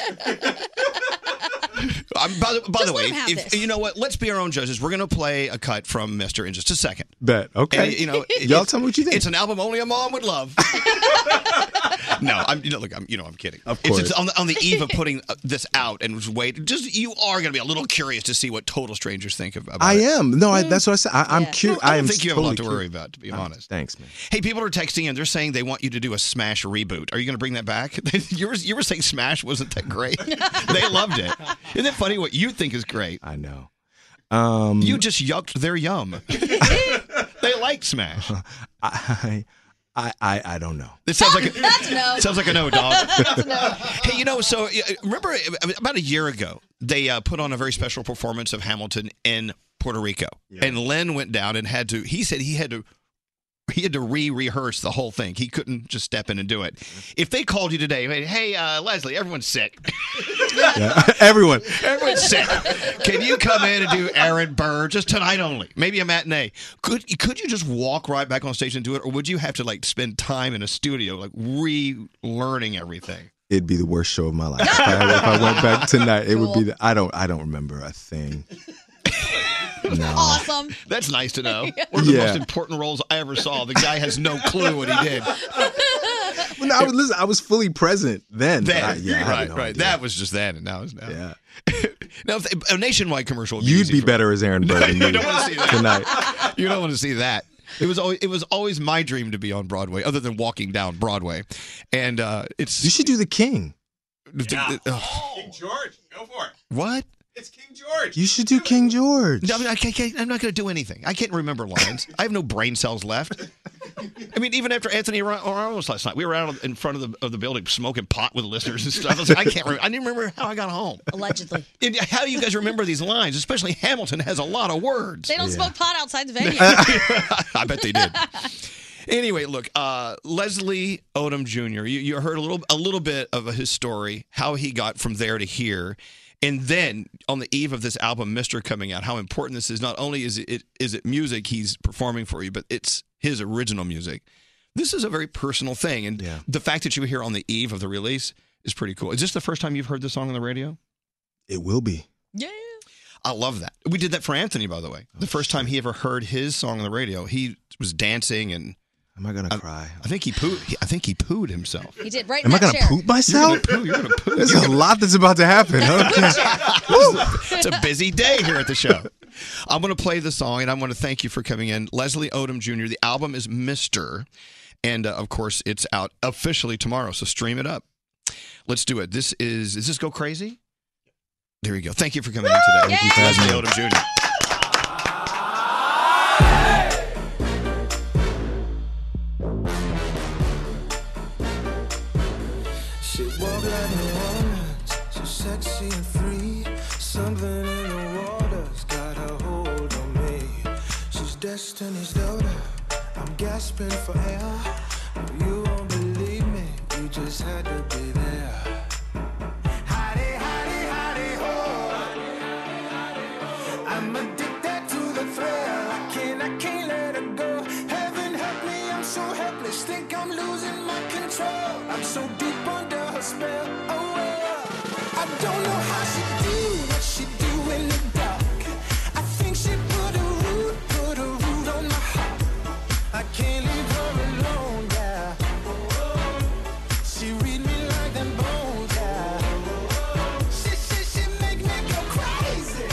Um, by the, by the way,
let him have
if,
this.
you know what? Let's be our own judges. We're going to play a cut from Mister in just a second.
Bet. Okay.
And, you know,
Y'all tell me what you think.
It's an album only a mom would love. no, I'm you know, look, I'm you know, I'm kidding. Of
course.
it's, it's on, the, on the eve of putting uh, this out and just wait. Just you are going to be a little curious to see what total strangers think of. About
I
it.
am. No,
Mm.
I, that's what I said. I, I'm cute.
I, don't
am
think you have a lot
totally
to worry
cute.
about, to be
Oh,
honest.
Thanks, man.
Hey, people are texting and they're saying they want you to do a Smash reboot. Are you going to bring that back? you were you were saying Smash wasn't that great. they loved it. Isn't it funny what you think is great?
I know. Um,
You just yucked their yum. they like Smash.
I, I, I, I don't know.
It sounds like a,
That's a no.
Sounds like a no, dog.
That's a no.
Hey, you know, so yeah, remember uh, about a year ago, they uh, put on a very special performance of Hamilton in Puerto Rico, and Len went down and had to. He said he had to. He had to re-rehearse the whole thing. He couldn't just step in and do it. If they called you today, hey, hey uh, Leslie, everyone's sick.
Yeah. Everyone.
Everyone's sick. Can you come in and do Aaron Burr just tonight only? Maybe a matinee. Could could you just walk right back on stage and do it, or would you have to like spend time in a studio, like relearning everything?
It'd be the worst show of my life. if, I, if I went back tonight, it would be.
Cool.
The, I don't. I don't remember a thing. No.
Awesome.
That's nice to know. One of the
Yeah.
most important roles I ever saw. The guy has no clue what he did.
Well, no, I was, listen, I was fully present then. but
Then,
I- yeah, I had
right,
no
right.
idea.
That was just then, and now it's now.
Yeah.
now, if they- a nationwide commercial. Would be
You'd
easy
be
for-
better as Aaron Burr than
you
me
don't want to see that
tonight.
You don't want to see that. It was always it was always my dream to be on Broadway, other than walking down Broadway, and uh, it's. You
should do the King.
King George, go for it. What? It's King George.
You should do King George.
No, I mean, I can't, can't- I'm not going to do anything. I can't remember lines. I have no brain cells left. I mean, even after Anthony Ra- Ramos last night, we were out in front of the of the building smoking pot with listeners and stuff. I, was like, I can't remember. I didn't remember how I got home.
Allegedly.
And how do you guys remember these lines? Especially Hamilton has a lot of words.
They don't smoke pot outside the venue.
I bet they did. Anyway, look, uh, Leslie Odom Jr. You, you heard a little a little bit of his story, how he got from there to here, and then on the eve of this album, Mister coming out, how important this is. Not only is it is it music he's performing for you, but it's his original music. This is a very personal thing, and the fact that you were here on the eve of the release is pretty cool. Is this the first time you've heard this song on the radio?
It will be.
I love that. We did that for Anthony, by the way.
Oh,
The first time he ever heard his song on the radio, he was dancing and.
Am I gonna cry?
I think he pooed. he- I think he pooed himself.
He did right
Am
in
I
that
gonna
chair.
poop myself?
You're gonna poo.
There's a lot that's about to happen. Okay.
it's a busy day here at the show. I'm going to play the song, and I'm going to thank you for coming in, Leslie Odom Jr. The album is Mister, and uh, of course, it's out officially tomorrow. So stream it up. Let's do it. This is. Does this go crazy? There you go. Thank you for coming in today.
Thank you for
Leslie
having me.
Odom Jr.
She walked like no one else, so sexy and free. Something in the water's got a hold on me. She's destiny's daughter. I'm gasping for air. Oh, you won't believe me. You just had to be there. Hottie, hottie, hottie, ho. I'm addicted to the thrill. I can't, I can't let her go. Heaven help me, I'm so helpless. Think I'm losing my control. I'm so deep under her spell. Oh well. I don't know how she do what she do in the dark. I think she put a root, put a root on my heart. I can't leave her alone, yeah. She read me like them bones, yeah. She, she, she make me go crazy.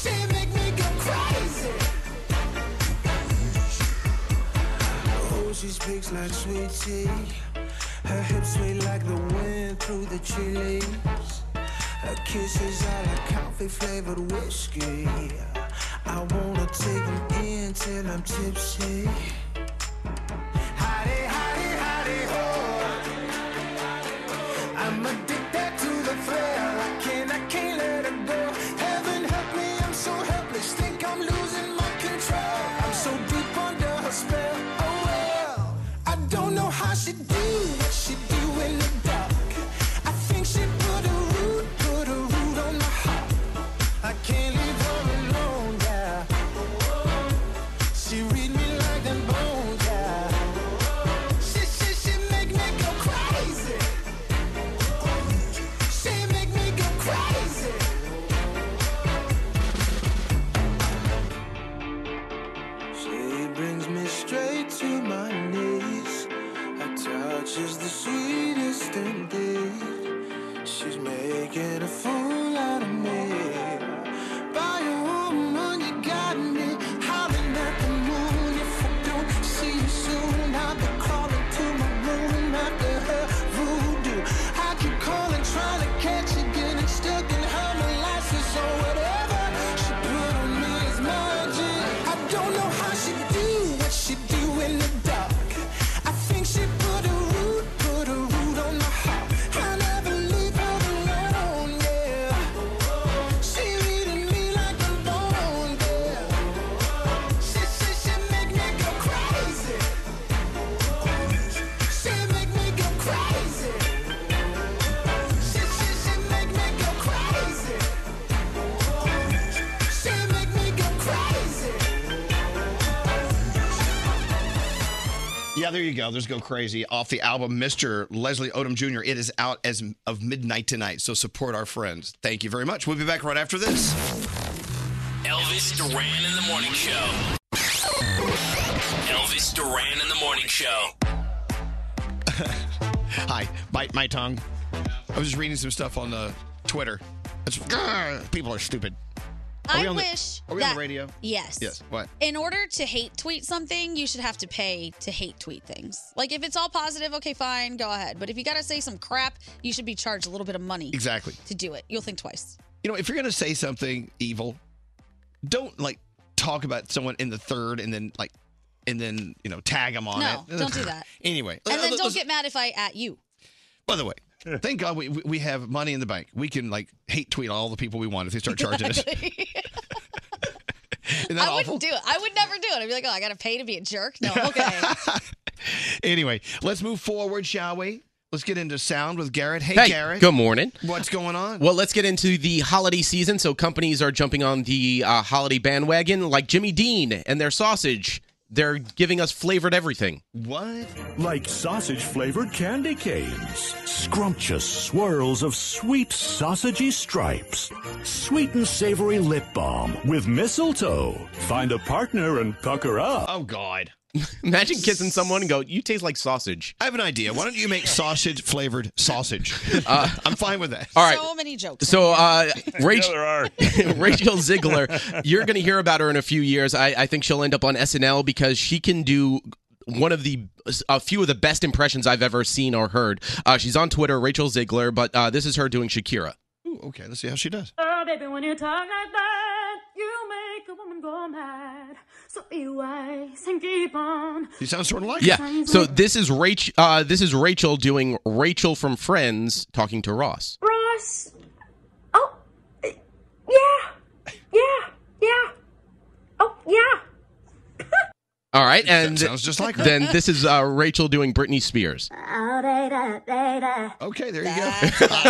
She make me go crazy. Oh, she speaks like sweet tea. Her hips sway like the wind through the tree leaves. Her kisses are like coffee flavored whiskey. I wanna take them in till I'm tipsy. Hottie, hottie, hottie, ho. I'm addicted to the thrill. I can't, I can't let her go. Heaven help me, I'm so helpless. Think I'm losing my control. I'm so deep under her spell. Oh well, I don't know how she do what she do in the dark. I think she put a root, put a root on my heart. I can't leave her alone, yeah. She read me like them bones, yeah. She, she, she make me go She's the sweetest indeed. She's making a fool out of me. By a woman, you got me howling at the moon. If I don't see you soon, I'll be crawling to my room after her voodoo. I keep calling, trying to catch you, getting stuck in her molasses. So whatever she put on me is magic. I don't know how she do what she do in the dark. I think she put a root, put a root on my heart. I never leave her alone, yeah. She leading me like a bone, yeah. She says she make me go crazy. She make me go crazy. She she she make me go crazy. She make me go crazy.
Yeah, there you go. There's Go Crazy off the album Mr. Leslie Odom Jr. It is out as of midnight tonight, so support our friends. Thank you very much. We'll be back right after this.
Elvis Duran in the Morning Show. Elvis Duran in the Morning Show.
Hi, bite my tongue. I was just reading some stuff on uh, Twitter. It's, Grr, people are stupid. Are we
I
on the-
wish
are we on
that-
the radio?
Yes.
Yes. What?
In order to hate tweet something, you should have to pay to hate tweet things. Like if it's all positive, okay, fine, go ahead. But if you got to say some crap, you should be charged a little bit of money
Exactly.
to do it. You'll think twice.
You know, if you're gonna say something evil, don't like talk about someone in the third and then like and then you know tag them on
No,
it.
don't do that.
Anyway,
And then
uh,
don't get mad if I at you.
By the way, thank God we we- we have money in the bank. We can like hate tweet all the people we want if they start charging us.
Exactly.
Isn't that
I
awful?
wouldn't do it. I would never do it. I'd be like, oh, I got to pay to be a jerk. No, okay.
Anyway, let's move forward, shall we? Let's get into sound with Garrett. Hey,
Hey,
Garrett.
good morning.
What's going on?
Well, let's get into the holiday season. So companies are jumping on the uh, holiday bandwagon, like Jimmy Dean and their sausage. They're giving us flavored everything.
What?
Like sausage flavored candy canes, scrumptious swirls of sweet sausagey stripes, sweet and savory lip balm with mistletoe. Find a partner and pucker up.
Oh, God.
Imagine kissing someone and go, "You taste like sausage."
I have an idea. Why don't you make sausage flavored sausage? I'm fine with that.
Uh, All right.
So many jokes.
So, uh, Rachel,
there are.
Rachel Ziegler, you're going to hear about her in a few years. I, I think she'll end up on SNL because she can do one of the a few of the best impressions I've ever seen or heard. Uh, she's on Twitter, Rachel Ziegler, but uh, this is her doing Shakira.
Ooh, okay, let's see how she does.
Oh, baby, when you talk like that, you make a woman go mad. So be wise and keep on.
She sounds sort of like
Yeah. So this is Rach. Uh, this is Rachel doing Rachel from Friends talking to Ross.
Ross. Oh, eh, yeah, yeah, yeah. Oh, yeah.
All right, and
sounds just like her.
Then this is uh, Rachel doing Britney Spears.
Oh, data, data.
Okay, there you go.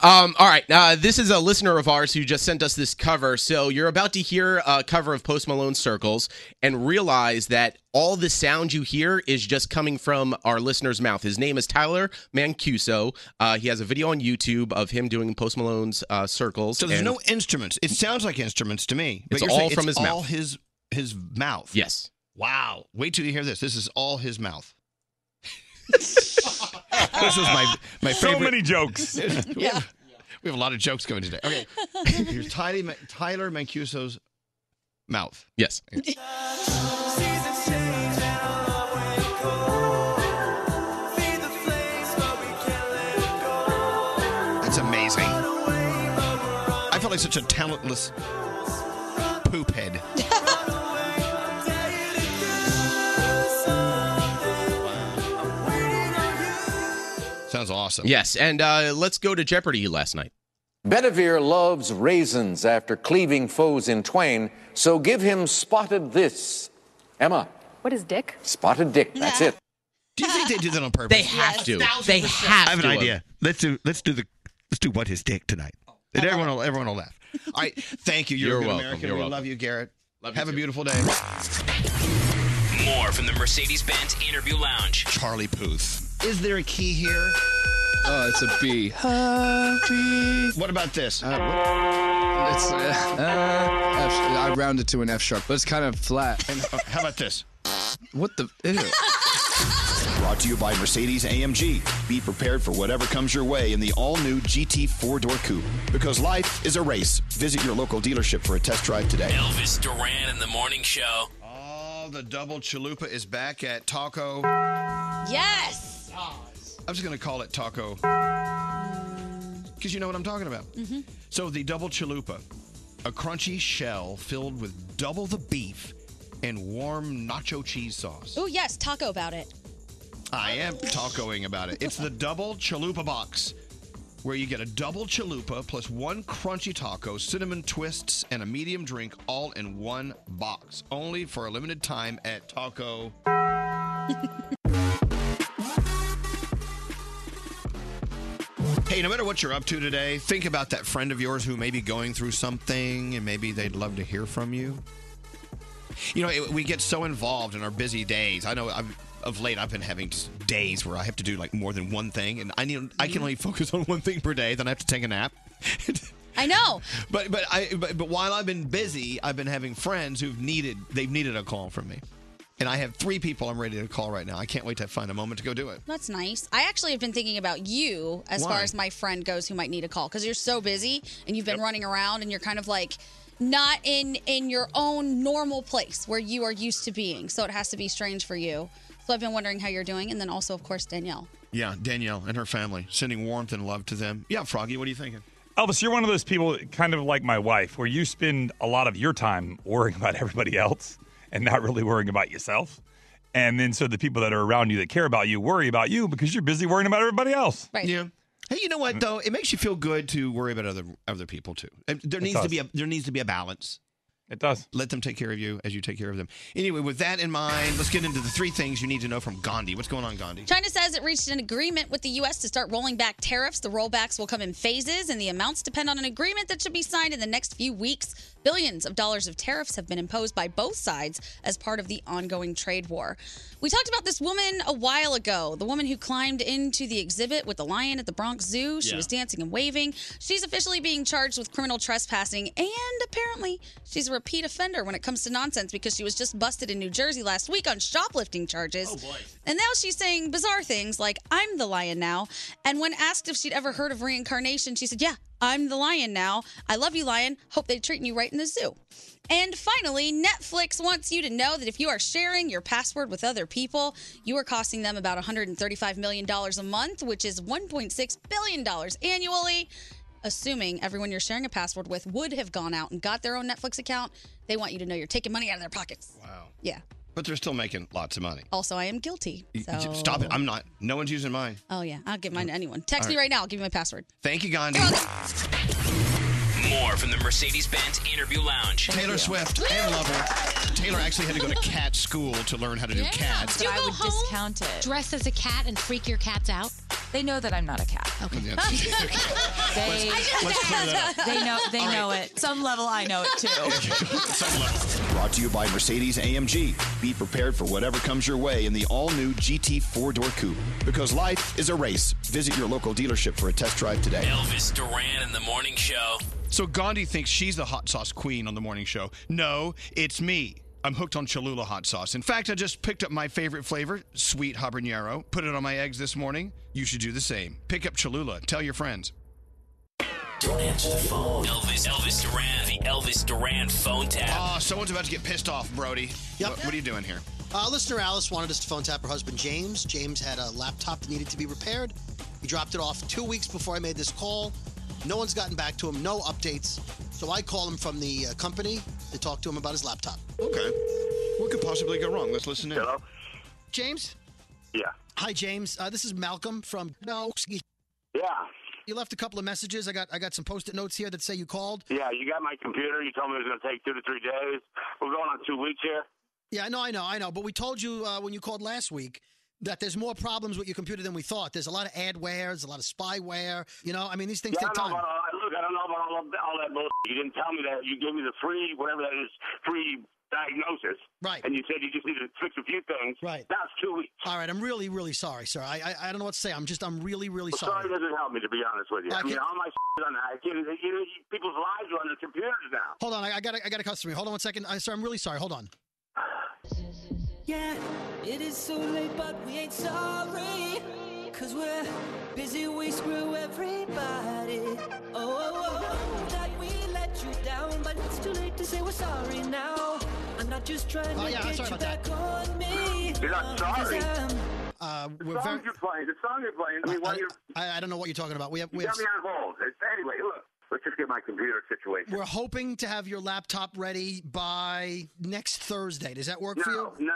Um, all right, uh, this is a listener of ours who just sent us this cover. So you're about to hear a cover of Post Malone's Circles and realize that all the sound you hear is just coming from our listener's mouth. His name is Tyler Mancuso. Uh, he has a video on YouTube of him doing Post Malone's uh, Circles.
So there's
and-
no instruments. It sounds like instruments to me.
It's
you're
all
saying
from his
All
mouth.
his his mouth.
Yes.
Wow. Wait till you hear this. This is all his mouth. this was my my
So
favorite.
many jokes.
we, have,
Yeah.
we have a lot of jokes going today. Okay. Here's Tyler, Ma- Tyler Mancuso's mouth.
Yes.
That's amazing. I felt like such a talentless poop head. Sounds awesome.
Yes, and uh, let's go to Jeopardy last night.
Bedivere loves raisins after cleaving foes in twain, so give him spotted this. Emma,
What is dick?
spotted dick, that's it.
Do you think they did that on purpose?
They have Yes, to. thousand They percent. have
I have an
to.
idea. Let's do let's do the let's do what is dick tonight. And everyone will everyone will laugh. All right. Thank you. You're,
You're
a good
welcome.
American.
You're
we
welcome.
love you, Garrett. have a beautiful day.
More from the Mercedes Benz Interview Lounge.
Charlie Puth. Is there a key here?
Oh, it's a B.
What about
It's,
this?
uh, uh, F, I rounded to an F sharp, but it's kind of flat.
How about this?
What the? Ew.
Brought to you by Mercedes AMG. Be prepared for whatever comes your way in the all new GT four door coupe. Because life is a race. Visit your local dealership for a test drive today.
Elvis Duran in the morning show.
All the double chalupa is back at Taco.
Yes.
I'm just going to call it Taco. Because you know what I'm talking about.
Mm.
Mm-hmm.
So, the double chalupa, a crunchy shell filled with double the beef and warm nacho cheese sauce.
Oh yes, taco about it.
I am tacoing about it. It's the double chalupa box, where you get a double chalupa plus one crunchy taco, cinnamon twists, and a medium drink all in one box. Only for a limited time at Taco. Hey, no matter what you're up to today, think about that friend of yours who may be going through something and maybe they'd love to hear from you. You know, it, we get so involved in our busy days. I know I've, of late I've been having just days where I have to do like more than one thing, and I need I
Mm-hmm.
can only focus on one thing per day. Then I have to take a nap.
I know.
But but I but, but while I've been busy, I've been having friends who've needed they've needed a call from me, and I have three people I'm ready to call right now. I can't wait to find a moment to go do it.
That's nice. I actually have been thinking about you as
Why?
far as my friend goes who might need a call because you're so busy and you've been running around and you're kind of like not in in your own normal place where you are used to being. So it has to be strange for you. So I've been wondering how you're doing and then also of course Danielle.
Yeah, Danielle and her family sending warmth and love to them. Yeah, Froggy, what are you thinking?
Elvis, you're one of those people, kind of like my wife, where you spend a lot of your time worrying about everybody else and not really worrying about yourself. And then so the people that are around you that care about you worry about you because you're busy worrying about everybody else.
Right.
Yeah. Hey, you know what though? It makes you feel good to worry about other other people too. Uh, There
It
needs to
does.
be a there needs to be a balance.
It does.
Let them take care of you as you take care of them. Anyway, with that in mind, let's get into the three things you need to know from Gandhi. What's going on, Gandhi?
China says it reached an agreement with the U.S. to start rolling back tariffs. The rollbacks will come in phases, and the amounts depend on an agreement that should be signed in the next few weeks. Billions of dollars of tariffs have been imposed by both sides as part of the ongoing trade war. We talked about this woman a while ago, the woman who climbed into the exhibit with the lion at the Bronx Zoo. She
Yeah.
was dancing and waving. She's officially being charged with criminal trespassing, and apparently, she's a repeat offender when it comes to nonsense because she was just busted in New Jersey last week on shoplifting charges. Oh, boy. And now she's saying bizarre things like, I'm the lion now. And when asked if she'd ever heard of reincarnation, she said, Yeah, I'm the lion now. I love you, lion. Hope they're treating you right in the zoo. And finally, Netflix wants you to know that if you are sharing your password with other people, you are costing them about $135 million a month, which is $1.6 billion annually. Assuming everyone you're sharing a password with would have gone out and got their own Netflix account, they want you to know you're taking money out of their pockets.
Wow.
Yeah.
But they're still making lots of money.
Also, I am guilty.
Y- y-
so-
Stop it. I'm not. No one's using mine.
Oh yeah, I'll give mine to anyone. Text
All
me
right.
right now. I'll give you my password.
Thank you, Gandhi.
More from the Mercedes Benz Interview Lounge.
Taylor Swift and Lover. Taylor actually had to go to cat school to learn how to do cats.
I would discount it. Dress as a cat and freak your cats out? They know that I'm not a cat. Okay.
They,
let's clear that up.
they know they
All right.
know it. Some level I know it too.
Brought to you by Mercedes AMG. Be prepared for whatever comes your way in the all new GT four door coupe. Because life is a race. Visit your local dealership for a test drive today.
Elvis Duran in the morning show.
So Gandhi thinks she's the hot sauce queen on the morning show. No, it's me. I'm hooked on Cholula hot sauce. In fact, I just picked up my favorite flavor, sweet habanero, put it on my eggs this morning. You should do the same. Pick up Cholula. Tell your friends.
Don't answer the phone. Elvis, Elvis Duran, the Elvis Duran phone tap.
Oh, someone's about to get pissed off, Brody.
Yep.
What, what are you doing here?
Uh, listener Alice wanted us to phone tap her husband James. James had a laptop that needed to be repaired. He dropped it off two weeks before I made this call. No one's gotten back to him, no updates. So I call him from the uh, company to talk to him about his laptop.
Okay. What could possibly go wrong? Let's listen in. Hello?
James?
Yeah.
Hi, James. Uh, this is Malcolm from. No, excuse
Yeah.
You left a couple of messages. I got I got some post-it notes here that say you called.
Yeah, you got my computer. You told me it was going to take two to three days. We're going on two weeks here.
Yeah, I know, I know, I know. But we told you uh, when you called last week that there's more problems with your computer than we thought. There's a lot of adware, there's a lot of spyware. You know, I mean, these things
Yeah, I
take
don't
time.
know about all that. Look, I don't know about all, of that- all that bullshit. You didn't tell me that. You gave me the free, whatever that is, free diagnosis.
Right.
And you said you just needed to fix a few things. Right. That's e- two weeks.
All right, I'm really, really sorry, sir. I, I, I don't know what to say. I'm just, I'm really, really
Well, sorry
sorry.
doesn't help me, to be honest with you.
I
I, mean,
can't-
all my shit on that. I can't, you know, people's lives are on their computers now.
Hold on, I, I got, a, I got a customer. Hold on one second, I, sir. I'm really sorry. Hold on.
Yeah, it is so late, but we ain't sorry. Cause we're busy, we screw everybody. Oh, oh, oh, that we let you down, but it's too late to say we're sorry now. I'm not just trying
Oh,
to
yeah,
get
sorry
you
about
back on me.
You're not
uh, 'cause
sorry.
I'm-
Uh,
The
we're
song
very-
you're playing, the song you're playing, I mean, why you're,
I, I don't know what you're talking about. We have,
you
we have,
got me out of all. Anyway, look, let's just get my computer situation.
we're hoping to have your laptop ready by next Thursday. Does that work for you?
no, no.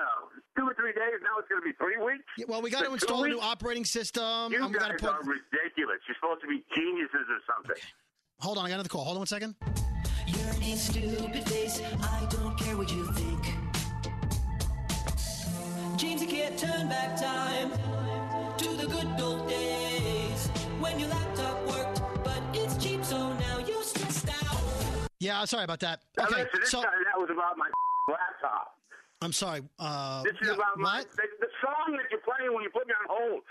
Two or three days, now it's going to be three weeks?
Yeah, well, we got
The
to
two
install a new
weeks?
operating system.
You
and we
guys
gotta put-
are ridiculous. You're supposed to be geniuses or something.
Hold on, I got another call. Hold on one second.
You're a stupid face. I don't care what you think. James, you can't turn back time to the good old days when your laptop worked, but it's cheap, so now you're stressed out.
Yeah, sorry about that.
Now,
Okay,
listen, this
so
time that was about my laptop.
I'm sorry. Uh,
This is
yeah,
about my
what?
the, the song that you're playing when you put me on hold.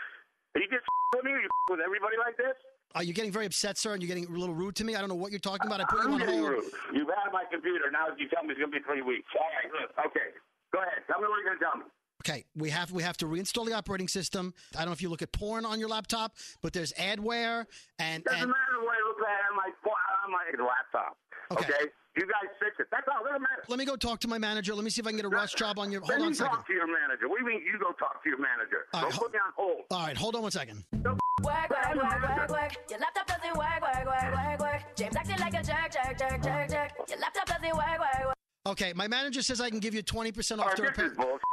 Are you just with me? Are you with everybody like this?
Are you getting very upset, sir? And you're getting a little rude to me. I don't know what you're talking about. I put you
I'm
on
getting
hold.
rude. You've had my computer. Now you tell me it's going to be three weeks. All right, look, okay. Go ahead. Tell me what you're going to tell me.
Okay, we have we have to reinstall the operating system. I don't know if you look at porn on your laptop, but there's adware and,
Doesn't
and
matter what I look at on my on my laptop. Okay. You guys fix it. That's all. Doesn't matter.
let me go talk to my manager. Let me see if I can get a rush job on your.
Then
Hold on
you
a second.
talk to your manager. We mean you go talk to your manager.
All
Don't
right,
put me on hold.
All right, hold on one second.
Work, work, work, work, work. Your laptop doesn't work, work, work, work, work. James acting like a jerk, jerk, jerk, jerk, jerk. Your laptop doesn't work, work, work.
Okay, my manager says I can give you 20%
All
off
right,
during.
this
pa-
is bullshit.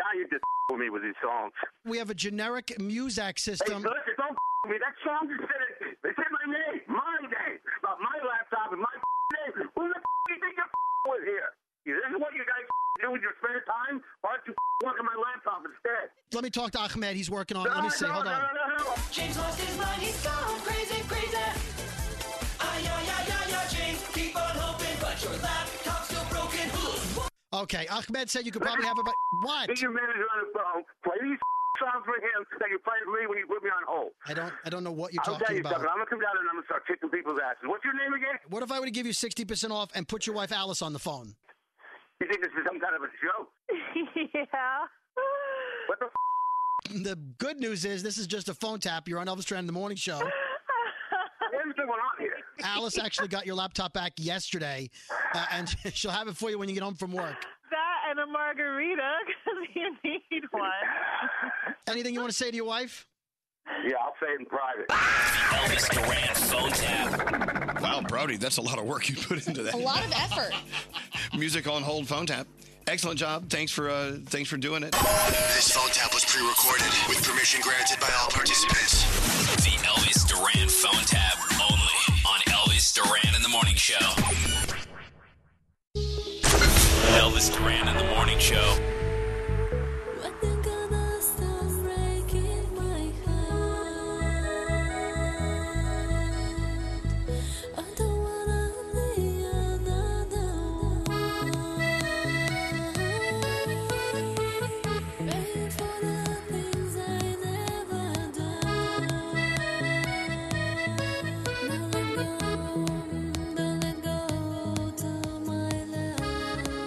Now you just with me with these songs.
We have a generic Muzak system.
Hey, listen, don't me. That song just said it. They said my name, my name, about my laptop and my name. Who the do you think you're with here? This is what you guys do with your spare time. Why don't you work on my laptop instead?
Let me talk to Ahmed. He's working on it.
No,
Let me see.
no,
Hold
no,
on.
no, no, no.
James lost his mind, he's gone crazy, crazy. Ay, ay, ay, ay, ay, James, keep on hoping, but your laptop's still broken.
Okay, Ahmed said you could probably have about what?
Get your manager on the phone. Play these songs for him that you played for me when you put me on hold.
I don't. I don't know what you're
I'll tell
talking
you
about.
something. I'm gonna come down and I'm gonna start kicking people's asses. What's your name again?
What if I were to give you 60% off and put your wife Alice on the phone?
You think this is some kind of a joke? yeah. What the? F-
The good news is this is just a phone tap. You're on Elvis Duran in the morning show.
what is going on here?
Alice actually got your laptop back yesterday, uh, and she'll have it for you when you get home from work.
That and a margarita, because you need one.
Anything you want to say to your wife?
Yeah, I'll say it in private.
Elvis Duran phone tap.
Wow, Brody, that's a lot of work you put into that.
A lot of effort.
Music on hold, phone tap. Excellent job. Thanks for uh, thanks for doing it.
This phone tap was pre-recorded with permission granted by all participants.
The Elvis Duran phone tap only on Elvis Duran in the Morning Show. Elvis Duran in the Morning Show.
Oh,
Don't let go, don't let go to my love.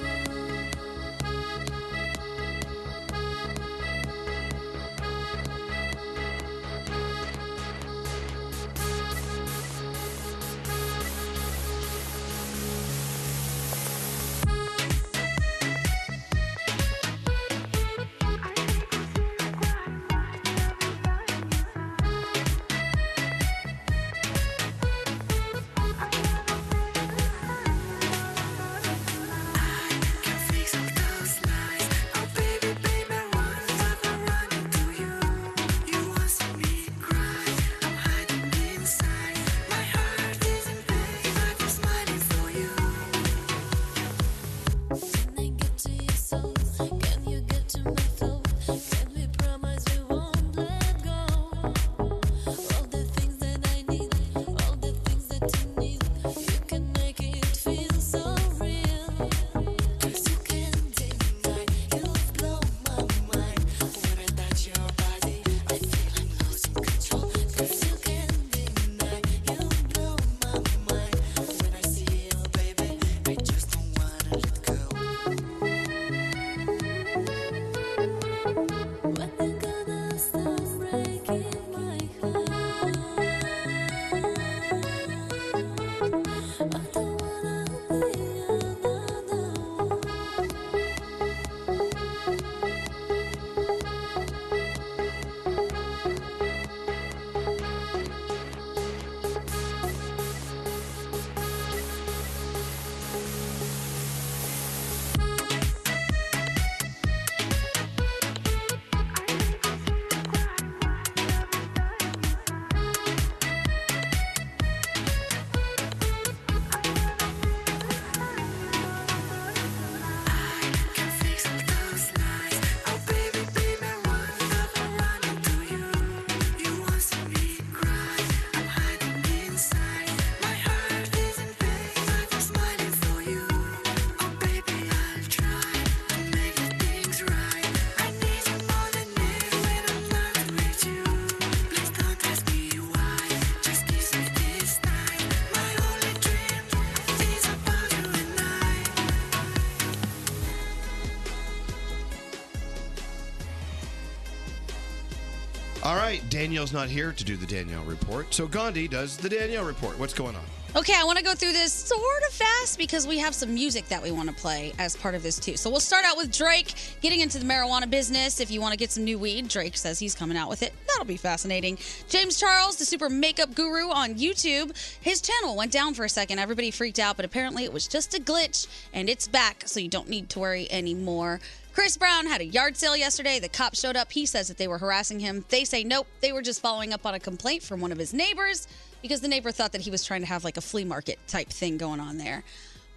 All right, Danielle's not here to do the Danielle report, so Gandhi does the Danielle report. What's going on?
Okay, I want to go through this sort of fast because we have some music that we want to play as part of this too. So we'll start out with Drake getting into the marijuana business. If you want to get some new weed, Drake says he's coming out with it. That'll be fascinating. James Charles, the super makeup guru on YouTube, his channel went down for a second. Everybody freaked out, but apparently it was just a glitch and it's back, so you don't need to worry anymore. Chris Brown had a yard sale yesterday. The cops showed up. He says that they were harassing him. They say nope, they were just following up on a complaint from one of his neighbors because the neighbor thought that he was trying to have like a flea market type thing going on there.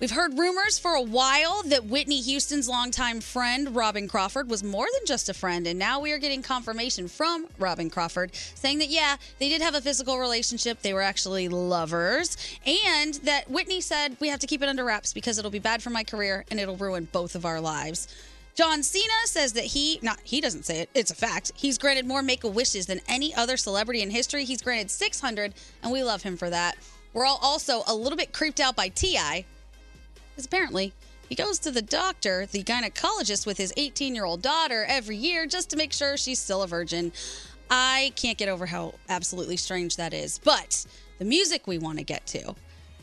We've heard rumors for a while that Whitney Houston's longtime friend, Robin Crawford, was more than just a friend. And now we are getting confirmation from Robin Crawford saying that, yeah, they did have a physical relationship. They were actually lovers. And that Whitney said, we have to keep it under wraps because it'll be bad for my career and it'll ruin both of our lives. John Cena says that he, not he doesn't say it, it's a fact. He's granted more make a wishes than any other celebrity in history. He's granted 600, and we love him for that. We're all also a little bit creeped out by T.I., because apparently he goes to the doctor, the gynecologist, with his 18 year old daughter every year just to make sure she's still a virgin. I can't get over how absolutely strange that is. But the music we want to get to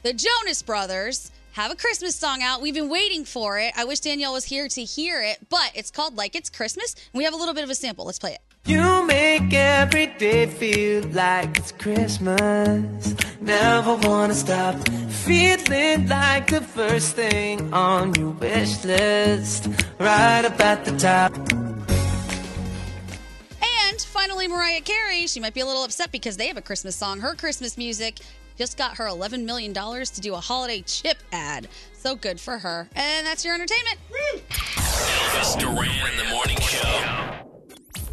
the Jonas Brothers have a Christmas song out. We've been waiting for it. I wish Danielle was here to hear it, but it's called Like It's Christmas, and we have a little bit of a sample. Let's play it.
You make every day feel like it's Christmas. Never wanna stop feeling like the first thing on your wish list. Right up at the top.
And finally, Mariah Carey. She might be a little upset because they have a Christmas song. Her Christmas music just got her $11 million to do a holiday chip ad. So good for her. And that's your entertainment.
Elvis Duran in the morning show.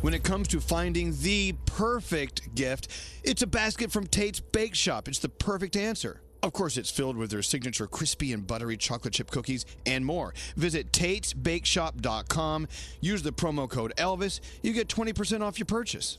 When it comes to finding the perfect gift, it's a basket from Tate's Bake Shop. It's the perfect answer. Of course, it's filled with their signature crispy and buttery chocolate chip cookies and more. Visit Tate'sBakeShop.com. Use the promo code Elvis. You get 20% off your purchase.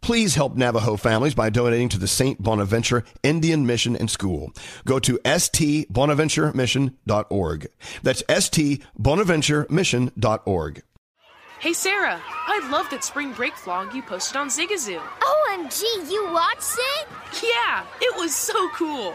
Please help Navajo families by donating to the St. Bonaventure Indian Mission and School. Go to stbonaventuremission.org. That's stbonaventuremission.org.
Hey Sarah, I love that spring break vlog you posted on Zigazoo.
OMG, you watched it?
Yeah, it was so cool.